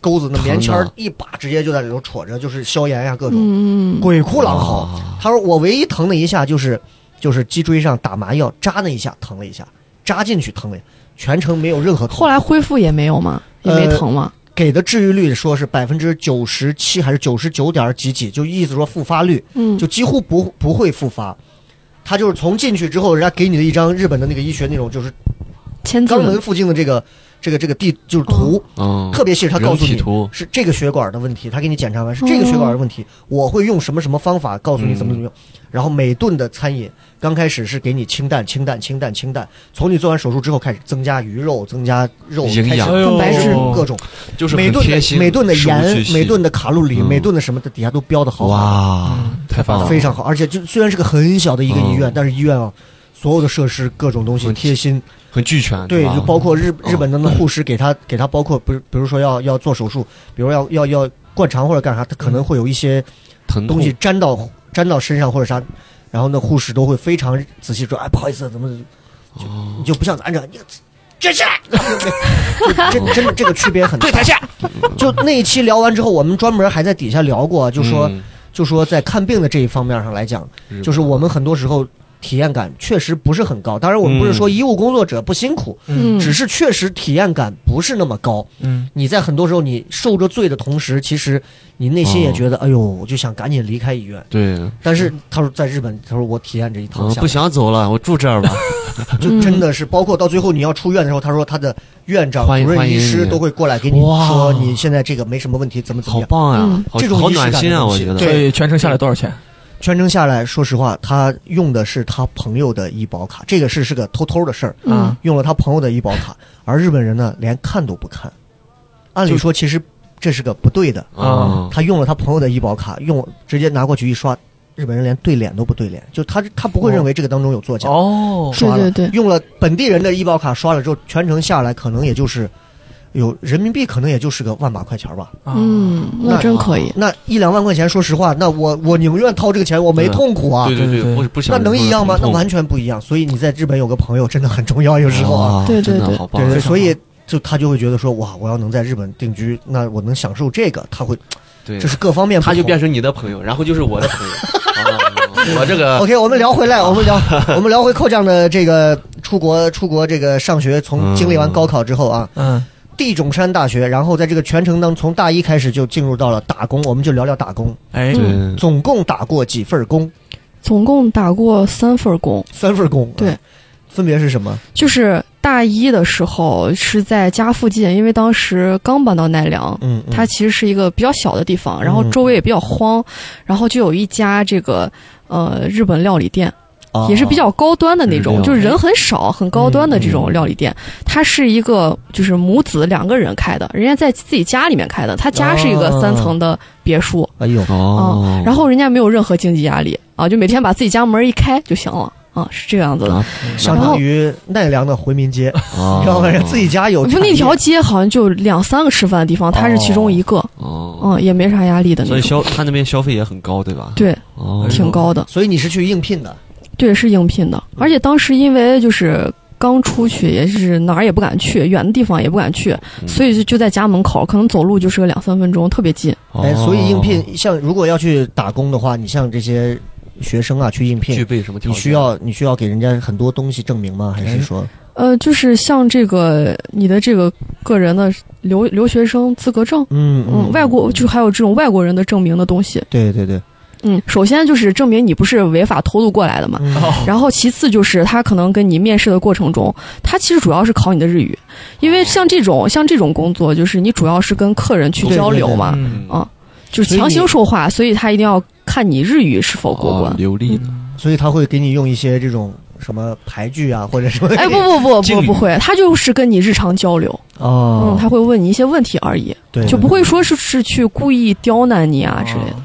[SPEAKER 2] 钩子那棉签
[SPEAKER 4] 疼
[SPEAKER 2] 儿
[SPEAKER 4] 的
[SPEAKER 2] 一把直接就在里头戳着，就是消炎呀、各种、
[SPEAKER 5] 嗯，
[SPEAKER 2] 鬼哭狼嚎。
[SPEAKER 4] 啊
[SPEAKER 2] 他说我唯一疼的一下就是就是脊椎上打麻药扎那一下疼了一下，扎进去疼了一下，全程没有任何痛。
[SPEAKER 5] 后来恢复也没有吗？也没
[SPEAKER 2] 呃
[SPEAKER 5] 疼吗？
[SPEAKER 2] 给的治愈率说是百分之九十七还是九十九点几几，就意思说复发率
[SPEAKER 5] 嗯，
[SPEAKER 2] 就几乎不不会复发。他就是从进去之后，人家给你的一张日本的那个医学那种就是
[SPEAKER 5] 签字
[SPEAKER 2] 肛门附近的这个这个这个地就是图，
[SPEAKER 4] 嗯，
[SPEAKER 2] 特别细致，他告诉
[SPEAKER 4] 人体
[SPEAKER 2] 你
[SPEAKER 4] 图
[SPEAKER 2] 是这个血管的问题，他给你检查完是这个血管的问题，我会用什么什么方法告诉你怎么
[SPEAKER 4] 嗯
[SPEAKER 2] 怎么用。然后每顿的餐饮刚开始是给你清淡、清淡、清淡、清淡，从你做完手术之后开始增加鱼肉、增加肉，
[SPEAKER 4] 营
[SPEAKER 2] 开始
[SPEAKER 4] 养
[SPEAKER 5] 蛋白质
[SPEAKER 2] 各种
[SPEAKER 4] 就是
[SPEAKER 2] 每
[SPEAKER 4] 很
[SPEAKER 2] 顿
[SPEAKER 4] 贴
[SPEAKER 2] 的
[SPEAKER 4] 心，
[SPEAKER 2] 每顿的
[SPEAKER 4] 事无巨
[SPEAKER 2] 盐、
[SPEAKER 4] 细
[SPEAKER 2] 每顿的卡路里、
[SPEAKER 4] 嗯
[SPEAKER 2] 每顿的什么的底下都标的好好
[SPEAKER 4] 哇，太棒了，
[SPEAKER 2] 的，非常好。而且就虽然是个很小的一个医院
[SPEAKER 4] 嗯，
[SPEAKER 2] 但是医院啊。所有的设施、各种东西
[SPEAKER 4] 很
[SPEAKER 2] 贴心，
[SPEAKER 4] 很嗯俱全，
[SPEAKER 2] 对，
[SPEAKER 4] 吧
[SPEAKER 2] 就包括日日本的那护士给他给他包括，不是，比如说要要做手术，比如要要要灌肠或者干啥，他可
[SPEAKER 4] 嗯
[SPEAKER 2] 能会有一些
[SPEAKER 4] 疼痛
[SPEAKER 2] 东西粘到粘到身上或者啥，然后那护士都会非常仔细说，哎，不好意思，怎么就你就不像咱这，你
[SPEAKER 6] 这是
[SPEAKER 2] 这真的这个区别很大
[SPEAKER 6] 跪。台下，
[SPEAKER 2] 就那一期聊完之后，我们专门还在底下聊过，就说、
[SPEAKER 4] 嗯
[SPEAKER 2] 就说在看病的这一方面上来讲，
[SPEAKER 4] 日本
[SPEAKER 2] 就是我们很多时候体验感确实不是很高。当然，我们不是说医务工作者不辛苦，
[SPEAKER 5] 嗯，
[SPEAKER 2] 只是确实体验感不是那么高。
[SPEAKER 3] 嗯，
[SPEAKER 2] 你在很多时候你受着罪的同时，其实你内心也觉得，哎呦，我就想赶紧离开医院。
[SPEAKER 4] 对，
[SPEAKER 2] 但是他说在日本，他说我体验这一趟
[SPEAKER 4] 嗯
[SPEAKER 2] 下来，
[SPEAKER 4] 不想走嗯了，我住这儿吧，
[SPEAKER 2] 就真的是包括到最后你要出院的时候，他说他的院长、
[SPEAKER 4] 欢迎
[SPEAKER 2] 主任
[SPEAKER 4] 欢迎
[SPEAKER 2] 医师
[SPEAKER 4] 你
[SPEAKER 2] 都会过来给你
[SPEAKER 4] 哇
[SPEAKER 2] 说你现在这个没什么问题，怎么怎么
[SPEAKER 4] 好
[SPEAKER 2] 样。
[SPEAKER 4] 棒呀
[SPEAKER 5] 嗯，
[SPEAKER 4] 好
[SPEAKER 2] 这种
[SPEAKER 4] 好
[SPEAKER 2] 仪式感
[SPEAKER 4] 暖
[SPEAKER 2] 的
[SPEAKER 4] 心啊，
[SPEAKER 2] 东
[SPEAKER 4] 我
[SPEAKER 2] 西
[SPEAKER 4] 觉
[SPEAKER 3] 所
[SPEAKER 4] 得，
[SPEAKER 3] 以全程下来多少钱？
[SPEAKER 2] 全程下来，说实话，他用的是他朋友的医保卡，这个事是个偷偷的事儿，
[SPEAKER 5] 嗯
[SPEAKER 2] 用了他朋友的医保卡，而日本人呢连看都不看。按理说，其实这是个不对的，
[SPEAKER 4] 啊，
[SPEAKER 2] 他用了他朋友的医保卡，用直接拿过去一刷，日本人连对脸都不对脸，就他他不会认为这个当中有作假。
[SPEAKER 3] 哦，
[SPEAKER 2] 刷了，
[SPEAKER 5] 对对对
[SPEAKER 2] 用了本地人的医保卡刷了之后，全程下来可能也就是有人民币，可能也就是个万把块钱吧。
[SPEAKER 3] 啊，
[SPEAKER 5] 嗯，那真可以。
[SPEAKER 2] 那一两万块钱，说实话，那我我宁愿掏这个钱，我没
[SPEAKER 4] 对
[SPEAKER 2] 痛苦啊。
[SPEAKER 4] 对
[SPEAKER 3] 对
[SPEAKER 4] 对，
[SPEAKER 3] 对
[SPEAKER 4] 不是不想
[SPEAKER 2] 那能一样吗？那
[SPEAKER 4] 疼痛
[SPEAKER 2] 完全不一样。所以你在日本有个朋友真的很重要，有时候啊，
[SPEAKER 4] 哇
[SPEAKER 5] 对对
[SPEAKER 4] 真的
[SPEAKER 5] 对
[SPEAKER 4] 好棒
[SPEAKER 2] 对，对，
[SPEAKER 3] 非常
[SPEAKER 2] 所以就他就会觉得说，哇，我要能在日本定居，那我能享受这个，他会
[SPEAKER 4] 对
[SPEAKER 2] 这是各方面不
[SPEAKER 4] 他
[SPEAKER 2] 同，
[SPEAKER 4] 就变成你的朋友，然后就是我的朋友。啊我这个
[SPEAKER 2] OK，我们聊回
[SPEAKER 4] 啊
[SPEAKER 2] 来，我们聊 我们聊回寇酱的这个出国出国这个上学，从经历完高考之后啊，
[SPEAKER 3] 嗯，
[SPEAKER 2] 地种山大学，然后在这个全程当从大一开始就进入到了打工，我们就聊聊打工，
[SPEAKER 3] 哎，
[SPEAKER 4] 对
[SPEAKER 2] 总共打过几份工？
[SPEAKER 5] 总共打过三份工，
[SPEAKER 2] 三份工，
[SPEAKER 5] 对
[SPEAKER 2] 啊分别是什么？
[SPEAKER 5] 就是大一的时候是在家附近，因为当时刚搬到奈良。
[SPEAKER 2] 嗯，嗯
[SPEAKER 5] 它其实是一个比较小的地方，然后
[SPEAKER 2] 嗯
[SPEAKER 5] 周围也比较荒，然后就有一家这个呃日本料理店，
[SPEAKER 2] 啊
[SPEAKER 5] 也是比较高端的那
[SPEAKER 4] 日
[SPEAKER 5] 种，
[SPEAKER 4] 料
[SPEAKER 5] 就是人很少、很高端的
[SPEAKER 2] 嗯
[SPEAKER 5] 这种料理店。它是一个就是母子两个人开的，人家在自己家里面开的，他家是一个
[SPEAKER 2] 哦
[SPEAKER 5] 三层的别墅，
[SPEAKER 2] 哎呦，
[SPEAKER 4] 哦，
[SPEAKER 5] 然后人家没有任何经济压力啊，就每天把自己家门一开就行了啊，是这个样子的。
[SPEAKER 4] 啊
[SPEAKER 2] 相当于奈良的回民街，
[SPEAKER 4] 哦
[SPEAKER 2] 要不然自己家有
[SPEAKER 5] 就
[SPEAKER 2] 产业，
[SPEAKER 5] 那条街好像就两三个吃饭的地方，它是其中一个，
[SPEAKER 4] 哦，
[SPEAKER 5] 嗯，也没啥压力的
[SPEAKER 4] 所
[SPEAKER 5] 那
[SPEAKER 4] 以
[SPEAKER 5] 种，
[SPEAKER 4] 消他那边消费也很高，对吧？
[SPEAKER 5] 对，
[SPEAKER 4] 哦，
[SPEAKER 5] 挺高的，
[SPEAKER 2] 所以你是去应聘的，
[SPEAKER 5] 对，是应聘的。而且当时因为就是刚出去，也是哪儿也不敢去，远的地方也不敢去，所以就就在家门口，可能走路就是个两三分钟，特别近。
[SPEAKER 4] 哦
[SPEAKER 2] 哎，所以应聘像如果要去打工的话，你像这些学生啊去应聘
[SPEAKER 4] 具，备什么条
[SPEAKER 2] 你
[SPEAKER 4] 件？
[SPEAKER 2] 需要你需要给人家很多东西证明吗？还是说
[SPEAKER 5] 呃，就是像这个你的这个个人的留留学生资格证，
[SPEAKER 2] 嗯
[SPEAKER 5] 嗯，外国就还有这种外国人的证明的东西，
[SPEAKER 2] 对对对，
[SPEAKER 5] 嗯，首先就是证明你不是违法偷渡过来的嘛，然后其次就是他可能跟你面试的过程中，他其实主要是考你的日语，因为像这种像这种工作，就是你主要是跟客人去
[SPEAKER 2] 嗯对
[SPEAKER 5] 交
[SPEAKER 2] 对
[SPEAKER 5] 流
[SPEAKER 2] 对
[SPEAKER 5] 嘛，
[SPEAKER 4] 嗯
[SPEAKER 5] 啊就是强行说话，所以他一定要看你日语是否过
[SPEAKER 4] 哦
[SPEAKER 5] 关。
[SPEAKER 4] 流利的
[SPEAKER 3] 嗯
[SPEAKER 2] 所以他会给你用一些这种什么牌具啊，或者什么
[SPEAKER 5] 哎，不不不不不会，他就是跟你日常交流，嗯
[SPEAKER 2] 哦，，
[SPEAKER 5] 他会问你一些问题而已，
[SPEAKER 2] 对，
[SPEAKER 5] 啊
[SPEAKER 2] 哦
[SPEAKER 5] 就不会说是是去故意刁难你啊之类的。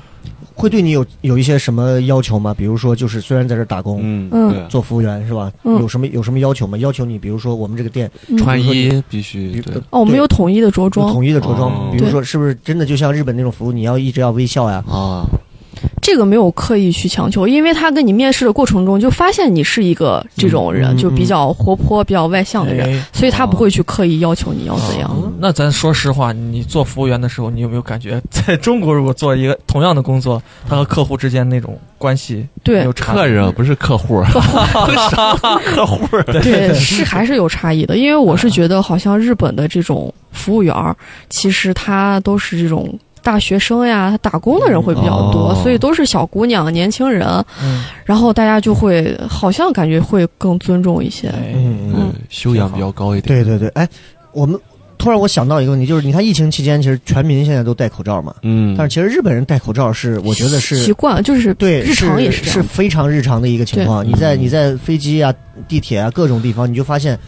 [SPEAKER 2] 会对你有有一些什么要求吗？比如说，就是虽然在这儿打工。啊
[SPEAKER 4] 嗯，
[SPEAKER 5] 嗯
[SPEAKER 4] 对，
[SPEAKER 2] 做服务员是吧？
[SPEAKER 5] 嗯
[SPEAKER 2] 有什么有什么要求吗？要求你，比如说我们这个店
[SPEAKER 4] 穿
[SPEAKER 2] 比
[SPEAKER 4] 衣必须
[SPEAKER 2] 比
[SPEAKER 4] 对，
[SPEAKER 5] 哦，我们
[SPEAKER 2] 对
[SPEAKER 5] 有统一的着
[SPEAKER 2] 有
[SPEAKER 5] 装，
[SPEAKER 2] 统一的着装，
[SPEAKER 4] 哦
[SPEAKER 2] 比如说是不是真的就像日本那种服务，你要一直要微笑呀？
[SPEAKER 4] 啊，
[SPEAKER 5] 这个没有刻意去强求，因为他跟你面试的过程中就发现你是一个这种人，
[SPEAKER 2] 嗯嗯
[SPEAKER 5] 就比较活泼、比较外向的人，
[SPEAKER 3] 哎
[SPEAKER 5] 所以他不会去刻意要求你要怎样。
[SPEAKER 2] 哦
[SPEAKER 3] 那咱说实话，你做服务员的时候，你有没有感觉， 在中国如果做一个同样的工作，他和客户之间那种关系
[SPEAKER 5] 对
[SPEAKER 3] 有差别？
[SPEAKER 4] 客人不是客户，客户
[SPEAKER 5] 对，是还是有差异的，因为我是觉得好像日本的这种服务员儿，其实他都是这种。大学生呀，他打工的人会比较多，
[SPEAKER 4] 哦
[SPEAKER 5] 所以都是小姑娘、年轻人，
[SPEAKER 3] 嗯，
[SPEAKER 5] 然后大家就会好像感觉会更尊重一些。
[SPEAKER 3] 哎，
[SPEAKER 2] 嗯
[SPEAKER 4] 嗯，修养比较高一点，
[SPEAKER 2] 对对对，哎，我们突然我想到一个问题，就是你看疫情期间，其实全民现在都戴口罩嘛，
[SPEAKER 4] 嗯，
[SPEAKER 2] 但是其实日本人戴口罩是，我觉得
[SPEAKER 5] 习
[SPEAKER 2] 是
[SPEAKER 5] 惯，就是
[SPEAKER 2] 对
[SPEAKER 5] 日常也
[SPEAKER 2] 是
[SPEAKER 5] 这样。
[SPEAKER 2] 非常日常的一个情况。
[SPEAKER 4] 对
[SPEAKER 2] 你在
[SPEAKER 4] 嗯
[SPEAKER 2] 你在飞机啊、地铁啊各种地方，你就发现，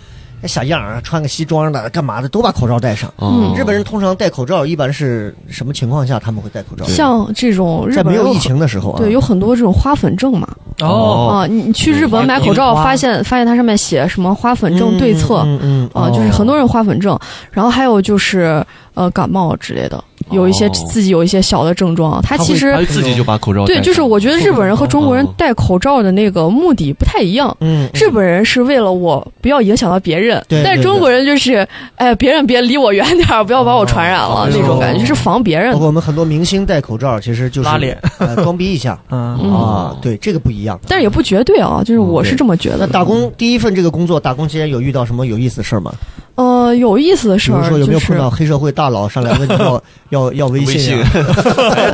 [SPEAKER 2] 哎，小样儿啊，穿个西装的干嘛的都把口罩戴上。
[SPEAKER 4] 哦
[SPEAKER 5] 嗯
[SPEAKER 2] 日本人通常戴口罩，一般是什么情况下他们会戴口罩？
[SPEAKER 5] 像这种日
[SPEAKER 2] 在
[SPEAKER 5] 本
[SPEAKER 2] 没
[SPEAKER 5] 人
[SPEAKER 2] 有
[SPEAKER 5] 很
[SPEAKER 2] 疫情的时候啊，
[SPEAKER 5] 对，有很多这种花粉症嘛。
[SPEAKER 3] 哦，
[SPEAKER 4] 哦
[SPEAKER 5] 啊，你你去日本买口罩，发现发现它上面写什么花粉症对策
[SPEAKER 2] 嗯嗯
[SPEAKER 5] 啊，就是很多人花粉症，然后还有就是呃感冒之类的，有一些
[SPEAKER 4] 哦
[SPEAKER 5] 自己有一些小的症状。他其
[SPEAKER 4] 他
[SPEAKER 5] 实
[SPEAKER 4] 自己就把口罩戴
[SPEAKER 5] 对，
[SPEAKER 4] 上
[SPEAKER 5] 就是我觉得日本人和中国人
[SPEAKER 3] 嗯
[SPEAKER 4] 哦
[SPEAKER 5] 戴口罩的那个目的不太一样。
[SPEAKER 2] 嗯，
[SPEAKER 5] 日本人是为了我不要影响到别人，
[SPEAKER 2] 对
[SPEAKER 5] 但
[SPEAKER 2] 对
[SPEAKER 5] 中国人就是，哎，别人别离我远点儿，不要把我传染了、
[SPEAKER 3] 哦
[SPEAKER 5] 那种感觉，
[SPEAKER 3] 哦
[SPEAKER 5] 就是防别人
[SPEAKER 2] 包。括我们很多明星戴口罩，其实就是
[SPEAKER 3] 拉脸，
[SPEAKER 2] 呃装逼一下
[SPEAKER 3] 嗯，
[SPEAKER 5] 嗯
[SPEAKER 2] 啊。对，这个不一样。
[SPEAKER 5] 但是也不绝对啊，就是我是这么觉得
[SPEAKER 2] 嗯那
[SPEAKER 5] 的。
[SPEAKER 2] 打工第一份这个工作，打工期间有遇到什么有意思的事儿吗？
[SPEAKER 5] 呃，有意思的
[SPEAKER 2] 比
[SPEAKER 5] 事
[SPEAKER 2] 如
[SPEAKER 5] 儿
[SPEAKER 2] 说有没
[SPEAKER 5] 就
[SPEAKER 2] 有碰
[SPEAKER 5] 是
[SPEAKER 2] 到黑社会大佬上来问你要要要微
[SPEAKER 4] 微信
[SPEAKER 2] 信
[SPEAKER 4] 哎
[SPEAKER 2] 啊，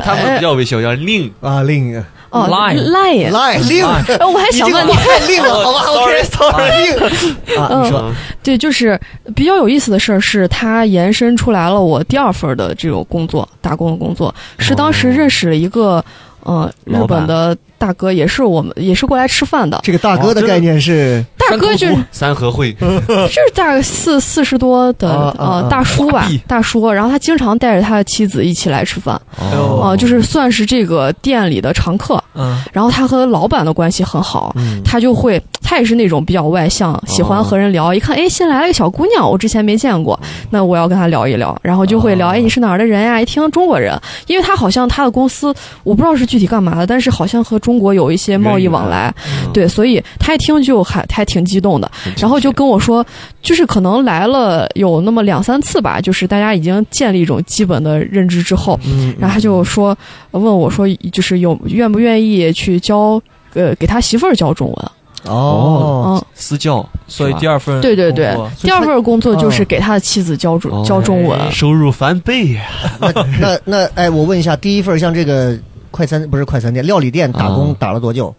[SPEAKER 4] 他们不叫微信，叫令。
[SPEAKER 2] 啊？另
[SPEAKER 5] 哦
[SPEAKER 3] Line
[SPEAKER 5] line，
[SPEAKER 2] 来另，
[SPEAKER 5] 哎我还
[SPEAKER 2] 你
[SPEAKER 5] 想
[SPEAKER 2] 这个
[SPEAKER 5] 问你，
[SPEAKER 2] 太另了， 好吧？OK sorry，另啊，你说
[SPEAKER 4] 嗯
[SPEAKER 5] 对，就是比较有意思的事儿是，它延伸出来了我第二份儿的这种工作，打工的工作，是当
[SPEAKER 2] 哦
[SPEAKER 5] 时认识了一个呃日
[SPEAKER 4] 老板
[SPEAKER 5] 本的大哥，也是我们也是过来吃饭的，
[SPEAKER 2] 这个大哥的概念是
[SPEAKER 5] 大哥就是
[SPEAKER 4] 三合会，
[SPEAKER 5] 就是大概四四十多的
[SPEAKER 2] 啊啊
[SPEAKER 5] 呃
[SPEAKER 2] 啊
[SPEAKER 5] 大叔吧
[SPEAKER 3] 花臂，
[SPEAKER 5] 大叔，然后他经常带着他的妻子一起来吃饭，
[SPEAKER 2] 哎
[SPEAKER 4] 嗯哦
[SPEAKER 2] 哦
[SPEAKER 5] 啊，就是算是这个店里的常客。
[SPEAKER 3] 哦嗯，
[SPEAKER 5] 然后他和老板的关系很好，他就会，他也是那种比较外向，喜欢和人聊。一看，哎，新来了个小姑娘，我之前没见过，那我要跟她聊一聊。然后就会聊，哎，你是哪儿的人呀？一听中国人，因为他好像他的公司，我不知道是具体干嘛的，但是好像和中国有一些贸易往来，对，所以他一听就还还挺激动的。然后就跟我说，就是可能来了有那么两三次吧，就是大家已经建立一种基本的认知之后，
[SPEAKER 2] 嗯
[SPEAKER 5] 然后他哦就说问我说，就是有愿不愿意去教。呃，给他媳妇儿教中文，
[SPEAKER 2] 哦，
[SPEAKER 5] 嗯，
[SPEAKER 4] 私教，
[SPEAKER 3] 所以第二份
[SPEAKER 5] 对对对
[SPEAKER 3] 工作，
[SPEAKER 5] 第二份工作就
[SPEAKER 2] 嗯
[SPEAKER 5] 是给他的妻子教中、
[SPEAKER 4] 哦
[SPEAKER 5] 教中文，
[SPEAKER 3] 哎
[SPEAKER 4] 收入翻倍呀，
[SPEAKER 2] 那那那哎，我问一下，第一份像这个快餐不是快餐店料理店打工
[SPEAKER 4] 啊
[SPEAKER 2] 打了多久？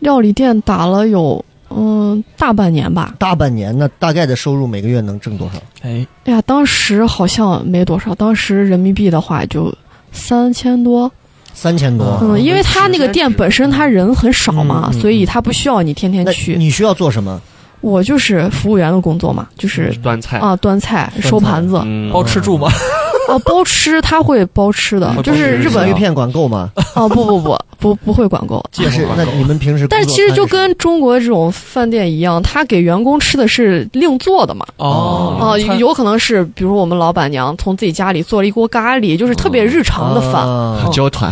[SPEAKER 5] 料理店打了有嗯大半年吧，
[SPEAKER 2] 大半年，那大概的收入每个月能挣多少？
[SPEAKER 3] 哎，
[SPEAKER 5] 哎呀，当时好像没多少，当时人民币的话就三千多，
[SPEAKER 2] 三千多。
[SPEAKER 3] 啊
[SPEAKER 5] 嗯，因为他那个店本身他人很少嘛，
[SPEAKER 2] 嗯嗯嗯
[SPEAKER 5] 所以他不需要你天天
[SPEAKER 2] 那
[SPEAKER 5] 去。
[SPEAKER 2] 你需要做什么？
[SPEAKER 5] 我就是服务员的工作嘛，就是
[SPEAKER 4] 端菜，
[SPEAKER 5] 啊端菜、
[SPEAKER 2] 菜
[SPEAKER 5] 收盘子，
[SPEAKER 4] 嗯
[SPEAKER 3] 包吃住吗？
[SPEAKER 5] 啊包吃他会包吃的
[SPEAKER 4] 嗯，
[SPEAKER 5] 就是日本
[SPEAKER 2] 鱼片管够吗？
[SPEAKER 5] 啊不不不不不会管够。
[SPEAKER 2] 但是那你们平时工作
[SPEAKER 5] 但是其实就
[SPEAKER 2] 餐是
[SPEAKER 5] 跟中国这种饭店一样，他给员工吃的是另做的嘛，啊，
[SPEAKER 3] 餐
[SPEAKER 5] 有可能是比如我们老板娘从自己家里做了一锅咖喱，就是特别日常的饭，
[SPEAKER 2] 啊
[SPEAKER 4] 焦哦团，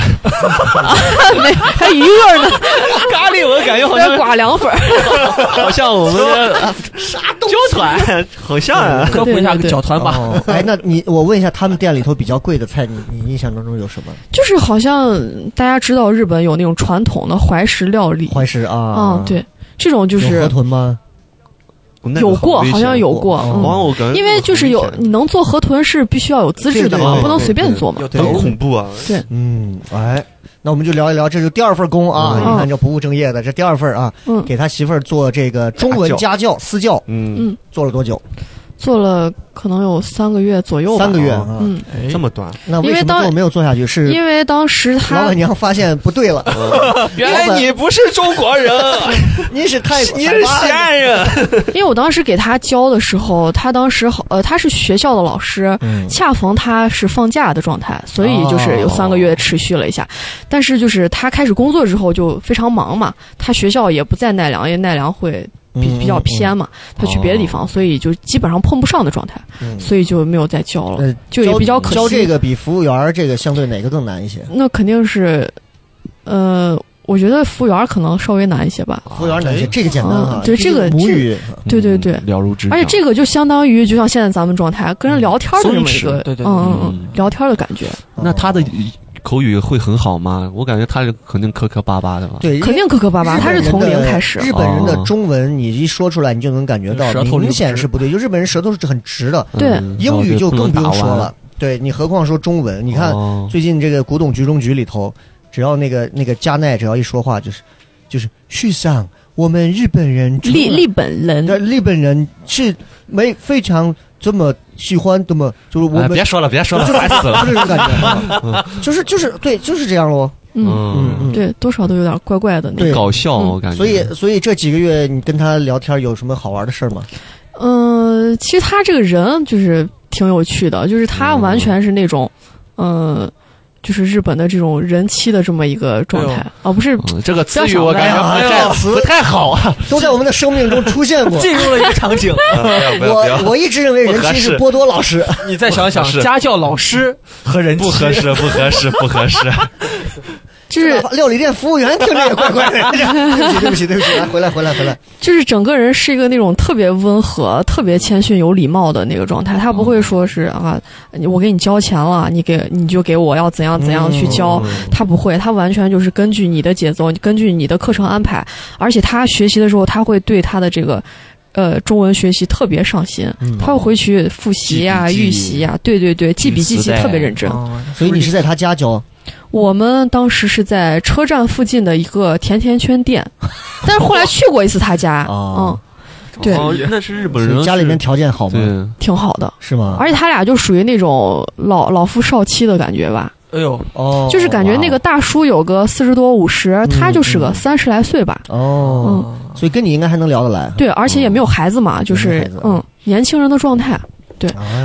[SPEAKER 5] 没还有鱼味儿呢，
[SPEAKER 4] 咖喱我感觉好
[SPEAKER 5] 还有
[SPEAKER 4] 像
[SPEAKER 5] 寡凉粉儿，
[SPEAKER 4] 好像我们的焦团，好像啊，
[SPEAKER 3] 科普一嗯下
[SPEAKER 5] 对对对
[SPEAKER 3] 搅团吧。
[SPEAKER 2] 哦，哎，那你我问一下，他们店里头比较贵的菜，你你印象当中有什么？
[SPEAKER 5] 就是好像大家知道日本有那种传统的怀石料理，
[SPEAKER 2] 怀石啊，
[SPEAKER 5] 啊，，对，这种就
[SPEAKER 2] 有河
[SPEAKER 5] 是
[SPEAKER 2] 豚吗？
[SPEAKER 4] 嗯那个
[SPEAKER 5] 有过，
[SPEAKER 4] 危险
[SPEAKER 5] 好像有过，
[SPEAKER 2] 哦
[SPEAKER 4] 哇
[SPEAKER 5] 嗯，
[SPEAKER 4] 我感觉
[SPEAKER 5] 因为就是有
[SPEAKER 4] 很危
[SPEAKER 5] 你能做河豚是必须要有资质的
[SPEAKER 2] 对对
[SPEAKER 5] 嘛，
[SPEAKER 2] 对
[SPEAKER 5] 不能
[SPEAKER 2] 对
[SPEAKER 5] 随便做嘛
[SPEAKER 3] 有。
[SPEAKER 4] 险很恐怖啊，
[SPEAKER 2] 嗯，哎，那我们就聊一聊，这就第二份工啊，
[SPEAKER 5] 嗯
[SPEAKER 2] 你看这不务正业的，这第二份啊，
[SPEAKER 5] 嗯，
[SPEAKER 2] 给他媳妇儿做这个中文家教私教，
[SPEAKER 4] 嗯
[SPEAKER 5] 嗯
[SPEAKER 2] 做了多久？
[SPEAKER 5] 做了可能有三个月左右吧。
[SPEAKER 2] 三个月
[SPEAKER 4] 哦
[SPEAKER 2] 啊，
[SPEAKER 5] 嗯，
[SPEAKER 3] 哎
[SPEAKER 4] 这么短，
[SPEAKER 2] 那
[SPEAKER 5] 因
[SPEAKER 2] 为
[SPEAKER 5] 为
[SPEAKER 2] 什么
[SPEAKER 5] 当
[SPEAKER 2] 做没有做下去？是
[SPEAKER 5] 因为当时
[SPEAKER 2] 老
[SPEAKER 5] 他
[SPEAKER 2] 板娘发现不对了，
[SPEAKER 6] 原来你不是中国 人，
[SPEAKER 2] 您是泰国，
[SPEAKER 6] 你是西安人。
[SPEAKER 5] 因为我当时给他教的时候，他当时好呃，他是学校的老师，
[SPEAKER 2] 嗯
[SPEAKER 5] 恰逢他是放假的状态，所以就是有三个月持续了一
[SPEAKER 2] 哦
[SPEAKER 5] 下。但是就是他开始工作之后就非常忙嘛，他学校也不在奈良，因为奈良会
[SPEAKER 2] 嗯
[SPEAKER 5] 比
[SPEAKER 2] 哦
[SPEAKER 5] 比较偏嘛，他去别的地方，所以就基本上碰不上的状态，
[SPEAKER 2] 嗯
[SPEAKER 5] 所以就没有再教了，
[SPEAKER 2] 呃
[SPEAKER 5] 就也比较可惜。
[SPEAKER 2] 教这个比服务员儿这个相对哪个更难一些？
[SPEAKER 5] 那肯定是，呃，我觉得服务员可能稍微难一些吧。
[SPEAKER 2] 服务员儿难一些，这个简单啊
[SPEAKER 5] 嗯，啊对这个
[SPEAKER 2] 母语
[SPEAKER 5] 对对对
[SPEAKER 4] 嗯了如指掌。
[SPEAKER 5] 而且这个就相当于，就像现在咱们状态，跟人聊天的这么一
[SPEAKER 3] 松
[SPEAKER 5] 个
[SPEAKER 3] 弛，对对对
[SPEAKER 5] 嗯嗯嗯
[SPEAKER 4] 嗯，
[SPEAKER 5] 聊天的感觉，
[SPEAKER 4] 那他的口语会很好吗？我感觉他肯定磕磕巴巴的了。
[SPEAKER 2] 对
[SPEAKER 5] 肯定磕磕巴巴，
[SPEAKER 2] 嗯日
[SPEAKER 5] 他
[SPEAKER 2] 本
[SPEAKER 5] 是
[SPEAKER 2] 人
[SPEAKER 5] 从
[SPEAKER 2] 的
[SPEAKER 5] 零开始，
[SPEAKER 2] 日本人的
[SPEAKER 4] 哦
[SPEAKER 2] 中文你一说出来，你就能感觉到
[SPEAKER 3] 舌头捋
[SPEAKER 2] 明
[SPEAKER 3] 不
[SPEAKER 2] 显
[SPEAKER 3] 直
[SPEAKER 2] 是不对，就日本人舌头是很直的，
[SPEAKER 5] 对
[SPEAKER 4] 嗯
[SPEAKER 2] 英语就更不用说。
[SPEAKER 4] 然后就能打
[SPEAKER 2] 了
[SPEAKER 4] 完。
[SPEAKER 2] 对你何况说中文？你看
[SPEAKER 4] 哦
[SPEAKER 2] 最近这个古董局中局里头，只要那个那个加奈只要一说话，就是就是续上我们日本人除了
[SPEAKER 5] 日日本人
[SPEAKER 2] 那日本人是没非常这么喜欢这么就是我
[SPEAKER 4] 哎
[SPEAKER 2] 们
[SPEAKER 4] 别说了，别说了，烦死了。嗯
[SPEAKER 2] 就是这种感觉，就是就是对，就是这样喽。
[SPEAKER 5] 嗯，
[SPEAKER 2] 嗯，
[SPEAKER 5] 对，多少都有点怪怪的那
[SPEAKER 2] 对
[SPEAKER 5] 个。
[SPEAKER 4] 搞笑，
[SPEAKER 5] 嗯
[SPEAKER 4] 我感觉。
[SPEAKER 2] 所以所以这几个月你跟他聊天有什么好玩的事儿吗？
[SPEAKER 5] 嗯，其实他这个人就是挺有趣的，就是他完全是那种，嗯，就是日本的这种人妻的这么一个状态，
[SPEAKER 3] 哦
[SPEAKER 5] 啊，不是
[SPEAKER 4] 嗯这个词语
[SPEAKER 5] 不要
[SPEAKER 4] 我感
[SPEAKER 5] 想
[SPEAKER 4] 觉
[SPEAKER 2] 哎
[SPEAKER 4] 不
[SPEAKER 2] 呀
[SPEAKER 4] 太不太好啊。
[SPEAKER 2] 都在我们的生命中出现过。
[SPEAKER 3] 进入了一个场景，
[SPEAKER 4] 不要不要不
[SPEAKER 2] 我
[SPEAKER 4] 要，
[SPEAKER 2] 我一直认为人
[SPEAKER 4] 不合
[SPEAKER 2] 妻
[SPEAKER 4] 适
[SPEAKER 2] 是波多老师，
[SPEAKER 3] 你再想想
[SPEAKER 4] 是
[SPEAKER 3] 家教老师和人
[SPEAKER 4] 不
[SPEAKER 3] 妻
[SPEAKER 4] 合适，不合适，不 合适。
[SPEAKER 5] 就是
[SPEAKER 2] 料理店服务员听着也怪怪的。 对不起对不起对不起，来回来回来回来，
[SPEAKER 5] 就是整个人是一个那种特别温和、特别谦逊、有礼貌的那个状态，
[SPEAKER 4] 嗯
[SPEAKER 5] 他不会说是啊，你我给你交钱了，你给你就给我要怎样怎样去
[SPEAKER 4] 嗯
[SPEAKER 5] 交，他不会，他完全就是根据你的节奏，根据你的课程安排，而且他学习的时候，他会对他的这个。呃，中文学习特别上心，
[SPEAKER 2] 嗯
[SPEAKER 5] 他会回去复习呀、
[SPEAKER 4] 嗯记笔记
[SPEAKER 5] 预习呀、对对对，记笔记
[SPEAKER 4] 记磁
[SPEAKER 5] 记
[SPEAKER 4] 带嗯
[SPEAKER 5] 特别认真。
[SPEAKER 3] 哦
[SPEAKER 2] 所以你是在他家教，
[SPEAKER 5] 我们当时是在车站附近的一个甜甜圈店，但是后来去过一次他家，
[SPEAKER 2] 哦
[SPEAKER 5] 嗯，对，
[SPEAKER 4] 哦那是日本
[SPEAKER 2] 所
[SPEAKER 4] 人
[SPEAKER 2] 以
[SPEAKER 4] 是，
[SPEAKER 2] 家里面条件好吗？
[SPEAKER 4] 对。
[SPEAKER 5] 挺好的。
[SPEAKER 2] 是吗？
[SPEAKER 5] 而且他俩就属于那种老老夫少妻的感觉吧，
[SPEAKER 3] 哎呦，
[SPEAKER 2] 哦，
[SPEAKER 5] 就是感觉那个大叔有个四十多五十，他就是个三十来岁吧。
[SPEAKER 2] 哦，
[SPEAKER 5] 嗯，
[SPEAKER 2] 所以跟你应该还能聊得来。
[SPEAKER 5] 对，而且也没有孩子嘛，就是
[SPEAKER 2] 没有孩子
[SPEAKER 5] 嗯年轻人的状态。
[SPEAKER 2] 啊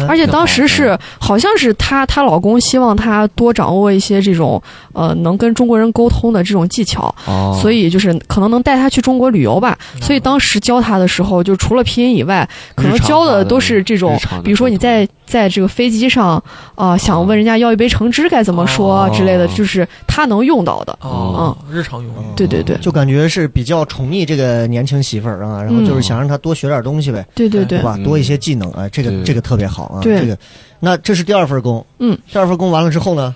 [SPEAKER 5] 而且当时是好像是她她老公希望她多掌握一些这种呃能跟中国人沟通的这种技巧，
[SPEAKER 4] 哦，
[SPEAKER 5] 所以就是可能能带她去中国旅游吧。所以当时教她的时候，就除了拼音以外，可能
[SPEAKER 4] 日常
[SPEAKER 5] 教
[SPEAKER 4] 化
[SPEAKER 5] 的
[SPEAKER 4] 的
[SPEAKER 5] 都是这种
[SPEAKER 4] 日常的，
[SPEAKER 5] 比如说你
[SPEAKER 4] 沟通
[SPEAKER 5] 在在这个飞机上，
[SPEAKER 2] 哦
[SPEAKER 5] 啊，想问人家要一杯橙汁该怎么说
[SPEAKER 4] 哦
[SPEAKER 5] 之类的，就是她能用到的。
[SPEAKER 3] 哦，日常用语
[SPEAKER 5] 对对对
[SPEAKER 2] 就感觉是比较宠溺这个年轻媳妇儿啊，然后
[SPEAKER 5] 嗯
[SPEAKER 2] 就是想让她多学点东西呗，
[SPEAKER 5] 对对对
[SPEAKER 2] 对，吧？
[SPEAKER 4] 嗯
[SPEAKER 2] 多一些技能啊，这个
[SPEAKER 4] 对
[SPEAKER 2] 这个特别好啊。
[SPEAKER 5] 对
[SPEAKER 2] 这个，那这是第二份工，
[SPEAKER 5] 嗯，
[SPEAKER 2] 第二份工完了之后呢，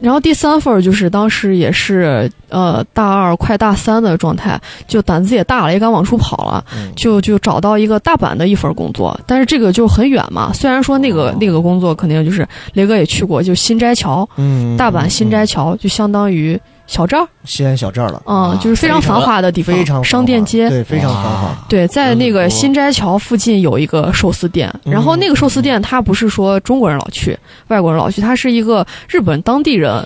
[SPEAKER 5] 然后第三份儿就是当时也是呃大二快大三的状态，就胆子也大了，也敢往出跑了，
[SPEAKER 2] 嗯
[SPEAKER 5] 就就找到一个大阪的一份工作，但是这个就很远嘛。虽然说那
[SPEAKER 2] 哦
[SPEAKER 5] 个、那个工作肯定就是雷哥也去过，就新斋桥，
[SPEAKER 2] 嗯，
[SPEAKER 5] 大阪新斋
[SPEAKER 2] 嗯
[SPEAKER 5] 桥、就相当于小寨儿，
[SPEAKER 2] 西安小寨儿了，
[SPEAKER 5] 嗯，就是非常繁华的地方，
[SPEAKER 2] 啊非常繁华
[SPEAKER 5] 商店街，
[SPEAKER 2] 对，非常繁华。
[SPEAKER 5] 对，在那个新斋桥附近有一个寿司店，
[SPEAKER 2] 嗯
[SPEAKER 5] 然后那个寿司店它不是说中国人老去，外国人老去，它是一个日本当地人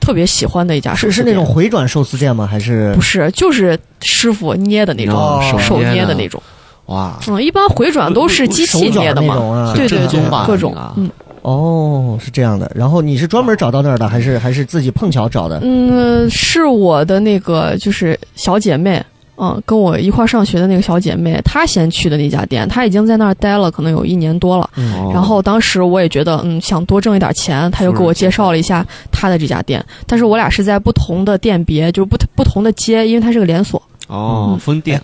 [SPEAKER 5] 特别喜欢的一家寿
[SPEAKER 2] 是
[SPEAKER 5] 司
[SPEAKER 2] 是
[SPEAKER 5] 店
[SPEAKER 2] 那种回转寿司店吗？还是
[SPEAKER 5] 不是，就是师傅捏的那种，
[SPEAKER 4] 哦
[SPEAKER 5] 手
[SPEAKER 4] 手捏
[SPEAKER 5] 捏
[SPEAKER 4] 的
[SPEAKER 5] 那种。
[SPEAKER 4] 哇，
[SPEAKER 5] 嗯，一般回转都是机
[SPEAKER 2] 手
[SPEAKER 5] 器
[SPEAKER 2] 卷
[SPEAKER 5] 捏
[SPEAKER 2] 儿
[SPEAKER 5] 的
[SPEAKER 2] 那
[SPEAKER 5] 嘛。
[SPEAKER 2] 种啊？
[SPEAKER 5] 对对
[SPEAKER 4] 正宗
[SPEAKER 5] 对，
[SPEAKER 4] 吧
[SPEAKER 5] 各种
[SPEAKER 4] 那个
[SPEAKER 5] 嗯
[SPEAKER 2] 哦，是这样的。然后你是专门找到那儿的，还是还是自己碰巧找的？
[SPEAKER 5] 嗯，是我的那个就是小姐妹，嗯，跟我一块儿上学的那个小姐妹，她先去的那家店，她已经在那儿待了可能有一年多了。
[SPEAKER 4] 哦
[SPEAKER 5] 然后当时我也觉得，嗯，想多挣一点钱，他就给我介绍了一下他的这家店。但是我俩是在不同的店别，就是不不同的街，因为它是个连锁。
[SPEAKER 4] 哦，
[SPEAKER 5] 嗯
[SPEAKER 4] 分
[SPEAKER 5] 哎
[SPEAKER 4] 店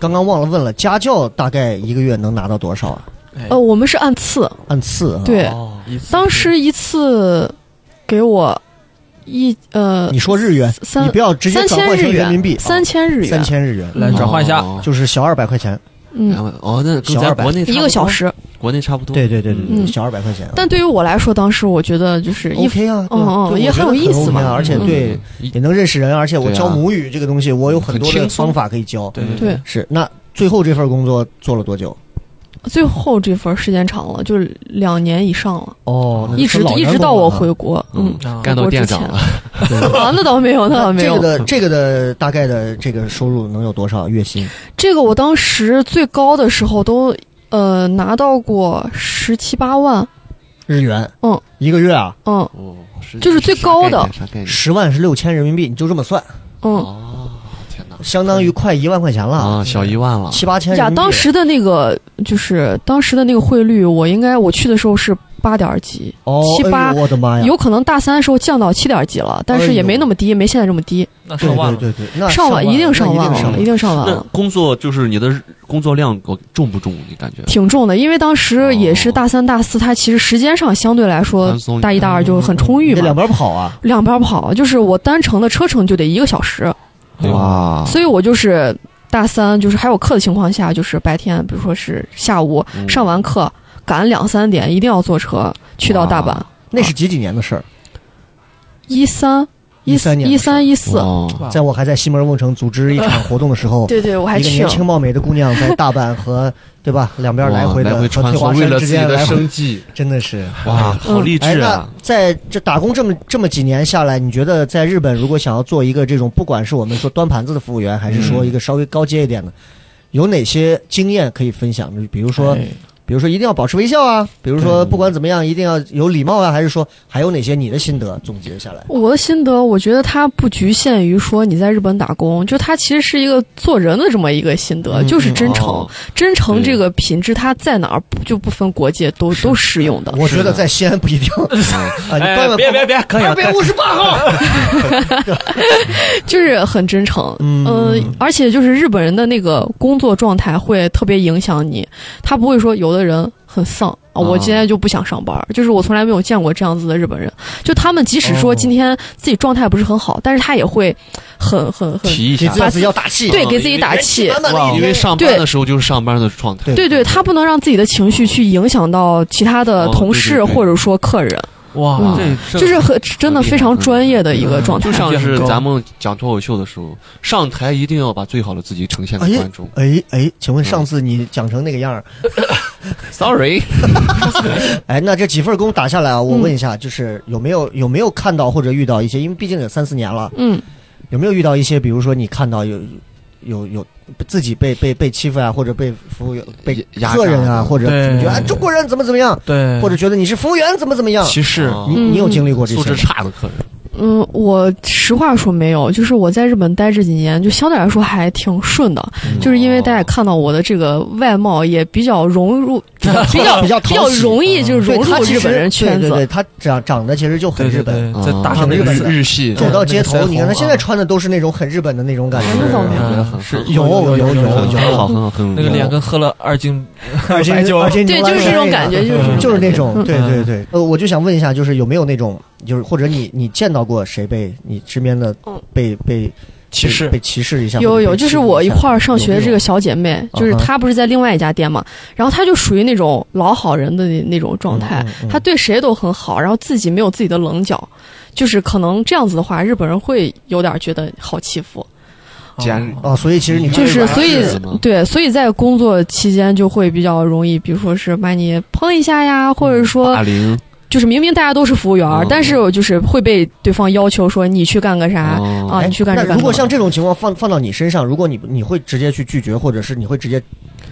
[SPEAKER 2] 刚刚忘了问了，家教大概一个月能拿到多少啊？
[SPEAKER 5] 呃，我们是按次，
[SPEAKER 2] 按次啊？
[SPEAKER 5] 对，
[SPEAKER 3] 哦，哎一次
[SPEAKER 5] 当时一次给我一呃
[SPEAKER 2] 你说日元，
[SPEAKER 5] 三
[SPEAKER 2] 你不要直接
[SPEAKER 5] 三
[SPEAKER 2] 转
[SPEAKER 5] 千
[SPEAKER 2] 换
[SPEAKER 5] 日
[SPEAKER 2] 成
[SPEAKER 5] 元
[SPEAKER 2] 人民币，
[SPEAKER 5] 三千日元，
[SPEAKER 2] 三千日元，嗯
[SPEAKER 3] 嗯来转换一下，
[SPEAKER 4] 哦
[SPEAKER 2] 就是小二百块钱。
[SPEAKER 5] 嗯，
[SPEAKER 4] 哦，那跟
[SPEAKER 2] 小
[SPEAKER 4] 咱
[SPEAKER 2] 二百
[SPEAKER 4] 国内差
[SPEAKER 5] 一
[SPEAKER 4] 不
[SPEAKER 5] 个
[SPEAKER 4] 多
[SPEAKER 5] 小，
[SPEAKER 2] 嗯
[SPEAKER 5] 时。
[SPEAKER 4] 国内差不多。
[SPEAKER 2] 对对对对对，
[SPEAKER 5] 嗯
[SPEAKER 2] 小二百块钱啊。
[SPEAKER 5] 但对于我来说，当时我觉得就是一
[SPEAKER 2] OK 啊，对
[SPEAKER 5] 嗯嗯
[SPEAKER 2] 对
[SPEAKER 5] 也
[SPEAKER 2] 我觉
[SPEAKER 5] 很
[SPEAKER 2] 得
[SPEAKER 5] 有意思
[SPEAKER 2] OK 啊
[SPEAKER 5] 嘛
[SPEAKER 2] 而且
[SPEAKER 5] 嗯
[SPEAKER 2] 对
[SPEAKER 4] 一
[SPEAKER 2] 也能认识人，而且我
[SPEAKER 4] 对啊
[SPEAKER 2] 教母语这个东西，我有很多
[SPEAKER 4] 很
[SPEAKER 2] 的
[SPEAKER 4] 轻松
[SPEAKER 2] 方法可以教。
[SPEAKER 3] 对
[SPEAKER 5] 对
[SPEAKER 2] 是那最后这份工作做了多久？
[SPEAKER 5] 最后这份儿时间长了，就是两年以上了，
[SPEAKER 2] 哦，那
[SPEAKER 5] 一直
[SPEAKER 2] 是老
[SPEAKER 5] 一
[SPEAKER 2] 员
[SPEAKER 5] 直
[SPEAKER 2] 工
[SPEAKER 5] 到
[SPEAKER 2] 了
[SPEAKER 5] 我
[SPEAKER 2] 哈
[SPEAKER 5] 回国，嗯，
[SPEAKER 3] 啊
[SPEAKER 4] 干到店长了，
[SPEAKER 5] 啊，那倒没有，那倒没
[SPEAKER 2] 这
[SPEAKER 5] 有
[SPEAKER 2] 个。的这个的大概的这个收入能有多少月薪？
[SPEAKER 5] 这个我当时最高的时候都呃拿到过十七八万，
[SPEAKER 2] 日元？
[SPEAKER 5] 嗯，
[SPEAKER 2] 一个月啊，
[SPEAKER 5] 嗯
[SPEAKER 4] 哦，
[SPEAKER 5] 就是最高的
[SPEAKER 4] 啥概念？啥
[SPEAKER 2] 十万是六千人民币，你就这么算，
[SPEAKER 4] 概
[SPEAKER 5] 嗯，
[SPEAKER 4] 念哦，天哪！
[SPEAKER 2] 相当于快一万块钱了，
[SPEAKER 4] 啊，小一万了，
[SPEAKER 2] 七八千人
[SPEAKER 5] 呀，
[SPEAKER 2] 民币。
[SPEAKER 5] 当时的那个就是当时的那个汇率，我应该我去的时候是八点儿几，
[SPEAKER 2] 哦，
[SPEAKER 5] 七八
[SPEAKER 2] 哎呦我的妈呀！
[SPEAKER 5] 有可能大三的时候降到七点儿几了，但是也没那么低，没现在这么低，
[SPEAKER 3] 那
[SPEAKER 2] 对
[SPEAKER 3] 上万了，
[SPEAKER 2] 对对对，那
[SPEAKER 5] 上
[SPEAKER 2] 万
[SPEAKER 5] 一定
[SPEAKER 2] 上
[SPEAKER 5] 万
[SPEAKER 2] 了，
[SPEAKER 5] 了，一定上万
[SPEAKER 4] 那
[SPEAKER 5] 了。
[SPEAKER 4] 工作就是你的工作量够重不重？你感觉？
[SPEAKER 5] 挺重的，因为当时也是大三、大四，他其实时间上相对来说
[SPEAKER 4] 宽松一点
[SPEAKER 5] 大一、大二就很充裕
[SPEAKER 2] 你得两
[SPEAKER 5] 嘛，
[SPEAKER 2] 边跑啊！
[SPEAKER 5] 两边跑，就是我单程的车程就得一个小时，
[SPEAKER 4] 哇，
[SPEAKER 5] 所以我就是大三，就是还有课的情况下，就是白天，比如说是下午、
[SPEAKER 4] 嗯
[SPEAKER 5] 上完课，赶两三点一定要坐车去到大阪。
[SPEAKER 2] 那是几几年的事儿？
[SPEAKER 5] 一三
[SPEAKER 2] 13年
[SPEAKER 5] 一三一四，
[SPEAKER 4] 哦
[SPEAKER 2] 在我还在西门问城组织一场活动的时候，
[SPEAKER 5] 对对，我还
[SPEAKER 2] 一个
[SPEAKER 5] 去
[SPEAKER 2] 年
[SPEAKER 5] 了。
[SPEAKER 2] 轻貌美的姑娘在大阪和 对吧两边来回
[SPEAKER 4] 哇
[SPEAKER 2] 的
[SPEAKER 4] 来回
[SPEAKER 2] 和
[SPEAKER 4] 穿
[SPEAKER 2] 翠
[SPEAKER 4] 梭
[SPEAKER 2] 华，
[SPEAKER 4] 为
[SPEAKER 2] 山之
[SPEAKER 4] 了自己
[SPEAKER 2] 间来
[SPEAKER 4] 的
[SPEAKER 2] 回，
[SPEAKER 4] 生计，
[SPEAKER 3] 哎
[SPEAKER 2] 真的是
[SPEAKER 4] 哇，好励
[SPEAKER 2] 哎，
[SPEAKER 4] 志
[SPEAKER 2] 那
[SPEAKER 4] 啊！
[SPEAKER 2] 在这打工这么这么几年下来，你觉得在日本如果想要做一个这种，不管是我们说端盘子的服务员，还是
[SPEAKER 4] 嗯
[SPEAKER 2] 说一个稍微高阶一点的，有哪些经验可以分享？就比如说，啊
[SPEAKER 3] 哎
[SPEAKER 2] 比如说一定要保持微笑啊，比如说不管怎么样一定要有礼貌啊，还是说还有哪些你的心得总结下来？
[SPEAKER 5] 我的心得，我觉得它不局限于说你在日本打工，就它其实是一个做人的这么一个心得，
[SPEAKER 2] 嗯
[SPEAKER 5] 就是真诚。
[SPEAKER 4] 哦
[SPEAKER 5] 真诚
[SPEAKER 4] 对
[SPEAKER 5] 这个品质，它在哪儿不就不分国界，都都适用的。
[SPEAKER 2] 我觉得在西安不一定
[SPEAKER 4] 哦
[SPEAKER 2] 啊，你
[SPEAKER 3] 哎
[SPEAKER 2] 断了
[SPEAKER 4] 哎别别别，可以
[SPEAKER 2] 二
[SPEAKER 3] 啊
[SPEAKER 4] 了，
[SPEAKER 2] 百五十八号，
[SPEAKER 5] 就是很真诚，
[SPEAKER 2] 嗯
[SPEAKER 5] 呃而且就是日本人的那个工作状态会特别影响你，他不会说有的人很丧啊，我
[SPEAKER 4] 啊
[SPEAKER 5] 今天就不想上班儿，就是我从来没有见过这样子的日本人，就他们即使
[SPEAKER 2] 哦
[SPEAKER 5] 说今天自己状态不是很好，但是他也会很很很
[SPEAKER 4] 提一
[SPEAKER 2] 给
[SPEAKER 4] 下。
[SPEAKER 2] 自己要打气，
[SPEAKER 5] 对给自己打气。
[SPEAKER 2] 满满的一
[SPEAKER 4] 哇，
[SPEAKER 2] 天
[SPEAKER 4] 因为上班的时候就是上班的状态。
[SPEAKER 5] 对对，他不能让自己的情绪去影响到其他的
[SPEAKER 4] 哦
[SPEAKER 5] 同
[SPEAKER 4] 对对
[SPEAKER 5] 事
[SPEAKER 4] 对
[SPEAKER 5] 或者说客人，
[SPEAKER 3] 哇，
[SPEAKER 4] 嗯
[SPEAKER 3] 这
[SPEAKER 5] 就是很真的
[SPEAKER 4] 很厉害
[SPEAKER 5] 非常专业的一个状态。
[SPEAKER 4] 就像是
[SPEAKER 3] 高
[SPEAKER 4] 咱们讲脱口秀的时候，上台一定要把最好的自己呈现给观众。
[SPEAKER 2] 哎哎，请问上次你讲成那个样儿，
[SPEAKER 4] Sorry，
[SPEAKER 2] 哎，那这几份工打下来啊，我
[SPEAKER 5] 嗯
[SPEAKER 2] 问一下，就是有没有有没有看到或者遇到一些，因为毕竟也三四年了，
[SPEAKER 5] 嗯，
[SPEAKER 2] 有没有遇到一些，比如说你看到有有有自己被被被欺负啊，或者被服务员被
[SPEAKER 4] 压
[SPEAKER 2] 客人啊，
[SPEAKER 4] 榨
[SPEAKER 2] 或者
[SPEAKER 3] 对
[SPEAKER 2] 怎么觉得哎中国人怎么怎么样，
[SPEAKER 3] 对，
[SPEAKER 2] 或者觉得你是服务员怎么怎么样，哦
[SPEAKER 3] 歧视，
[SPEAKER 4] 啊
[SPEAKER 2] 你你有经历过这
[SPEAKER 4] 素
[SPEAKER 2] 些
[SPEAKER 4] 质
[SPEAKER 2] 吗？
[SPEAKER 4] 差的客人，
[SPEAKER 5] 嗯，我实话说没有，就是我在日本待这几年，就相对来说还挺顺的，
[SPEAKER 2] 嗯
[SPEAKER 5] 就是因为大家也看到我的这个外貌也比较融入，比较比 较
[SPEAKER 2] 比较
[SPEAKER 5] 比
[SPEAKER 2] 讨
[SPEAKER 5] 较
[SPEAKER 2] 喜
[SPEAKER 5] 容易就
[SPEAKER 2] 对
[SPEAKER 5] 融
[SPEAKER 2] 他
[SPEAKER 5] 入
[SPEAKER 2] 其
[SPEAKER 5] 日
[SPEAKER 2] 实
[SPEAKER 5] 本人圈子。
[SPEAKER 2] 对对对，他长长得其实就很
[SPEAKER 3] 对
[SPEAKER 2] 日
[SPEAKER 3] 对
[SPEAKER 2] 本，
[SPEAKER 3] 对，在大
[SPEAKER 2] 啊
[SPEAKER 3] 城
[SPEAKER 2] 那
[SPEAKER 3] 那
[SPEAKER 2] 日
[SPEAKER 3] 个
[SPEAKER 2] 本
[SPEAKER 4] 哦日
[SPEAKER 2] 的
[SPEAKER 4] 嗯日系
[SPEAKER 2] 走到街
[SPEAKER 3] 那
[SPEAKER 2] 头，
[SPEAKER 3] 个腮红
[SPEAKER 2] 你看他
[SPEAKER 3] 啊
[SPEAKER 2] 现在穿的都是那种很日本的那种感觉，
[SPEAKER 5] 那倒没有
[SPEAKER 3] 嗯是
[SPEAKER 2] 有有有有
[SPEAKER 4] 嗯很
[SPEAKER 2] 有
[SPEAKER 4] 好，很好，很
[SPEAKER 3] 那个脸跟喝了 二斤
[SPEAKER 2] 而且
[SPEAKER 3] 白酒啊嗯
[SPEAKER 2] 而且
[SPEAKER 5] 对就是这种感觉就是这嗯种
[SPEAKER 2] 就是那种，
[SPEAKER 5] 感
[SPEAKER 2] 对
[SPEAKER 3] 觉
[SPEAKER 2] 对对。呃，我就想问一下，就是有没有那种，就是或者你你见到过谁被你身边的
[SPEAKER 5] 嗯
[SPEAKER 2] 被被
[SPEAKER 3] 歧视
[SPEAKER 2] 被，歧视一下？或
[SPEAKER 5] 有
[SPEAKER 2] 者
[SPEAKER 5] 有，
[SPEAKER 2] 被
[SPEAKER 5] 就是
[SPEAKER 2] 欺负
[SPEAKER 5] 我一
[SPEAKER 2] 下
[SPEAKER 5] 块儿上学的这个小姐妹，
[SPEAKER 2] 有
[SPEAKER 5] 就是
[SPEAKER 2] 啊哈
[SPEAKER 5] 她不是在另外一家店嘛，然后她就属于那种老好人的那那种状态，
[SPEAKER 2] 嗯嗯嗯
[SPEAKER 5] 她对谁都很好，然后自己没有自己的棱角，就是可能这样子的话，日本人会有点觉得好欺负。
[SPEAKER 4] 尖
[SPEAKER 2] 有啊，所以其实你看
[SPEAKER 5] 就是所以
[SPEAKER 4] 日子嘛
[SPEAKER 5] 对，所以在工作期间就会比较容易，比如说是把你碰一下呀，或
[SPEAKER 2] 嗯
[SPEAKER 5] 者说
[SPEAKER 4] 霸凌，
[SPEAKER 5] 就是明明大家都是服务员儿
[SPEAKER 4] 嗯，
[SPEAKER 5] 但是我就是会被对方要求说你去干个啥
[SPEAKER 4] 哦
[SPEAKER 5] 啊，
[SPEAKER 2] 哎
[SPEAKER 5] 你去干这
[SPEAKER 2] 那
[SPEAKER 5] 干
[SPEAKER 2] 如果
[SPEAKER 5] 那。
[SPEAKER 2] 像这种情况放放到你身上，如果你你会直接去拒绝，或者是你会直接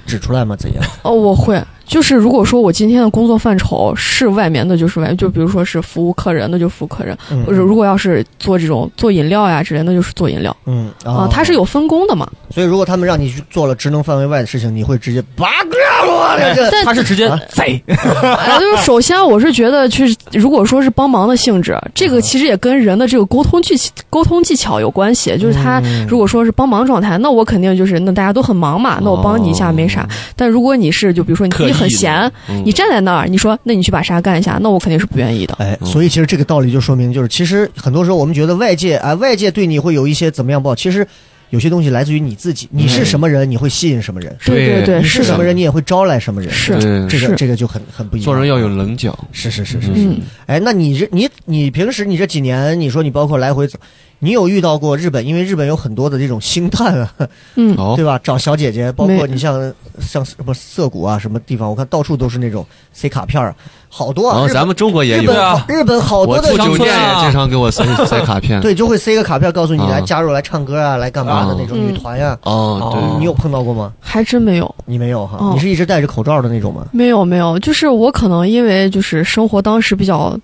[SPEAKER 2] 指出来吗？ 怎样？
[SPEAKER 5] 哦，我会。就是如果说我今天的工作范畴是外面的，就是外，就比如说是服务客人，那就服务客人；
[SPEAKER 2] 嗯
[SPEAKER 5] 或者如果要是做这种做饮料呀之类的，那就是做饮料
[SPEAKER 2] 嗯
[SPEAKER 5] 啊。
[SPEAKER 4] 哦
[SPEAKER 5] 它是有分工的嘛。
[SPEAKER 2] 所以如果他们让你去做了职能范围外的事情，你会直接拔个我这个
[SPEAKER 5] 哎但呃
[SPEAKER 3] 他是直接贼，
[SPEAKER 5] 哎，就是首先我是觉得去，如果说是帮忙的性质，这
[SPEAKER 4] 嗯
[SPEAKER 5] 个其实也跟人的这个沟通技沟通技巧有关系。就是他
[SPEAKER 4] 嗯
[SPEAKER 5] 如果说是帮忙状态，那我肯定就是那大家都很忙嘛，那我帮你一下没
[SPEAKER 4] 哦
[SPEAKER 5] 啥。但如果你是就比如说你自己很闲，你站在那儿，你说那你去把啥干一下，那我肯定是不愿意的。
[SPEAKER 2] 哎，
[SPEAKER 4] 嗯
[SPEAKER 2] 所以其实这个道理就说明，就是其实很多时候我们觉得外界啊，外界对你会有一些怎么样不好，其实有些东西来自于你自己，你是什么人，你会吸引什么人；
[SPEAKER 5] 对对
[SPEAKER 2] 你
[SPEAKER 5] 是
[SPEAKER 2] 是
[SPEAKER 5] 的
[SPEAKER 2] 什么人，你也会招来什么人。
[SPEAKER 5] 是
[SPEAKER 4] 对
[SPEAKER 2] 这个
[SPEAKER 5] 是
[SPEAKER 2] 这个就很很不一样。
[SPEAKER 4] 做人要有棱角，
[SPEAKER 2] 是是是是是。
[SPEAKER 5] 嗯，
[SPEAKER 2] 哎，那你这你你平时你这几年，你说你包括来回走，你有遇到过日本？因为日本有很多的这种星探啊，
[SPEAKER 5] 嗯，
[SPEAKER 4] 哦
[SPEAKER 2] 对吧？找小姐姐，包括
[SPEAKER 5] 没
[SPEAKER 2] 你像像什么涩谷啊，什么地方，我看到处都是那种 C 卡片儿，好多啊。
[SPEAKER 4] 哦，
[SPEAKER 2] 日本
[SPEAKER 4] 咱们中国也
[SPEAKER 2] 日
[SPEAKER 4] 有
[SPEAKER 2] 本，好日本好多
[SPEAKER 4] 我
[SPEAKER 2] 的
[SPEAKER 4] 住
[SPEAKER 3] 乡
[SPEAKER 4] 酒
[SPEAKER 3] 村
[SPEAKER 4] 店
[SPEAKER 3] 啊
[SPEAKER 4] 也经常给我塞塞卡片。
[SPEAKER 2] 对，就会塞个卡片告诉你
[SPEAKER 4] 啊
[SPEAKER 2] 来加入来唱歌啊，来干嘛的那种
[SPEAKER 5] 嗯
[SPEAKER 2] 女团呀。
[SPEAKER 4] 哦，对，
[SPEAKER 2] 你有碰到过吗？
[SPEAKER 5] 还真没有，
[SPEAKER 2] 你没有哈，
[SPEAKER 5] 哦
[SPEAKER 2] 你是一直戴着口罩的那种吗？
[SPEAKER 5] 没有没有，就是我可能因为就是生活当时比较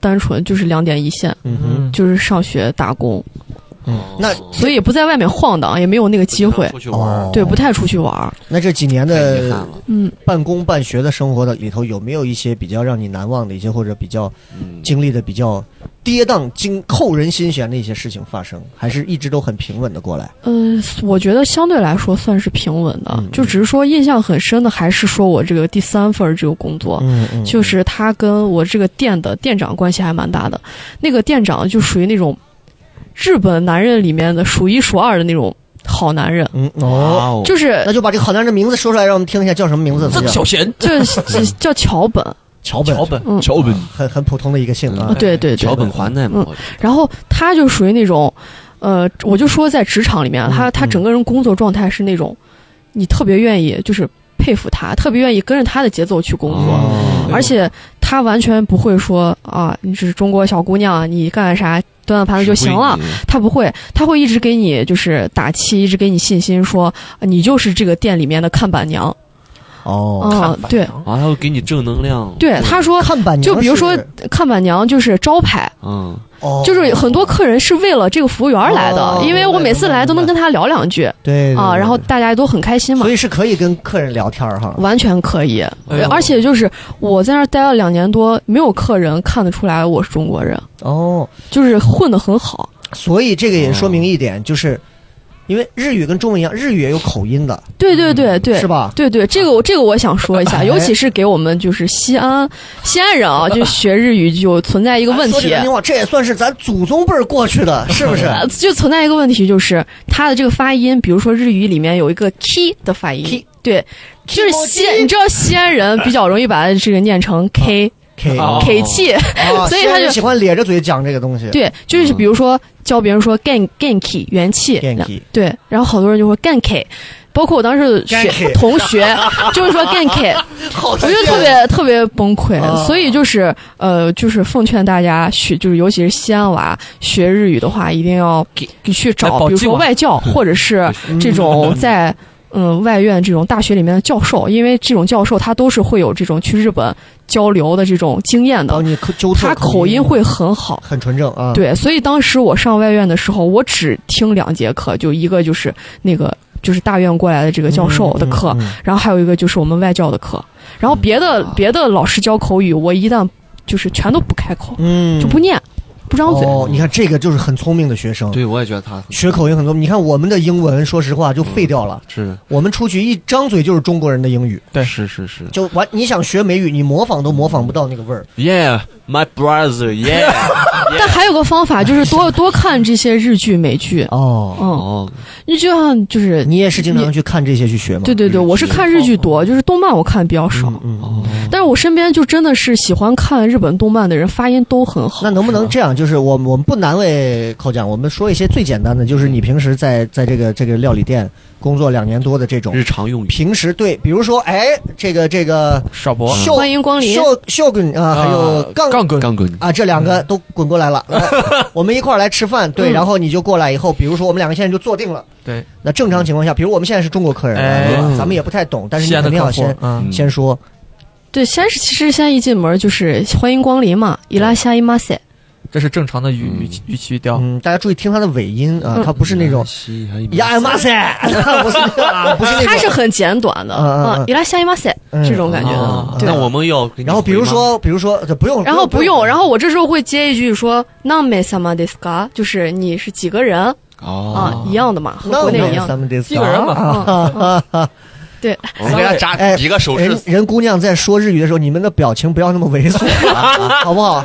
[SPEAKER 5] 单纯，就是两点一线，
[SPEAKER 2] 嗯
[SPEAKER 4] 哦
[SPEAKER 2] 哼，
[SPEAKER 5] 就是上学打工，
[SPEAKER 4] 嗯
[SPEAKER 2] 那
[SPEAKER 5] 所以也不在外面晃荡，也没有那个机会，
[SPEAKER 4] 出去玩儿
[SPEAKER 2] 哦
[SPEAKER 5] 对，不太出去玩儿。
[SPEAKER 2] 那这几年
[SPEAKER 6] 太遗
[SPEAKER 2] 的
[SPEAKER 6] 憾了。
[SPEAKER 5] 嗯，
[SPEAKER 2] 半工半学的生活的里头，有没有一些比较让你难忘的一些，或者比较
[SPEAKER 4] 嗯
[SPEAKER 2] 经历的比较跌宕、经扣人心弦的一些事情发生？还是一直都很平稳的过来？
[SPEAKER 5] 呃，我觉得相对来说算是平稳的，
[SPEAKER 2] 嗯
[SPEAKER 5] 就只是说印象很深的还是说我这个第三份儿这个工作，
[SPEAKER 2] 嗯嗯
[SPEAKER 5] 就是他跟我这个店的店长关系还蛮大的。那个店长就属于那种日本男人里面的数一数二的那种好男人，
[SPEAKER 2] 嗯
[SPEAKER 4] 哇
[SPEAKER 2] 哦，
[SPEAKER 4] 哦，
[SPEAKER 5] 就 是
[SPEAKER 2] 那就把这个好男人的名字说出来，让我们听一下叫什么名字？他
[SPEAKER 3] 这
[SPEAKER 2] 叫
[SPEAKER 3] 小贤，
[SPEAKER 5] 就是就叫桥本，
[SPEAKER 2] 桥本，
[SPEAKER 3] 桥本，
[SPEAKER 5] 嗯，
[SPEAKER 4] 桥本
[SPEAKER 2] 很很普通的一个姓啊
[SPEAKER 5] 啊。对对对
[SPEAKER 4] 桥，本环奈嘛，
[SPEAKER 5] 嗯
[SPEAKER 4] 我觉得
[SPEAKER 5] 然后他就属于那种，呃，我就说在职场里面，啊
[SPEAKER 2] 嗯
[SPEAKER 5] 他他整个人工作状态是那种，你特别愿意就是佩服他，特别愿意跟着他的节奏去工作，
[SPEAKER 4] 哦
[SPEAKER 5] 而且他完全不会说啊，你只是中国小姑娘，你干干啥端端盘子就行了。。他不会，他会一直给你就是打气，一直给你信心，说啊你就是这个店里面的看板娘。
[SPEAKER 2] 哦，
[SPEAKER 3] 哎
[SPEAKER 2] 嗯
[SPEAKER 5] 嗯，对
[SPEAKER 4] 啊，他会给你正能量。
[SPEAKER 5] 对，他说
[SPEAKER 2] 看板娘
[SPEAKER 5] 就比如说
[SPEAKER 2] 是
[SPEAKER 5] 看板娘就是招牌，
[SPEAKER 4] 嗯，
[SPEAKER 2] 哦，
[SPEAKER 5] 就是很多客人是为了这个服务员来的
[SPEAKER 2] 哦，
[SPEAKER 5] 因为我每次来都能跟他聊两句
[SPEAKER 2] 对对
[SPEAKER 5] 啊，
[SPEAKER 2] 对
[SPEAKER 5] 然后大家都很开心嘛嗯
[SPEAKER 2] 所。以是可以跟客人聊天儿哈。
[SPEAKER 5] 完全可以，
[SPEAKER 3] 哎呦
[SPEAKER 5] 而且就是我在那儿待了两年多，没有客人看得出来我是中国人，
[SPEAKER 2] 哦，
[SPEAKER 5] 就是混得很好。
[SPEAKER 2] 所以这个也说明一点，
[SPEAKER 5] 哦
[SPEAKER 2] 就是因为日语跟中文一样，日语也有口音的，
[SPEAKER 5] 对对对对，
[SPEAKER 2] 是吧？
[SPEAKER 5] 对对，这个我这个我想说一下，
[SPEAKER 2] 哎
[SPEAKER 5] 尤其是给我们就是西安西安人啊，就学日语就存在一个问
[SPEAKER 2] 啊哎说句
[SPEAKER 5] 题
[SPEAKER 2] 难，听话，这也算是咱祖宗辈儿过去的， 是不是？
[SPEAKER 5] 呃就存在一个问题就是它的这个发音，比如说日语里面有一个 k 的发
[SPEAKER 2] ki
[SPEAKER 5] 音，对，就是西，你知道西安人比较容易把这个念成 k
[SPEAKER 2] K，
[SPEAKER 4] 哦
[SPEAKER 5] k 气，
[SPEAKER 2] 啊
[SPEAKER 5] 所以
[SPEAKER 2] 现在
[SPEAKER 5] 他就
[SPEAKER 2] 人喜欢咧着嘴讲这个东西。
[SPEAKER 5] 对，就是比如说教别人说 gan ganki 元气，
[SPEAKER 2] ，ganki，
[SPEAKER 5] 对，然后好多人就会 ganki。包括我当时学
[SPEAKER 2] ganki
[SPEAKER 5] 同学，就是说 ganki，
[SPEAKER 2] 好
[SPEAKER 5] 我就特别特别崩溃，
[SPEAKER 2] 啊
[SPEAKER 5] 所以就是呃，就是奉劝大家学，就是尤其是西安娃学日语的话，一定要去
[SPEAKER 3] 来
[SPEAKER 5] 找，
[SPEAKER 3] 保
[SPEAKER 5] 比如
[SPEAKER 3] 级
[SPEAKER 5] 说
[SPEAKER 3] 嘛
[SPEAKER 5] 外教或者是这种在嗯外院这种大学里面的教授，因为这种教授他都是会有这种去日本交流的这种经验
[SPEAKER 2] 帮哦
[SPEAKER 5] 的，
[SPEAKER 2] 你口纠
[SPEAKER 5] 他
[SPEAKER 2] 正
[SPEAKER 5] 口音会很好。
[SPEAKER 2] 很纯正啊。，
[SPEAKER 5] 对，所以当时我上外院的时候，我只听两节课，就一个就是那个就是大院过来的这个教授的课，
[SPEAKER 2] 嗯嗯嗯
[SPEAKER 5] 然后还有一个就是我们外教的课，然后
[SPEAKER 2] 嗯
[SPEAKER 5] 别的、别的老师教口语，我一旦就是全都不开口，
[SPEAKER 2] 嗯，
[SPEAKER 5] 就不念，不张嘴。
[SPEAKER 2] 哦，你看这个就是很聪明的学生，
[SPEAKER 4] 对我也觉得他
[SPEAKER 2] 学口音很多。你看我们的英文，说实话就废掉了。
[SPEAKER 4] 是
[SPEAKER 2] 我们出去一张嘴就是中国人的英语，
[SPEAKER 3] 对
[SPEAKER 4] 是是是
[SPEAKER 2] 就完。你想学美语，你模仿都模仿不到那个味儿。
[SPEAKER 4] ，Yeah, my brother, Yeah。
[SPEAKER 5] 但还有个方法就是 多多看这些日剧、美剧，
[SPEAKER 2] 哦，
[SPEAKER 5] 嗯，
[SPEAKER 4] 哦，
[SPEAKER 5] 你就像就是
[SPEAKER 2] 你也是经常去看这些去学吗？
[SPEAKER 5] 对对对，我是
[SPEAKER 4] 日剧
[SPEAKER 5] 看日剧多，就是动漫我看比较少，
[SPEAKER 2] 嗯，
[SPEAKER 4] 哦
[SPEAKER 2] 嗯。
[SPEAKER 5] 但是我身边就真的是喜欢看日本动漫的人，发音都很好
[SPEAKER 2] 那。能不能这样？就是我我们不难为寇酱，我们说一些最简单的，就是你平时在在这个这个料理店工作两年多的这种
[SPEAKER 4] 日，常用语。
[SPEAKER 2] 平时对，比如说哎，这个这个
[SPEAKER 3] 少博，
[SPEAKER 2] 秀
[SPEAKER 5] 欢迎光临
[SPEAKER 2] 秀秀滚啊，还有
[SPEAKER 3] 呃
[SPEAKER 2] 杠
[SPEAKER 3] 杠棍，
[SPEAKER 4] 杠棍，
[SPEAKER 2] 啊，这两个都滚过来了，来我们一块儿来吃饭。对，
[SPEAKER 5] 嗯
[SPEAKER 2] 然后你就过来以后，比如说我们两个现在就坐定了。
[SPEAKER 3] 对，
[SPEAKER 2] 那正常情况下，比如我们现在是中国客人，啊
[SPEAKER 3] 哎
[SPEAKER 2] 对吧咱们也不太懂，但是
[SPEAKER 3] 西
[SPEAKER 2] 你
[SPEAKER 3] 安
[SPEAKER 2] 肯定
[SPEAKER 3] 的
[SPEAKER 2] 要
[SPEAKER 3] 客户
[SPEAKER 2] 先，
[SPEAKER 3] 嗯，
[SPEAKER 2] 先说
[SPEAKER 5] 对，先是其实先一进门就是欢迎光临嘛，伊拉夏伊马塞，
[SPEAKER 3] 这是正常的语语语气语调，
[SPEAKER 2] 嗯，大家注意听他的尾音啊，
[SPEAKER 5] 嗯
[SPEAKER 2] 他不是那种
[SPEAKER 4] 嗯
[SPEAKER 2] 呀哎妈塞，不是那个啊，不是那
[SPEAKER 5] 它
[SPEAKER 2] 种
[SPEAKER 5] 是。很简短的，
[SPEAKER 2] 嗯嗯嗯
[SPEAKER 5] 啊，伊拉夏伊马塞
[SPEAKER 2] 嗯
[SPEAKER 5] 这种感觉的。
[SPEAKER 3] 啊
[SPEAKER 4] 哦那我们要给你
[SPEAKER 2] 然后比如说，比如说，呃这不 用，
[SPEAKER 5] 然后不用，然后我这时候会接一句说 “name sama d i s k a 就是你是几个人
[SPEAKER 4] 回吗哦，
[SPEAKER 5] 啊，一样的嘛，和
[SPEAKER 2] 那
[SPEAKER 5] 国
[SPEAKER 2] 我
[SPEAKER 5] 内
[SPEAKER 2] 们
[SPEAKER 5] 一样啊的。
[SPEAKER 2] 们得啊
[SPEAKER 3] 一个人嘛
[SPEAKER 2] 嘛。
[SPEAKER 5] 对，
[SPEAKER 4] 我们给他扎
[SPEAKER 2] 哎
[SPEAKER 4] 比个手
[SPEAKER 2] 人
[SPEAKER 4] 势，
[SPEAKER 2] 人姑娘在说日语的时候，你们的表情不要那么猥琐，啊好不好？啊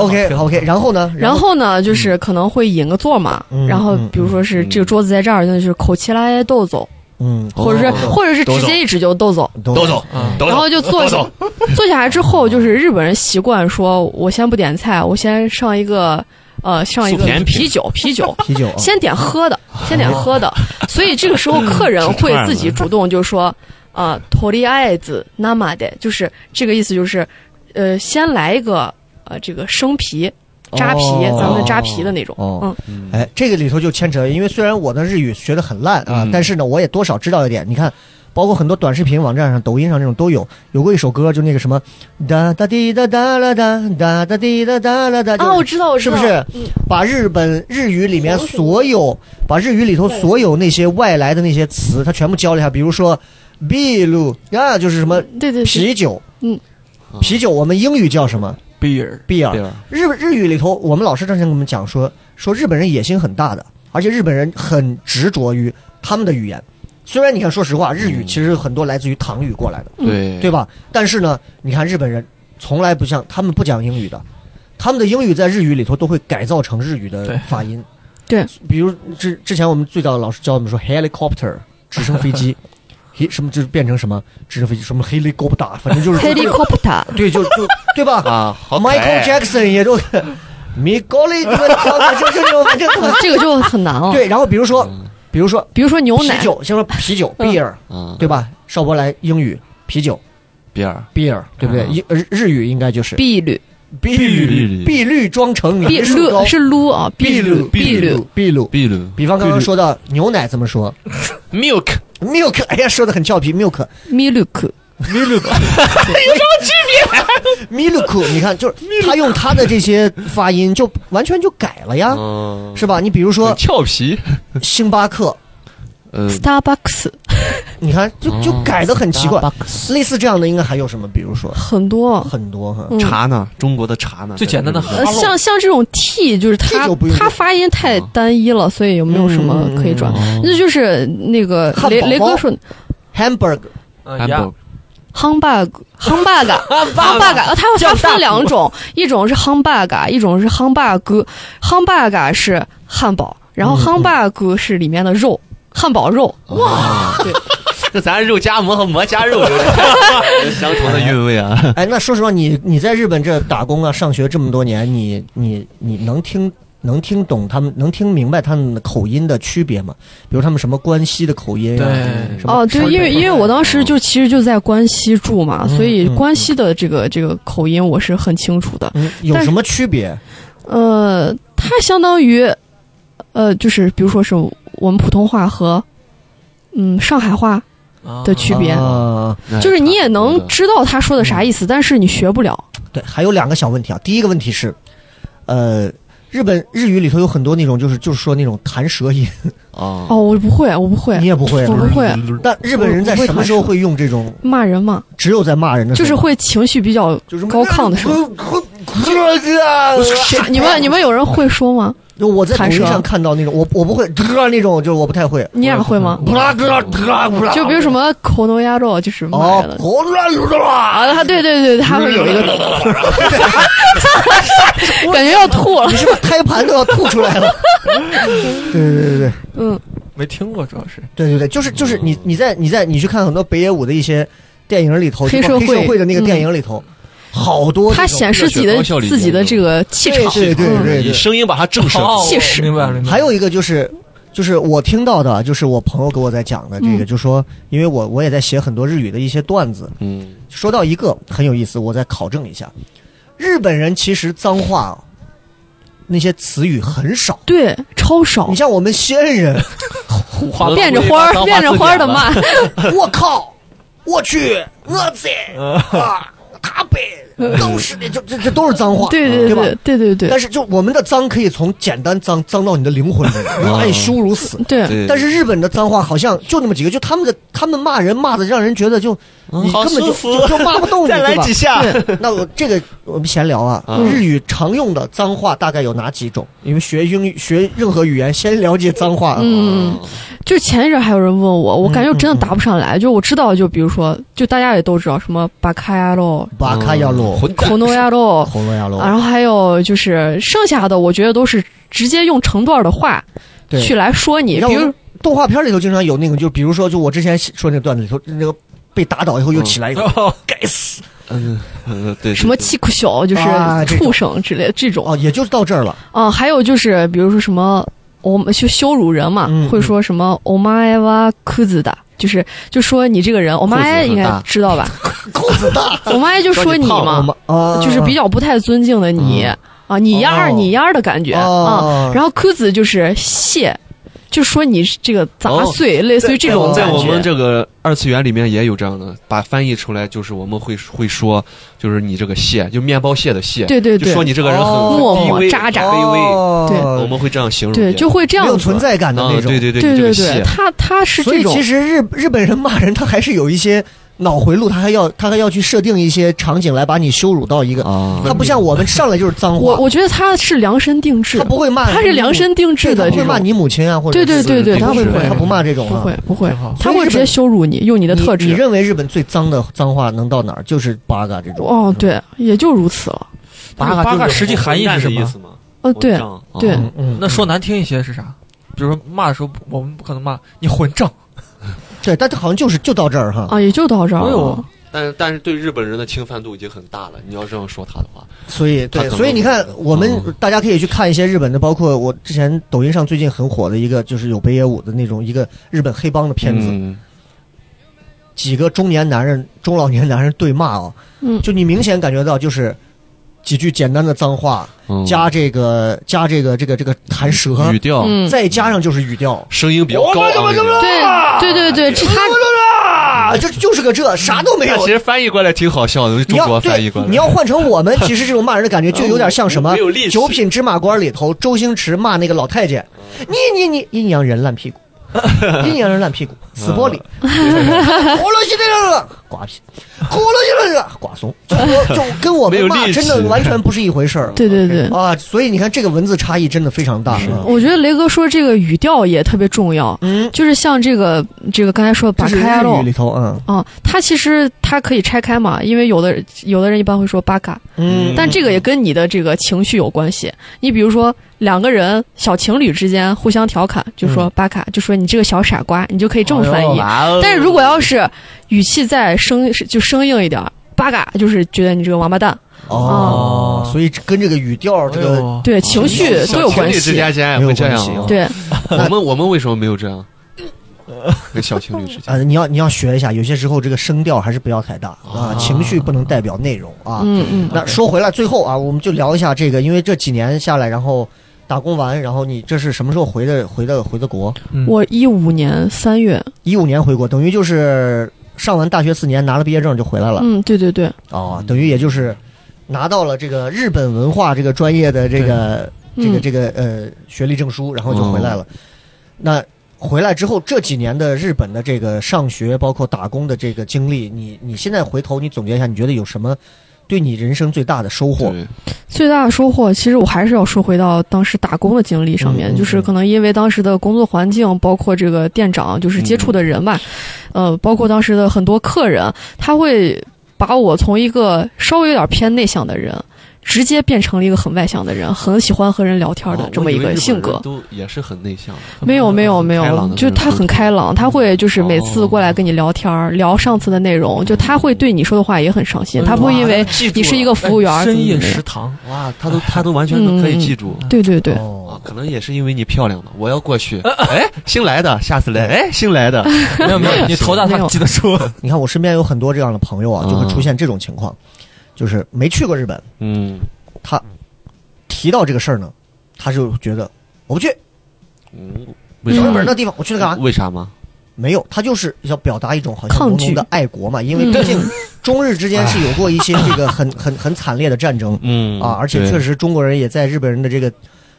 [SPEAKER 2] ，OK OK。然后呢？
[SPEAKER 5] 然后呢，就是可能会引个座嘛
[SPEAKER 2] 嗯，
[SPEAKER 5] 然后比如说是这个桌子在这儿，那就是口气拉耶豆走，
[SPEAKER 2] 嗯，
[SPEAKER 5] 或者是
[SPEAKER 4] 哦
[SPEAKER 5] 或者是
[SPEAKER 4] 豆
[SPEAKER 5] 直
[SPEAKER 4] 走
[SPEAKER 5] 接一指就豆走，
[SPEAKER 2] 都
[SPEAKER 4] 都走，都
[SPEAKER 5] 然
[SPEAKER 4] 走
[SPEAKER 5] 后，就坐下
[SPEAKER 4] 豆
[SPEAKER 5] 坐下来之后，就是日本人习惯说，我先不点菜，我先上一个呃上一个
[SPEAKER 4] 送甜品
[SPEAKER 5] 啤酒，啤酒，
[SPEAKER 2] 啤酒啊，
[SPEAKER 5] 先点喝的，先点喝的，所以这个时候客人会自己主动就说，啊，托利艾子那么的，就是这个意思，就是，呃，先来一个呃这个生啤、扎啤，
[SPEAKER 2] 哦
[SPEAKER 5] 咱们的扎啤的那种，
[SPEAKER 2] 哦
[SPEAKER 5] 嗯，
[SPEAKER 2] 哎，这个里头就牵扯，因为虽然我的日语学的很烂啊，
[SPEAKER 4] 嗯
[SPEAKER 2] 但是呢，我也多少知道一点。你看，包括很多短视频网站上、抖音上这种都有，有过一首歌，就那个什么哒哒滴哒哒啦哒哒哒滴哒哒啦哒，
[SPEAKER 5] 啊，我
[SPEAKER 2] 就
[SPEAKER 5] 知道，我知
[SPEAKER 2] 是
[SPEAKER 5] 道，嗯
[SPEAKER 2] 不是把日本日语里面所有，把日语里头所有那些外来的那些词，它全部教了一下，比如说 b 路啊，就是什么
[SPEAKER 5] 对对对，
[SPEAKER 2] 啤酒，
[SPEAKER 5] 嗯，
[SPEAKER 2] 啤酒我们英语叫什么
[SPEAKER 3] beer，
[SPEAKER 2] beer，
[SPEAKER 4] 对吧？
[SPEAKER 2] 日日语里头，我们老师之前跟我们讲说，说日本人野心很大的，而且日本人很执着于他们的语言。虽然你看，说实话，日语其实很多来自于唐语过来的，
[SPEAKER 4] 嗯对
[SPEAKER 2] 对吧？但是呢，你看日本人从来不像他们不讲英语的，他们的英语在日语里头都会改造成日语的
[SPEAKER 3] 对
[SPEAKER 2] 发音。
[SPEAKER 5] 对，
[SPEAKER 2] 比如之之前我们最早的老师教我们说 helicopter 直升飞机，嘿什么就是变成什么直升飞机，什么 helicopter，反 正就是
[SPEAKER 5] helicopter，
[SPEAKER 2] 对，就就对吧？
[SPEAKER 4] 啊，好可
[SPEAKER 2] Michael
[SPEAKER 4] 爱
[SPEAKER 2] Jackson 也都 米高利，就是这种，就
[SPEAKER 5] 啊这个就很难
[SPEAKER 4] 嗯
[SPEAKER 5] 哦。
[SPEAKER 2] 对。然后比如说，比如说
[SPEAKER 5] 比如说牛
[SPEAKER 2] 啤
[SPEAKER 5] 奶，
[SPEAKER 2] 酒，先说啤酒
[SPEAKER 5] 嗯
[SPEAKER 2] beer，
[SPEAKER 4] 嗯，
[SPEAKER 2] 对吧？邵博来英语啤酒
[SPEAKER 4] 比尔
[SPEAKER 2] beer，对不对？
[SPEAKER 4] 嗯
[SPEAKER 2] 英呃日日语应该就是
[SPEAKER 5] 碧绿，
[SPEAKER 2] 碧
[SPEAKER 4] 绿
[SPEAKER 2] 碧绿庄城
[SPEAKER 5] 碧
[SPEAKER 2] 米数高
[SPEAKER 5] 绿，是撸啊，碧绿，碧绿，
[SPEAKER 2] 碧绿。
[SPEAKER 4] 比鲁
[SPEAKER 2] 比方刚刚说到牛奶怎么说
[SPEAKER 4] milk
[SPEAKER 2] milk，哎呀，说的很俏皮 milk
[SPEAKER 5] 米绿克，
[SPEAKER 2] milk，你看就是他用他的这些发音就完全就改了呀，
[SPEAKER 4] 嗯，
[SPEAKER 2] 是吧？你比如
[SPEAKER 4] 很
[SPEAKER 2] 说
[SPEAKER 4] 俏皮，
[SPEAKER 2] 星巴克，
[SPEAKER 4] 嗯
[SPEAKER 5] Starbucks
[SPEAKER 2] 你看，就就
[SPEAKER 4] 哦
[SPEAKER 2] 改的很奇怪。类似这样的，应该还有什么？比如说
[SPEAKER 5] 很多，
[SPEAKER 2] 很多哈，
[SPEAKER 5] 嗯
[SPEAKER 4] 茶呢，中国的茶呢，
[SPEAKER 3] 最简单的
[SPEAKER 4] 在日
[SPEAKER 5] 呃
[SPEAKER 4] 本，
[SPEAKER 5] 像像这种 T，就是
[SPEAKER 2] T
[SPEAKER 5] 它
[SPEAKER 2] 就不用
[SPEAKER 5] 它发音太单一了，所以有没有什么可以转
[SPEAKER 4] 嗯嗯嗯嗯？
[SPEAKER 5] 那就是那个
[SPEAKER 2] 汉堡
[SPEAKER 5] 雷雷
[SPEAKER 2] 包
[SPEAKER 5] 哥说
[SPEAKER 2] hamburger
[SPEAKER 3] 嗯
[SPEAKER 4] 汉堡
[SPEAKER 5] humbug humbug humbug，呃它它分两种，一种是 humbug，一种是 humbug。humbug 是汉堡，然
[SPEAKER 2] 嗯
[SPEAKER 5] 后 humbug 是里面的肉，汉堡肉。
[SPEAKER 4] 哇，
[SPEAKER 5] 对，
[SPEAKER 4] 这咱肉夹馍和馍夹肉有点相同的韵味啊。
[SPEAKER 2] 哎，那说实话，你你在日本这打工啊、上学这么多年，你你你能听能听懂他们能听明白他们的口音的区别吗？比如他们什么关西的口音啊，
[SPEAKER 3] 对
[SPEAKER 2] 什么
[SPEAKER 5] 哦，对，因为因为我当时就其实就在关西住嘛，
[SPEAKER 2] 嗯
[SPEAKER 5] 所以
[SPEAKER 2] 嗯
[SPEAKER 5] 关西的这个这个口音我是很清楚的。
[SPEAKER 2] 嗯有什么区别？
[SPEAKER 5] 呃，它相当于，呃，就是比如说是我们普通话和，嗯，上海话，
[SPEAKER 3] 啊
[SPEAKER 5] 的区别
[SPEAKER 2] 啊，
[SPEAKER 4] 哎
[SPEAKER 5] 就是你也
[SPEAKER 4] 嗯
[SPEAKER 5] 能知道他说的啥意思，但是你学不了。
[SPEAKER 2] 对，还有两个小问题啊。第一个问题是，呃，日本日语里头有很多那种就是就是说那种弹舌音，
[SPEAKER 4] 啊，
[SPEAKER 5] 哦，我不会，我不会
[SPEAKER 2] 你，也不会啊
[SPEAKER 5] 我。不会
[SPEAKER 2] 但日本人在
[SPEAKER 5] 我不会
[SPEAKER 2] 什么时候会用这种？
[SPEAKER 5] 骂人嘛，
[SPEAKER 2] 只有在骂人的时
[SPEAKER 5] 就
[SPEAKER 2] 候，
[SPEAKER 5] 是会情绪比较
[SPEAKER 2] 嗯就是
[SPEAKER 5] 高亢的时候。啊
[SPEAKER 2] 是
[SPEAKER 5] 你们你们有人会说吗？
[SPEAKER 2] 啊就我在抖音
[SPEAKER 5] 弹舌
[SPEAKER 2] 上看到那种，我我不会咯那种，就是我不太会。
[SPEAKER 5] 你俩会吗？
[SPEAKER 2] 不啦咯啦啦不啦
[SPEAKER 5] 就比如什么口头鸭肉，就是骂
[SPEAKER 2] 哦
[SPEAKER 5] 人，的。
[SPEAKER 2] 不啦啦啦，
[SPEAKER 5] 啊，他对对对，他会有一个， 感觉要吐了
[SPEAKER 2] 你。是不是胎盘都要吐出来 了？对对对对
[SPEAKER 5] 嗯，
[SPEAKER 3] 没听过，主要是
[SPEAKER 2] 对对对，就是就是你你在你在你去看很多北野武的一些电影里头，
[SPEAKER 5] 黑
[SPEAKER 2] 就
[SPEAKER 5] 社
[SPEAKER 2] 黑社
[SPEAKER 5] 会嗯
[SPEAKER 2] 会的那个电影里头，好多
[SPEAKER 5] 他
[SPEAKER 2] 这种
[SPEAKER 5] 显示自己的
[SPEAKER 4] 热血高校里面
[SPEAKER 5] 自己的
[SPEAKER 4] 有
[SPEAKER 5] 这个气
[SPEAKER 2] 对
[SPEAKER 5] 场。
[SPEAKER 2] 对对
[SPEAKER 5] 嗯
[SPEAKER 2] 对
[SPEAKER 4] 以
[SPEAKER 2] 对。
[SPEAKER 4] 声音把它正声。
[SPEAKER 3] 哦
[SPEAKER 5] 气势
[SPEAKER 3] 明白了，明白了
[SPEAKER 2] 还有一个就是，就是我听到的，就是我朋友给我在讲的这个，
[SPEAKER 5] 嗯
[SPEAKER 2] 就说，因为我我也在写很多日语的一些段子，
[SPEAKER 4] 嗯，
[SPEAKER 2] 说到一个很有意思，我再考证一下，日本人其实脏话那些词语很少。
[SPEAKER 5] 对，超少
[SPEAKER 2] 你，像我们西安人，
[SPEAKER 5] 变着花儿变着花儿的骂，
[SPEAKER 2] 我靠，我去，我在啊，他北都是的，这这这都是脏话，
[SPEAKER 5] 对
[SPEAKER 2] 对
[SPEAKER 5] 对
[SPEAKER 2] 吧
[SPEAKER 5] 对对对对
[SPEAKER 2] 但是就我们的脏可以从简单脏脏到你的灵魂里，把你羞辱死。
[SPEAKER 5] 对，
[SPEAKER 4] 对，
[SPEAKER 2] 但是啊日本的脏话好像就那么几个，就他们的他们骂人骂的让人觉得就你
[SPEAKER 4] 好
[SPEAKER 2] 根本就
[SPEAKER 4] 舒服
[SPEAKER 2] 就就骂不动你，
[SPEAKER 4] 再来
[SPEAKER 2] 对吧嗯
[SPEAKER 4] 几？下，
[SPEAKER 2] 那我这个我们闲聊啊，
[SPEAKER 4] 嗯
[SPEAKER 2] 日语常用的脏话大概有哪几种？因为学英语学任何语言，先了解脏话。
[SPEAKER 5] 嗯，就前一阵还有人问我，我感觉我真的答不上
[SPEAKER 2] 嗯
[SPEAKER 5] 来。就我知道，就比如说，就大家也都知道什么巴卡呀喽、
[SPEAKER 2] 巴卡亚罗，
[SPEAKER 4] 混蛋
[SPEAKER 5] 口诺呀喽，
[SPEAKER 2] 红罗亚罗，
[SPEAKER 5] 啊然后还有就是剩下的，我觉得都是直接用成段的话
[SPEAKER 2] 对
[SPEAKER 5] 去来说你，
[SPEAKER 2] 让
[SPEAKER 5] 比
[SPEAKER 2] 我
[SPEAKER 5] 如
[SPEAKER 2] 动画片里头经
[SPEAKER 3] 嗯
[SPEAKER 2] 常有那个，就比如说，就我之前说那个段子里头，那个被打倒以后又起来以后，该死，
[SPEAKER 4] 嗯嗯，对，
[SPEAKER 5] 什么气苦小，就是
[SPEAKER 2] 啊这种
[SPEAKER 5] 畜生之类的这种。
[SPEAKER 2] 哦，也就是到这儿了。
[SPEAKER 5] 啊，还有就是比如说什么，我们就羞辱人嘛，
[SPEAKER 2] 嗯
[SPEAKER 5] 会说什么“我妈耶哇裤子的”，就是就说你这个人，我妈耶应该知道吧？
[SPEAKER 2] 裤子大，
[SPEAKER 5] 我妈耶就说你嘛，
[SPEAKER 2] 啊，
[SPEAKER 5] 就是比较不太尊敬的你、啊，你丫儿、
[SPEAKER 2] 嗯哦
[SPEAKER 5] 你丫儿的感觉、
[SPEAKER 2] 哦
[SPEAKER 5] 啊。然后裤子就是谢，就说你这个
[SPEAKER 2] 哦
[SPEAKER 5] 杂碎，类似于这种
[SPEAKER 4] 在
[SPEAKER 5] 哦感
[SPEAKER 4] 我们
[SPEAKER 5] 觉。
[SPEAKER 4] 这个二次元里面也有这样的，把翻译出来就是我们会会说，就是你这个蟹，就面包蟹的蟹，
[SPEAKER 5] 对对
[SPEAKER 4] 就
[SPEAKER 5] 对
[SPEAKER 4] 说你这个人很
[SPEAKER 2] 哦
[SPEAKER 5] 默
[SPEAKER 4] 低
[SPEAKER 5] 默
[SPEAKER 4] 微
[SPEAKER 5] 渣渣
[SPEAKER 4] 卑微，我
[SPEAKER 2] 对
[SPEAKER 4] 们会这样形容
[SPEAKER 5] 对，
[SPEAKER 4] 别人，
[SPEAKER 5] 就会这样
[SPEAKER 2] 没有
[SPEAKER 5] 子。
[SPEAKER 2] 存在哦感的那
[SPEAKER 4] 啊，
[SPEAKER 2] 种。
[SPEAKER 4] 对对对，
[SPEAKER 5] 对
[SPEAKER 4] 你这
[SPEAKER 5] 对对，
[SPEAKER 4] 个蟹，
[SPEAKER 5] 他他是
[SPEAKER 2] 所
[SPEAKER 5] 这
[SPEAKER 2] 以
[SPEAKER 5] 种
[SPEAKER 2] 其，实日日本人骂人，他还是有一些脑回路，他还要他还要去设定一些场景来把你羞辱到一个，
[SPEAKER 4] 啊
[SPEAKER 2] 他不像我们上来就是脏
[SPEAKER 5] 我
[SPEAKER 2] 话，
[SPEAKER 5] 我觉得他是量身定制
[SPEAKER 2] 他，不会骂，
[SPEAKER 5] 他是量身定制
[SPEAKER 2] 对
[SPEAKER 5] 的
[SPEAKER 2] 啊他不
[SPEAKER 5] 这
[SPEAKER 2] 会骂
[SPEAKER 5] 种。
[SPEAKER 2] 你母亲啊，或者
[SPEAKER 5] 对对
[SPEAKER 2] 是
[SPEAKER 5] 对对，
[SPEAKER 4] 他
[SPEAKER 5] 他
[SPEAKER 4] 不
[SPEAKER 5] 会
[SPEAKER 4] 是
[SPEAKER 5] 会，
[SPEAKER 2] 他不骂这种
[SPEAKER 5] 不
[SPEAKER 2] 啊
[SPEAKER 5] 会。不会
[SPEAKER 3] 挺好，
[SPEAKER 5] 他
[SPEAKER 2] 所以
[SPEAKER 5] 会
[SPEAKER 2] 日
[SPEAKER 5] 直接
[SPEAKER 2] 本
[SPEAKER 5] 羞辱你，用你的特
[SPEAKER 2] 你你
[SPEAKER 5] 质。
[SPEAKER 2] 认为日本最脏的脏话能到哪儿？就是八嘎这种。
[SPEAKER 5] 哦，对，也就如此了。
[SPEAKER 3] 八嘎
[SPEAKER 4] 八
[SPEAKER 3] 八嘎
[SPEAKER 4] 嘎
[SPEAKER 3] 实际含义是什么？
[SPEAKER 4] 么？
[SPEAKER 5] 哦，对
[SPEAKER 4] 混，账啊
[SPEAKER 5] 对
[SPEAKER 2] 嗯，嗯，
[SPEAKER 3] 那说难听一些是啥？比如说骂的时候，我们不可能骂你混账，
[SPEAKER 2] 对，但好像就是就到这儿哈。
[SPEAKER 5] 啊，也就到这儿
[SPEAKER 3] 哎
[SPEAKER 5] 了
[SPEAKER 3] 呦。
[SPEAKER 4] 但是但是对日本人的侵犯度已经很大了，你要这样说他的话，
[SPEAKER 2] 所以
[SPEAKER 4] 他
[SPEAKER 2] 对，
[SPEAKER 4] 可能
[SPEAKER 2] 所以你看，我们
[SPEAKER 4] 嗯
[SPEAKER 2] 大家可以去看一些日本的，包括我之前抖音上最近很火的一个，就是有北野武的那种一个日本黑帮的片子，
[SPEAKER 4] 嗯
[SPEAKER 2] 几个中年男人、中老年男人对骂哦，
[SPEAKER 5] 嗯
[SPEAKER 2] 就你明显感觉到就是几句简单的脏话，
[SPEAKER 4] 嗯
[SPEAKER 2] 加这个加这个这个这个弹舌，
[SPEAKER 4] 语调、
[SPEAKER 5] 嗯，
[SPEAKER 2] 再加上就是语调
[SPEAKER 4] 声音比较高昂一点。
[SPEAKER 5] 对对对对，这
[SPEAKER 2] 哎
[SPEAKER 5] 他
[SPEAKER 4] 嗯
[SPEAKER 2] 啊，就就是个这啥都没
[SPEAKER 4] 但
[SPEAKER 2] 有
[SPEAKER 4] 其。实翻译过来挺好笑的，
[SPEAKER 2] 你
[SPEAKER 4] 中
[SPEAKER 2] 要
[SPEAKER 4] 国翻译
[SPEAKER 2] 对
[SPEAKER 4] 过，来，
[SPEAKER 2] 你要换成我们，其实这种骂人的感觉就有点像什么
[SPEAKER 4] 没有力
[SPEAKER 2] 《
[SPEAKER 4] 气
[SPEAKER 2] 九品芝麻官》里头周星驰骂那个老太监，你你你阴阳人烂屁股，阴阳人烂屁股，死玻璃， 葫芦西这个瓜皮，葫芦西这个瓜怂，就我就跟我
[SPEAKER 4] 没
[SPEAKER 2] 们
[SPEAKER 4] 有
[SPEAKER 2] 骂
[SPEAKER 4] 力气
[SPEAKER 2] 真的完全不是一回事儿
[SPEAKER 5] 对对对。
[SPEAKER 2] 啊！所以你看，这个文字差异真的非常大。嗯
[SPEAKER 5] 我觉得雷哥说这个语调也特别重要，
[SPEAKER 2] 嗯，
[SPEAKER 5] 就是像这个这个刚才说的
[SPEAKER 2] 这
[SPEAKER 5] 把
[SPEAKER 2] 是
[SPEAKER 5] 开
[SPEAKER 2] 日
[SPEAKER 5] 喽
[SPEAKER 2] 语里，头，嗯
[SPEAKER 5] 啊，它其实它可以拆开嘛，因为有的有的人一般会说巴嘎，
[SPEAKER 2] 嗯，
[SPEAKER 5] 但这个也跟你的这个情绪有关系。你比如说，两个人小情侣之间互相调侃，就说
[SPEAKER 2] 嗯哎
[SPEAKER 5] 巴卡，就说你这个小傻瓜，你就可以这
[SPEAKER 3] 哎
[SPEAKER 5] 么翻译。
[SPEAKER 6] 哇
[SPEAKER 3] 呃
[SPEAKER 6] 哦
[SPEAKER 5] 但是如果要是语气再生就生硬一点儿，巴嘎就是觉得你这个王八蛋，
[SPEAKER 2] 哦，所以这跟这个语调这
[SPEAKER 3] 哎
[SPEAKER 2] 个
[SPEAKER 3] 呦
[SPEAKER 5] 对情绪都有
[SPEAKER 4] 情
[SPEAKER 5] 关
[SPEAKER 4] 侣之
[SPEAKER 5] 系。
[SPEAKER 4] 间竟然也会这样啊，
[SPEAKER 5] 对，
[SPEAKER 4] 我们我们为什么没有 这样？跟小情侣之间
[SPEAKER 2] 啊，你要你要学一下，有些时候这个声调还是不要太大啊，情绪不能代表内容啊。
[SPEAKER 5] 嗯嗯，
[SPEAKER 2] 那说回来，最后啊，我们就聊一下这个，因为这几年下来，然后打工完，然后你这是什么时候回的？回的回的国？
[SPEAKER 3] 嗯
[SPEAKER 5] 我一五年三月，
[SPEAKER 2] 一五年回国，等于就是上完大学四年，拿了毕业证就回来了。
[SPEAKER 5] 嗯，对对对，
[SPEAKER 2] 哦，等于也就是拿到了这个日本文化这个专业的这个这个
[SPEAKER 5] 嗯
[SPEAKER 2] 这个呃学历证书，然后就回来了。那回来之后这几年的日本的这个上学，包括打工的这个经历，你你现在回头你总结一下，你觉得有什么对你人生最大的收获？
[SPEAKER 4] 对
[SPEAKER 5] 最大的收获，其实我还是要说回到当时打工的经历上面，
[SPEAKER 2] 嗯嗯
[SPEAKER 5] 就是可能因为当时的工作环境，包括这个店长，就是接触的人吧，呃，包括当时的很多客人，他会把我从一个稍微有点偏内向的人，直接变成了一个很外向的人，很喜欢和人聊天的
[SPEAKER 4] 哦
[SPEAKER 5] 这么一
[SPEAKER 4] 我以为
[SPEAKER 5] 个
[SPEAKER 4] 日
[SPEAKER 5] 性
[SPEAKER 4] 本人
[SPEAKER 5] 格。
[SPEAKER 4] 都也是很内向的，
[SPEAKER 5] 没有没有没
[SPEAKER 4] 开
[SPEAKER 5] 有
[SPEAKER 4] 朗的，
[SPEAKER 5] 就他很开朗，他会就是每次过来跟你聊天儿，聊上次的内容，就他会对你说的话也很上心，他不会因为你是一个服务员儿
[SPEAKER 3] 哎深夜
[SPEAKER 5] 怎么怎么样
[SPEAKER 3] 食堂，
[SPEAKER 4] 哇，他都他都完全都可
[SPEAKER 2] 嗯
[SPEAKER 4] 以记住。
[SPEAKER 3] 嗯
[SPEAKER 5] 对对对，
[SPEAKER 4] 啊
[SPEAKER 2] 哦，，
[SPEAKER 4] 可能也是因为你漂亮吧。我要过去，哎，新来的，下次来，哎，新 来的，
[SPEAKER 3] 没有没有，你头大
[SPEAKER 5] 没
[SPEAKER 3] 他
[SPEAKER 5] 有
[SPEAKER 3] 记得住。
[SPEAKER 2] 你看我身边有很多这样的朋友啊，就会
[SPEAKER 4] 嗯
[SPEAKER 2] 出现这种情况，就是没去过日本，
[SPEAKER 4] 嗯，
[SPEAKER 2] 提到这个事儿呢，他就觉得我不去，
[SPEAKER 4] 为
[SPEAKER 2] 日
[SPEAKER 4] 啥？
[SPEAKER 2] 本人的啊地方我去那干嘛？
[SPEAKER 4] 为啥吗？
[SPEAKER 2] 没有，他就是要表达一种好像
[SPEAKER 5] 抗
[SPEAKER 2] 浓
[SPEAKER 5] 拒
[SPEAKER 2] 浓的爱国嘛，因
[SPEAKER 4] 嗯
[SPEAKER 2] 为毕竟 中日之间是有过一些这个很很很惨烈的战争
[SPEAKER 4] 嗯
[SPEAKER 2] 啊，而且确实中国人也在日本人的这个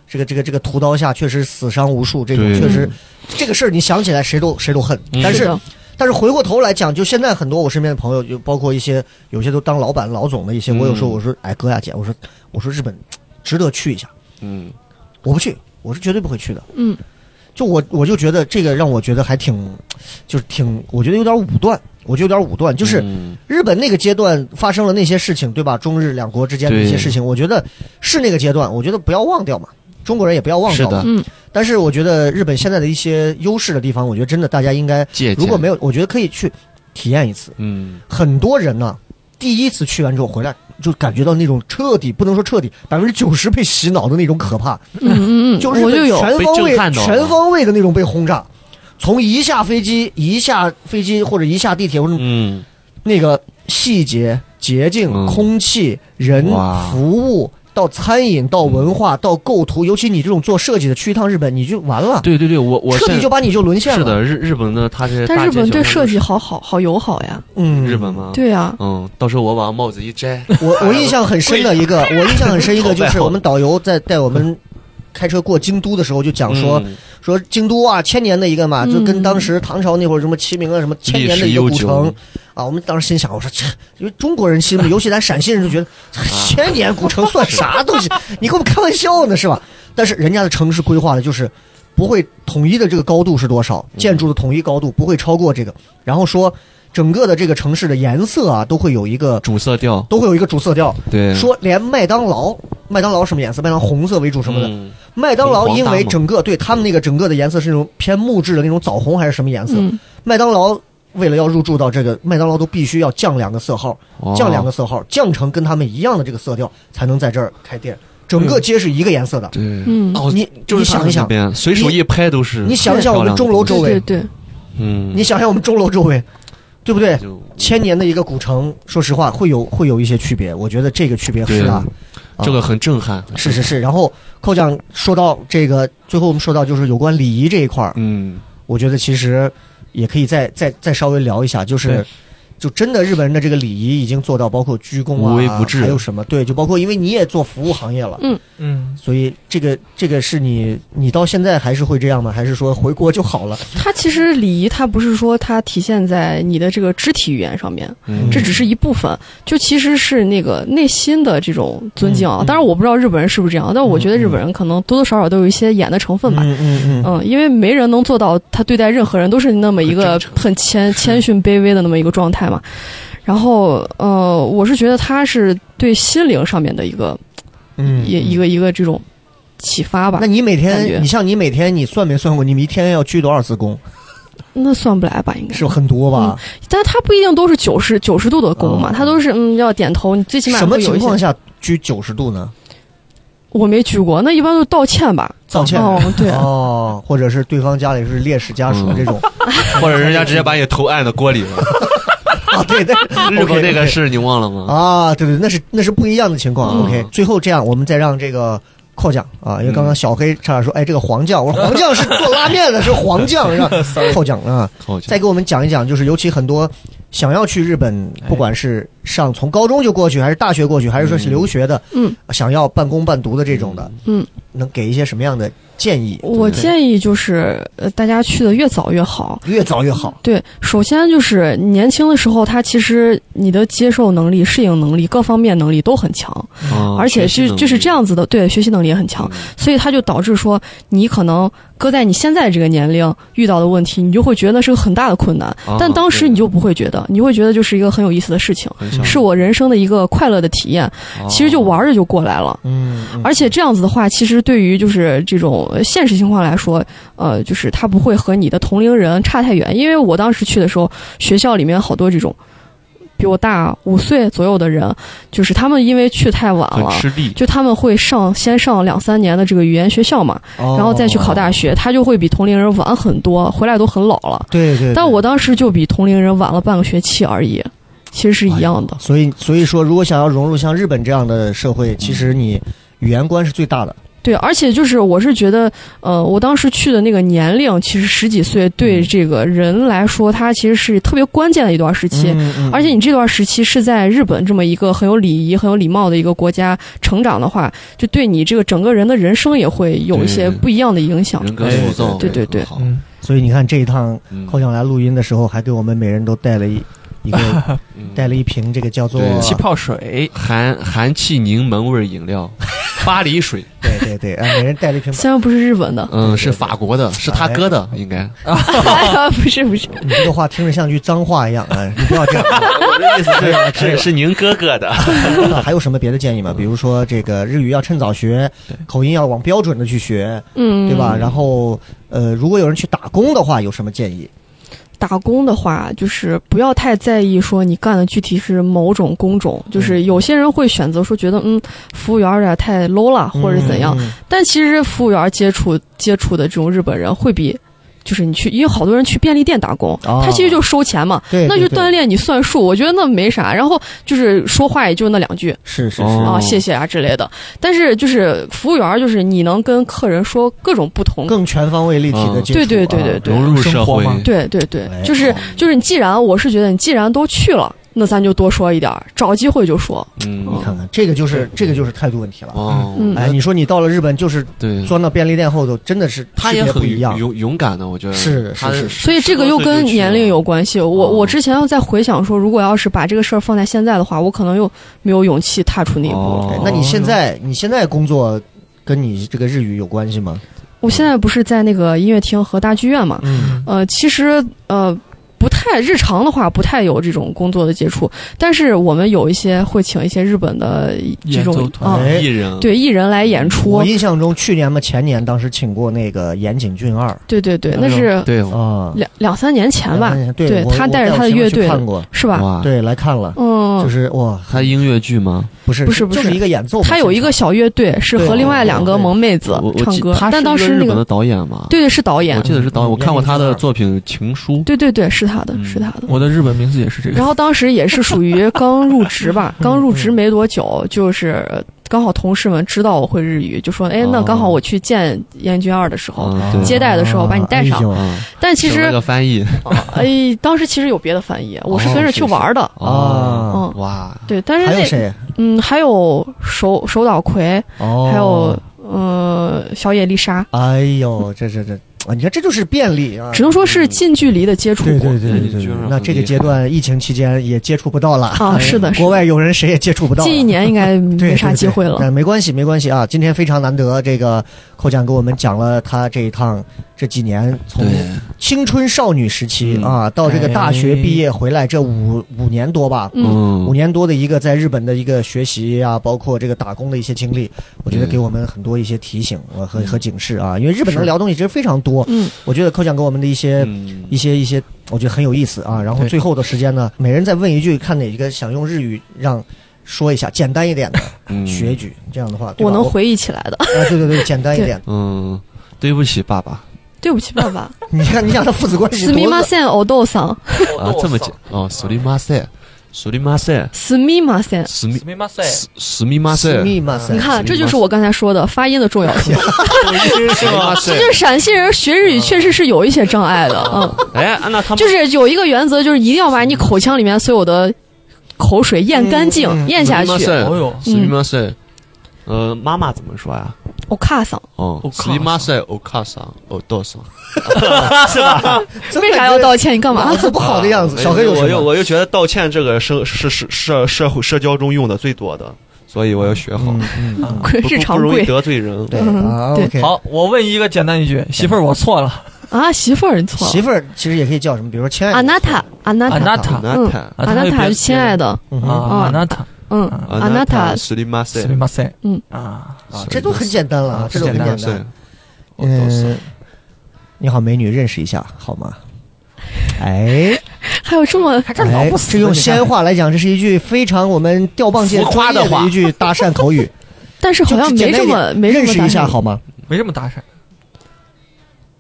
[SPEAKER 2] 这个这个这个屠刀下确实死伤无数，这种
[SPEAKER 4] 对
[SPEAKER 2] 确实这个事儿你想起来谁都谁都恨，
[SPEAKER 4] 嗯
[SPEAKER 2] 但是
[SPEAKER 5] 的
[SPEAKER 2] 但是回过头来讲，就现在很多我身边的朋友，就包括一些有些都当老板老总的一些，
[SPEAKER 4] 嗯
[SPEAKER 2] 我有时候我说哎哥呀姐，我说我说日本值得去一下，
[SPEAKER 4] 嗯，
[SPEAKER 2] 我不去，我是绝对不会去的。
[SPEAKER 5] 嗯，
[SPEAKER 2] 就我我就觉得这个让我觉得还挺，就是挺，我觉得有点武断，我觉得有点武断。就是
[SPEAKER 4] 嗯
[SPEAKER 2] 日本那个阶段发生了那些事情，对吧？中日两国之间的一些
[SPEAKER 4] 对
[SPEAKER 2] 事情，我觉得是那个阶段，我觉得不要忘掉嘛。中国人也不要忘
[SPEAKER 4] 是
[SPEAKER 2] 掉嘛。
[SPEAKER 4] 的，
[SPEAKER 5] 嗯，
[SPEAKER 2] 但是我觉得日本现在的一些优势的地方，我觉得真的大家应该，
[SPEAKER 4] 借鉴
[SPEAKER 2] 如果没有，我觉得可以去体验一次。
[SPEAKER 4] 嗯
[SPEAKER 2] 很多人呢、第一次去完之后回来，就感觉到那种彻底不能说彻底，百分之九十被洗脑的那种可怕，
[SPEAKER 5] 嗯嗯嗯，
[SPEAKER 2] 就是
[SPEAKER 5] 我就
[SPEAKER 2] 被
[SPEAKER 5] 有，
[SPEAKER 2] 全
[SPEAKER 4] 被
[SPEAKER 2] 方
[SPEAKER 4] 震
[SPEAKER 2] 位、
[SPEAKER 4] 撼到了
[SPEAKER 2] 全方位的那种被轰炸。从一下飞机、一下飞机或者一下地铁，或者
[SPEAKER 4] 嗯，
[SPEAKER 2] 那个细节、捷径、
[SPEAKER 4] 嗯
[SPEAKER 2] 空气、人
[SPEAKER 4] 哇、
[SPEAKER 2] 服务，到餐饮、到文化、到构图，尤其你这种做设计的，去一趟日本你就完了，
[SPEAKER 4] 对对对，我我
[SPEAKER 2] 彻底
[SPEAKER 4] 现
[SPEAKER 2] 就把你就沦陷了。
[SPEAKER 4] 是，的，日日本的他这些
[SPEAKER 5] 但
[SPEAKER 4] 大
[SPEAKER 5] 日
[SPEAKER 4] 街
[SPEAKER 5] 本对
[SPEAKER 4] 小巷
[SPEAKER 5] 设
[SPEAKER 4] 都是
[SPEAKER 5] 计好好好友好呀，
[SPEAKER 2] 嗯，
[SPEAKER 4] 日本吗？
[SPEAKER 5] 对呀，
[SPEAKER 4] 嗯，到时候我把帽子 一摘，
[SPEAKER 2] 我我印象很深的一个，我印象很深一个就是我们导游在带我们开车过京都的时候就讲说、
[SPEAKER 4] 嗯
[SPEAKER 2] 说京都啊，千年的一个嘛，就跟当时唐朝那会儿什么齐名啊什么千
[SPEAKER 4] 历
[SPEAKER 2] 年的一
[SPEAKER 4] 史
[SPEAKER 2] 个
[SPEAKER 4] 悠
[SPEAKER 2] 古
[SPEAKER 4] 久
[SPEAKER 2] 城，啊，我们当时心想，我说这因为中国人心里，尤其咱陕西人就觉得
[SPEAKER 4] 啊
[SPEAKER 2] 千年古城算啥东西？ 你跟我们开玩笑呢是吧？但是人家的城市规划的就是。不会统一的这个高度是多少？
[SPEAKER 4] 嗯
[SPEAKER 2] 建筑的统一高度不会超过这个。然后说，整个的这个城市的颜色啊，都会有一个
[SPEAKER 4] 主色调，
[SPEAKER 2] 都会有一个主色调。
[SPEAKER 4] 对，
[SPEAKER 2] 说连麦当劳，麦当劳什么颜色？麦当劳红色为主什么的。
[SPEAKER 4] 嗯
[SPEAKER 2] 麦当劳
[SPEAKER 4] 红黄
[SPEAKER 2] 因
[SPEAKER 4] 搭
[SPEAKER 2] 为
[SPEAKER 4] 嘛
[SPEAKER 2] 整个对他们那个整个的颜色是那种偏木质的那种枣红还是什么颜色？
[SPEAKER 5] 嗯
[SPEAKER 2] 麦当劳为了要入驻到这个麦当劳都必须要降两个色号，
[SPEAKER 4] 哦
[SPEAKER 2] 降两个色号，降成跟他们一样的这个色调才能在这儿开店。整个街是一个颜色的。
[SPEAKER 4] 对，
[SPEAKER 5] 嗯，
[SPEAKER 4] 哦，
[SPEAKER 2] 你
[SPEAKER 4] 就是
[SPEAKER 2] 你想
[SPEAKER 4] 他们
[SPEAKER 2] 一想
[SPEAKER 4] 那边随手
[SPEAKER 2] 你
[SPEAKER 4] 一拍都是，
[SPEAKER 2] 你想想我们钟楼周
[SPEAKER 5] 对对
[SPEAKER 2] 围，
[SPEAKER 5] 对，
[SPEAKER 4] 嗯，
[SPEAKER 2] 你想想我们钟楼周围，对不对？
[SPEAKER 4] 就
[SPEAKER 2] 千年的一个古城，说实话会有会有一些区别，我觉得这个区别很
[SPEAKER 4] 对
[SPEAKER 2] 大。
[SPEAKER 4] 这个很震撼，
[SPEAKER 2] 是是是，然后寇将说到这个，最后我们说到就是有关礼仪这一块儿，
[SPEAKER 4] 嗯，
[SPEAKER 2] 我觉得其实也可以再再再稍微聊一下，就是
[SPEAKER 3] 对
[SPEAKER 2] 就真的日本人的这个礼仪已经做到包括鞠躬啊，
[SPEAKER 4] 无微不至
[SPEAKER 2] 还有什么对，就包括因为你也做服务行业了，
[SPEAKER 5] 嗯
[SPEAKER 3] 嗯，
[SPEAKER 2] 所以这个这个是你你到现在还是会这样吗？还是说回国就好了？
[SPEAKER 5] 它其实礼仪，它不是说它体现在你的这个肢体语言上面，
[SPEAKER 4] 嗯
[SPEAKER 5] 这只是一部分，就其实是那个内心的这种尊敬啊。
[SPEAKER 3] 嗯嗯
[SPEAKER 5] 当然，我不知道日本人是不是这样，但我觉得日本人可能多多少少都有一些演的成分吧。
[SPEAKER 2] 嗯嗯嗯，
[SPEAKER 5] 嗯，因为没人能做到他对待任何人都是那么一个
[SPEAKER 4] 很真诚
[SPEAKER 5] 很谦谦逊卑微的那么一个状态嘛。然后，呃，我是觉得他是对心灵上面的一个
[SPEAKER 2] 嗯
[SPEAKER 5] 一一。个一个这种启发吧
[SPEAKER 2] 那。你每
[SPEAKER 5] 感觉
[SPEAKER 2] 天，你像你每天，你算没算过，你们一天要鞠多少次躬？
[SPEAKER 5] 那算不来吧，应该
[SPEAKER 2] 是很多吧？
[SPEAKER 5] 但他不一定都是九十九十度的躬嘛，
[SPEAKER 2] 哦
[SPEAKER 5] 他都是嗯要点头，你最起码
[SPEAKER 2] 什么
[SPEAKER 5] 会有
[SPEAKER 2] 情
[SPEAKER 5] 一些
[SPEAKER 2] 况下鞠九十度呢？
[SPEAKER 5] 我没举过，那一般都是道歉吧。
[SPEAKER 2] 道歉
[SPEAKER 5] 哦，对，
[SPEAKER 2] 哦，或者是对方家里是烈士家属
[SPEAKER 4] 嗯
[SPEAKER 2] 这种
[SPEAKER 4] 或者人家直接把你头按到锅里了。
[SPEAKER 2] 啊，对 对，
[SPEAKER 4] 日
[SPEAKER 2] OK，
[SPEAKER 4] 本那个
[SPEAKER 2] OK
[SPEAKER 4] 事你忘了吗？
[SPEAKER 2] 啊，对对，那是那是不一样的情况。
[SPEAKER 4] 嗯
[SPEAKER 2] OK，最后这样，我们再让这个寇酱啊，因为
[SPEAKER 5] 嗯
[SPEAKER 2] 刚刚小黑差点说，哎，这个黄酱，我说黄酱是做拉面的，是黄酱，是吧？ 寇酱啊，
[SPEAKER 4] 好家
[SPEAKER 2] 再给我们讲一讲，就是尤其很多想要去日本，
[SPEAKER 5] 哎
[SPEAKER 2] 不管是上从高中就过去，还是大学过去，还是说是留学的，
[SPEAKER 5] 嗯，
[SPEAKER 2] 想要半工半读的这种的，
[SPEAKER 5] 嗯，
[SPEAKER 2] 能给一些什么样的建议？
[SPEAKER 5] 我
[SPEAKER 2] 对
[SPEAKER 5] 建议就是呃大家去的越早越好。
[SPEAKER 2] 越早越好。
[SPEAKER 5] 对，首先就是年轻的时候，他其实你的接受能力、适应能力、各方面能力都很强，
[SPEAKER 2] 啊
[SPEAKER 4] 哦
[SPEAKER 5] 而且
[SPEAKER 4] 学
[SPEAKER 5] 就
[SPEAKER 4] 习能力
[SPEAKER 5] 就是这样子的，对，学习能力也很强，所以它就导致说，你可能搁在你现在这个年龄遇到的问题，你就会觉得那是个很大的困难
[SPEAKER 4] 啊，
[SPEAKER 5] 但当时
[SPEAKER 4] 对哦
[SPEAKER 5] 你就不会觉得，你会觉得就是一个很有意思的事情，
[SPEAKER 4] 很啊小
[SPEAKER 5] 是我人生的一个快乐的体验，
[SPEAKER 4] 哦
[SPEAKER 5] 其实就玩着就过来了。
[SPEAKER 2] 嗯，嗯
[SPEAKER 5] 而且这样子的话，其实对于就是这种呃现实情况来说，呃，就是它不会和你的同龄人差太远。因为我当时去的时候，学校里面好多这种比我大五岁左右的人，就是他们因为去太晚
[SPEAKER 4] 很
[SPEAKER 5] 了。啊
[SPEAKER 4] 吃力，
[SPEAKER 5] 就他们会上先上两三年的这个语言学校嘛，
[SPEAKER 2] 然
[SPEAKER 5] 然后再去考大学，他就会比同龄人晚很多，回来都很老了。
[SPEAKER 2] 对对，
[SPEAKER 5] 但我当时就比同龄人晚了半个学期而已，其实是一样的。
[SPEAKER 2] 所以所以说，如果想要融入像日本这样的社会，其实你语言关是最大的。
[SPEAKER 5] 对，而且就是我是觉得，呃，我当时去的那个年龄，其实十几岁对
[SPEAKER 2] 嗯
[SPEAKER 5] 这个人来说，他其实是特别关键的一段时期。
[SPEAKER 2] 嗯
[SPEAKER 5] 而且你这段时期是在日本这么一个很有礼仪、很有礼貌的一个国家成长的话，就对你这个整个人的人生也会有一些
[SPEAKER 4] 对
[SPEAKER 5] 不一样的影响。
[SPEAKER 4] 人格塑
[SPEAKER 2] 哎
[SPEAKER 4] 造，
[SPEAKER 5] 对对对
[SPEAKER 4] 好
[SPEAKER 3] 嗯，
[SPEAKER 2] 所以你看这一趟
[SPEAKER 4] 嗯
[SPEAKER 2] 寇将来录音的时候，还给我们每人都带了一一个
[SPEAKER 4] 嗯
[SPEAKER 2] 带了一瓶这个叫做
[SPEAKER 4] 对
[SPEAKER 3] 气泡水，
[SPEAKER 4] 含含气柠檬味儿饮料，巴黎水，，
[SPEAKER 2] 对对对，啊，每人带了一 瓶。
[SPEAKER 5] 虽然不是日本的
[SPEAKER 4] 嗯，是法国的，是他哥的，应该。
[SPEAKER 2] 哦
[SPEAKER 5] 不是不是，
[SPEAKER 2] 你这个话听着像句脏话一样，哎，你不要这样。
[SPEAKER 4] 我的意思 是
[SPEAKER 2] 可以了
[SPEAKER 4] 是是您哥哥的，
[SPEAKER 2] 那 还有什么别的建议吗？比如说这个日语要趁早学，口音要往标准的去学，
[SPEAKER 5] 嗯，
[SPEAKER 2] 对吧？然后呃，如果有人去打工的话，有什么建议？
[SPEAKER 5] 打工的话，就是不要太在意说你干的具体是某种工种，
[SPEAKER 2] 嗯
[SPEAKER 5] 就是有些人会选择说觉得嗯，服务员有点太 low 了，或者是怎样。
[SPEAKER 2] 嗯
[SPEAKER 5] 但其实服务员接触接触的这种日本人会比。就是你去，因为好多人去便利店打工，
[SPEAKER 2] 哦
[SPEAKER 5] 他其实就收钱嘛，
[SPEAKER 2] 对
[SPEAKER 5] 那
[SPEAKER 2] 对
[SPEAKER 5] 就
[SPEAKER 2] 对
[SPEAKER 5] 锻炼你算数，我觉得那没啥。然后就是说话也就那两句，
[SPEAKER 2] 是是是，
[SPEAKER 4] 哦
[SPEAKER 5] 啊，谢谢啊之类的。但是就是服务员儿，就是你能跟客人说各种不同，
[SPEAKER 2] 更全方位立体的
[SPEAKER 4] 嗯
[SPEAKER 2] 接触啊。
[SPEAKER 5] 对对对对对
[SPEAKER 4] 融入社
[SPEAKER 3] 生活
[SPEAKER 4] 会，
[SPEAKER 3] 嘛
[SPEAKER 5] 对对对
[SPEAKER 2] 哎，
[SPEAKER 5] 就是
[SPEAKER 4] 嗯
[SPEAKER 5] 就是你既然我是觉得你既然都去了，那咱就多说一点儿，找机会就说。
[SPEAKER 2] 你
[SPEAKER 4] 嗯，
[SPEAKER 2] 看看这个就是这个就是态度问题了。
[SPEAKER 4] 哦，
[SPEAKER 5] 嗯
[SPEAKER 2] 哎，你说你到了日本就是
[SPEAKER 4] 对，
[SPEAKER 2] 钻到便利店后头，真的是
[SPEAKER 4] 他
[SPEAKER 2] 区
[SPEAKER 4] 也
[SPEAKER 2] 别
[SPEAKER 4] 很
[SPEAKER 2] 不一样。
[SPEAKER 4] 勇勇敢的，我觉得
[SPEAKER 2] 是
[SPEAKER 4] 他
[SPEAKER 2] 是是
[SPEAKER 5] 所以这个又跟年
[SPEAKER 4] 啊
[SPEAKER 5] 龄有关系。我我之前又在回想说，如果要是把这个事儿放在现在的话，我可能又没有勇气踏出那一步。
[SPEAKER 4] 哦
[SPEAKER 2] 哎那你现在你现在工作跟你这个日语有关系吗？
[SPEAKER 5] 我现在不是在那个音乐厅和大剧院嘛，
[SPEAKER 2] 嗯，
[SPEAKER 5] 呃，其实呃不太日常的话，不太有这种工作的接触，但是我们有一些会请一些日本的这
[SPEAKER 3] 演奏
[SPEAKER 5] 种
[SPEAKER 3] 团
[SPEAKER 5] 啊、
[SPEAKER 4] 艺
[SPEAKER 2] 哎，
[SPEAKER 4] 人，
[SPEAKER 5] 对艺人来演出
[SPEAKER 2] 我，印象中去年嘛前年当时请过那个岩井俊二
[SPEAKER 5] 对对对，那
[SPEAKER 3] 哎呦
[SPEAKER 5] 是
[SPEAKER 4] 对，哎
[SPEAKER 2] 啊，
[SPEAKER 5] 两两三年前吧，
[SPEAKER 2] 对
[SPEAKER 5] 对
[SPEAKER 2] 我
[SPEAKER 5] 他
[SPEAKER 2] 我
[SPEAKER 5] 带着
[SPEAKER 2] 我
[SPEAKER 5] 他的
[SPEAKER 2] 前面
[SPEAKER 5] 乐
[SPEAKER 2] 去
[SPEAKER 5] 队
[SPEAKER 2] 看过，
[SPEAKER 5] 是吧？
[SPEAKER 4] 哇，
[SPEAKER 2] 对，来看了，
[SPEAKER 5] 嗯，
[SPEAKER 2] 就是哇，
[SPEAKER 4] 他音乐剧吗？
[SPEAKER 2] 不是
[SPEAKER 5] 不是不
[SPEAKER 2] 就是一个演奏嘛，
[SPEAKER 5] 他有一个小乐队，是
[SPEAKER 2] 对
[SPEAKER 5] 和另外两个
[SPEAKER 2] 对
[SPEAKER 5] 萌妹子
[SPEAKER 4] 哦我我
[SPEAKER 5] 唱
[SPEAKER 4] 记
[SPEAKER 5] 歌
[SPEAKER 4] 他，是
[SPEAKER 5] 但当
[SPEAKER 4] 一
[SPEAKER 5] 时
[SPEAKER 4] 日
[SPEAKER 5] 那
[SPEAKER 4] 本的
[SPEAKER 5] 个
[SPEAKER 4] 导演嘛，
[SPEAKER 5] 对对是导演
[SPEAKER 4] 我，记得是导演，我看过他的作品《情书》，
[SPEAKER 5] 对对对是他的，
[SPEAKER 4] 嗯
[SPEAKER 5] 是他的。
[SPEAKER 3] 我的日本名字也是这个。
[SPEAKER 5] 然后当时也是 属于刚入职吧，
[SPEAKER 2] 嗯
[SPEAKER 5] 刚入职没多久，就是呃刚好同事们知道我会日语，就说：“
[SPEAKER 2] 哦
[SPEAKER 5] 哎，那刚好我去见燕君二的时候。
[SPEAKER 4] 嗯对
[SPEAKER 5] 接待的时候把你带上
[SPEAKER 2] 哎呦
[SPEAKER 4] 嗯，
[SPEAKER 5] 但其
[SPEAKER 4] 那
[SPEAKER 5] 实
[SPEAKER 4] 个，翻译
[SPEAKER 5] 哎，当时其实有别的翻译，我是
[SPEAKER 4] 哦
[SPEAKER 5] 跟着
[SPEAKER 4] 是
[SPEAKER 5] 去玩儿的。
[SPEAKER 2] 啊，
[SPEAKER 5] 嗯，
[SPEAKER 4] 哦哇，
[SPEAKER 5] 对，但是
[SPEAKER 2] 还有
[SPEAKER 5] 那
[SPEAKER 2] 谁？
[SPEAKER 5] 嗯，还有手手岛葵，
[SPEAKER 2] 哦，
[SPEAKER 5] 还有呃小野丽莎，
[SPEAKER 2] 哎呦，这这这啊！你看，这就是便利啊。
[SPEAKER 5] 只能说是近距离的接触过。
[SPEAKER 4] 对对对对
[SPEAKER 2] 那这个阶段疫情期间也接触不到了
[SPEAKER 5] 啊是的
[SPEAKER 2] 哎
[SPEAKER 5] 是的
[SPEAKER 2] 国外有人谁也接触不到了。
[SPEAKER 5] 近一年应该
[SPEAKER 2] 对
[SPEAKER 5] 没啥机会了。
[SPEAKER 2] 但没关系，没关系啊！今天非常难得，这个寇酱给我们讲了他这一趟这几年从青春少女时期
[SPEAKER 4] 嗯
[SPEAKER 2] 啊到这个大学毕业回来这五五年多吧，
[SPEAKER 5] 嗯，
[SPEAKER 4] 嗯
[SPEAKER 2] 五年多的一个在日本的一个学习啊，包括这个打工的一些经历，我觉得
[SPEAKER 4] 对
[SPEAKER 2] 给我们很多一些提醒呃和和警示啊，因为日本能聊东西其实非常多。
[SPEAKER 5] 嗯，
[SPEAKER 2] 我觉得寇酱给我们的一些
[SPEAKER 4] 嗯
[SPEAKER 2] 一些一些，我觉得很有意思啊。然后
[SPEAKER 3] 对
[SPEAKER 2] 最后的时间呢，每人再问一句，看哪一个想用日语让说一下，简单一点的
[SPEAKER 4] 嗯
[SPEAKER 2] 学一句，这样的话，对吧
[SPEAKER 5] 我 能回忆起来的。
[SPEAKER 2] 啊，对对对，简单一点。
[SPEAKER 4] 嗯，对不起，爸啊爸
[SPEAKER 5] 对不起，爸爸。
[SPEAKER 2] 你看，你想他父子关系
[SPEAKER 5] す
[SPEAKER 2] 多
[SPEAKER 5] みま
[SPEAKER 2] 恶
[SPEAKER 5] せん、お父さん。
[SPEAKER 4] 啊，这么讲哦，苏里马塞，苏里马塞，
[SPEAKER 5] すみません。
[SPEAKER 4] 史密
[SPEAKER 3] すみません
[SPEAKER 4] 史密马塞
[SPEAKER 2] 心，密嘛塞
[SPEAKER 5] 你。看，这就是我刚才说的发音的重要性。
[SPEAKER 4] 是吗？
[SPEAKER 5] 这就是陕西人学日语确实是有一些障 碍的，嗯，
[SPEAKER 4] 哎，那他们
[SPEAKER 5] 就是有一个原则，就是一定要把你口腔里面所有的口水咽干净，
[SPEAKER 2] 嗯
[SPEAKER 5] 咽下去。
[SPEAKER 3] 哦哟，
[SPEAKER 4] 史密马塞，呃，妈妈怎么说呀？
[SPEAKER 5] 我 卡嗓，
[SPEAKER 4] 哦，
[SPEAKER 3] お母
[SPEAKER 4] 斯
[SPEAKER 3] さん
[SPEAKER 4] 里马塞欧卡桑欧 多桑，
[SPEAKER 2] 真的
[SPEAKER 5] 为啥要道歉？你干 嘛
[SPEAKER 2] 脑？子 啊不好的样子，小黑有
[SPEAKER 4] 啊我
[SPEAKER 2] 什
[SPEAKER 4] 又
[SPEAKER 2] 么？
[SPEAKER 4] 我又觉得道歉这个社社社社社会社交中用的最多的，所以我要学好，
[SPEAKER 2] 嗯嗯嗯，
[SPEAKER 5] 贵
[SPEAKER 4] 不
[SPEAKER 5] 日
[SPEAKER 4] 不
[SPEAKER 5] 常
[SPEAKER 4] 容易
[SPEAKER 5] 贵
[SPEAKER 4] 得罪人。
[SPEAKER 2] 对
[SPEAKER 5] 嗯
[SPEAKER 2] 啊
[SPEAKER 5] 对
[SPEAKER 2] ，OK。
[SPEAKER 3] 好，我问一个简单一句，媳妇儿，我错了。
[SPEAKER 5] 啊！媳妇儿，你错
[SPEAKER 2] 媳
[SPEAKER 5] 了。
[SPEAKER 2] 妇儿其实也可以叫什么，比如说亲爱的。
[SPEAKER 5] 阿纳塔，阿纳
[SPEAKER 3] 阿
[SPEAKER 5] 塔，
[SPEAKER 3] 纳塔
[SPEAKER 4] 那
[SPEAKER 5] 嗯
[SPEAKER 4] 太啊
[SPEAKER 3] 啊
[SPEAKER 5] 阿纳
[SPEAKER 3] 他会
[SPEAKER 5] 塔
[SPEAKER 3] 别
[SPEAKER 5] 是亲爱的，
[SPEAKER 2] 嗯哼
[SPEAKER 3] 啊，
[SPEAKER 5] 啊
[SPEAKER 3] 阿纳塔，
[SPEAKER 5] 嗯，阿纳塔，
[SPEAKER 4] 斯里马
[SPEAKER 3] す
[SPEAKER 4] 塞
[SPEAKER 3] みません。
[SPEAKER 5] 嗯
[SPEAKER 3] 啊，
[SPEAKER 2] 啊，这都很简单了，啊
[SPEAKER 3] 啊
[SPEAKER 2] 这都很
[SPEAKER 3] 简
[SPEAKER 2] 简
[SPEAKER 3] 单
[SPEAKER 2] 单
[SPEAKER 4] 塞。，欧多桑
[SPEAKER 2] 嗯，你好，美女，认识一下好吗？哎，
[SPEAKER 5] 还有这么
[SPEAKER 2] 这
[SPEAKER 3] 老不死
[SPEAKER 2] 这用西安话来讲，这是一句非常我们吊棒界
[SPEAKER 4] 浮夸的
[SPEAKER 2] 专业
[SPEAKER 4] 话
[SPEAKER 2] 一句搭讪口语，
[SPEAKER 5] 但是好像
[SPEAKER 2] 就
[SPEAKER 5] 没
[SPEAKER 2] 简单
[SPEAKER 5] 这
[SPEAKER 2] 一点
[SPEAKER 5] 么没这么
[SPEAKER 2] 认识一下
[SPEAKER 5] 搭讪
[SPEAKER 2] 好吗？
[SPEAKER 3] 没这么搭讪。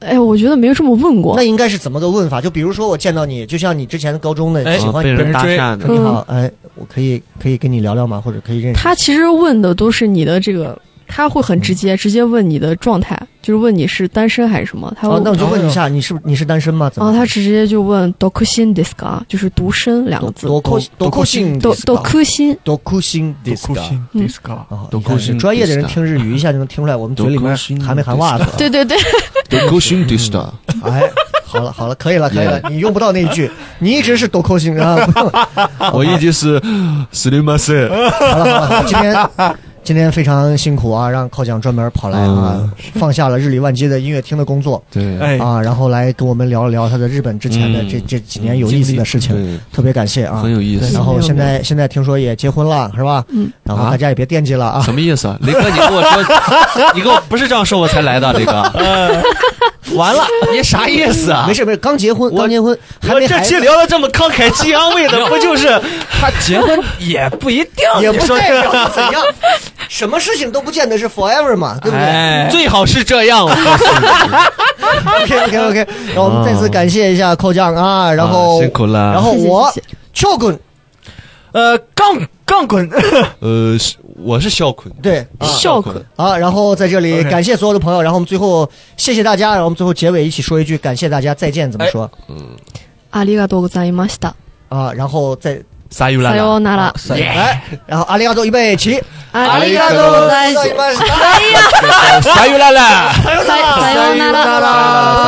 [SPEAKER 5] 哎，我觉得没有这么问过
[SPEAKER 2] 那。应该是怎么个问法？就比如说我见到你，就像你之前高中的
[SPEAKER 3] 哎
[SPEAKER 2] 喜
[SPEAKER 4] 啊
[SPEAKER 2] 欢
[SPEAKER 4] 被
[SPEAKER 2] 你
[SPEAKER 4] 人
[SPEAKER 3] 人
[SPEAKER 4] 搭
[SPEAKER 3] 追
[SPEAKER 4] 讪的
[SPEAKER 2] 说你好，哎，我可以可以跟你聊聊吗？或者可以认识？
[SPEAKER 5] 他其实问的都是你的这个，他会很直接，直接问你的状态，就是问你是单身还是什么。他会
[SPEAKER 2] 哦，那我就问一下，你是不你是单身吗？怎
[SPEAKER 5] 然
[SPEAKER 2] 么
[SPEAKER 5] 后？他直接就问 “doku sin d i s k a 就是“独身”两个字。
[SPEAKER 2] 多酷多酷性
[SPEAKER 5] do doku 心
[SPEAKER 2] 多酷性
[SPEAKER 3] 独
[SPEAKER 2] disco
[SPEAKER 3] 身
[SPEAKER 5] 嗯
[SPEAKER 3] disco
[SPEAKER 2] 啊，
[SPEAKER 4] 都
[SPEAKER 2] 你看
[SPEAKER 4] 勾心
[SPEAKER 2] 专业的人
[SPEAKER 4] disco
[SPEAKER 2] 听日 语一下就能听出来，我们嘴里面
[SPEAKER 4] 都勾心
[SPEAKER 2] 还没含袜子。
[SPEAKER 5] 对对对，
[SPEAKER 4] 都勾心斗角，
[SPEAKER 2] 哎，好了好了，可以了可以了，你用不到那一句，你一直是多扣心啊。 不用
[SPEAKER 4] 我一直是斯里马塞，
[SPEAKER 2] 好了好了，好了今天今天非常辛苦啊，让寇酱专门跑来啊，放下了日理万机的音乐厅的工作
[SPEAKER 4] 嗯对，
[SPEAKER 3] 哎，
[SPEAKER 2] 啊，然后来跟我们聊一聊他的日本之前的
[SPEAKER 4] 嗯
[SPEAKER 2] 这这几年有意思的事情，
[SPEAKER 4] 对，
[SPEAKER 2] 特别感谢啊
[SPEAKER 4] 很。有意思
[SPEAKER 2] 然。后现在现在听说也结婚了是吧？
[SPEAKER 5] 嗯。
[SPEAKER 2] 然后大家也别惦记了啊。
[SPEAKER 4] 什么意思？啊？雷哥，你跟我说，你跟我不是这样说我才来的，雷哥。完了，你啥意思啊？
[SPEAKER 2] 没事没事，刚结婚，
[SPEAKER 4] 我
[SPEAKER 2] 刚结婚，还
[SPEAKER 4] 我
[SPEAKER 2] 没
[SPEAKER 4] 这
[SPEAKER 2] 孩
[SPEAKER 4] 期
[SPEAKER 2] 子，
[SPEAKER 4] 聊的这么慷慨激昂为的，不就是
[SPEAKER 3] 他结婚也不一定，
[SPEAKER 2] 也
[SPEAKER 3] 啊你
[SPEAKER 2] 不
[SPEAKER 3] 说
[SPEAKER 2] 代
[SPEAKER 3] 这
[SPEAKER 2] 表怎样，什么事情都不见得是 forever 嘛，对不对？
[SPEAKER 3] 哎，
[SPEAKER 4] 最好是这样？我告诉你
[SPEAKER 2] OK OK OK，然后我们再次感谢一下寇酱啊，然后、
[SPEAKER 4] 啊辛苦了
[SPEAKER 2] 然后
[SPEAKER 5] 谢谢
[SPEAKER 2] 我
[SPEAKER 5] 谢谢
[SPEAKER 2] 跳滚，
[SPEAKER 3] 呃，杠杠滚，
[SPEAKER 4] 呃，是我是肖坤，
[SPEAKER 2] 对
[SPEAKER 4] 啊
[SPEAKER 5] 笑可
[SPEAKER 2] 啊，然后在这里
[SPEAKER 3] OK
[SPEAKER 2] 感谢所有的朋友，然后我们最后谢谢大家，然后我们最后结尾一起说一句感谢大家再见怎么说、
[SPEAKER 5] 阿里嘎多ございました。
[SPEAKER 2] 啊，然后再
[SPEAKER 4] 撒尤拉
[SPEAKER 5] さよう
[SPEAKER 4] 拉，
[SPEAKER 5] なら。
[SPEAKER 2] 来，然后阿里嘎多预备起，
[SPEAKER 5] 阿
[SPEAKER 4] 里
[SPEAKER 5] 嘎
[SPEAKER 4] が
[SPEAKER 5] 多
[SPEAKER 4] とう
[SPEAKER 5] ご
[SPEAKER 4] ご
[SPEAKER 5] ざいま
[SPEAKER 2] 哎呀，
[SPEAKER 4] 撒尤拉拉。
[SPEAKER 5] さようなら。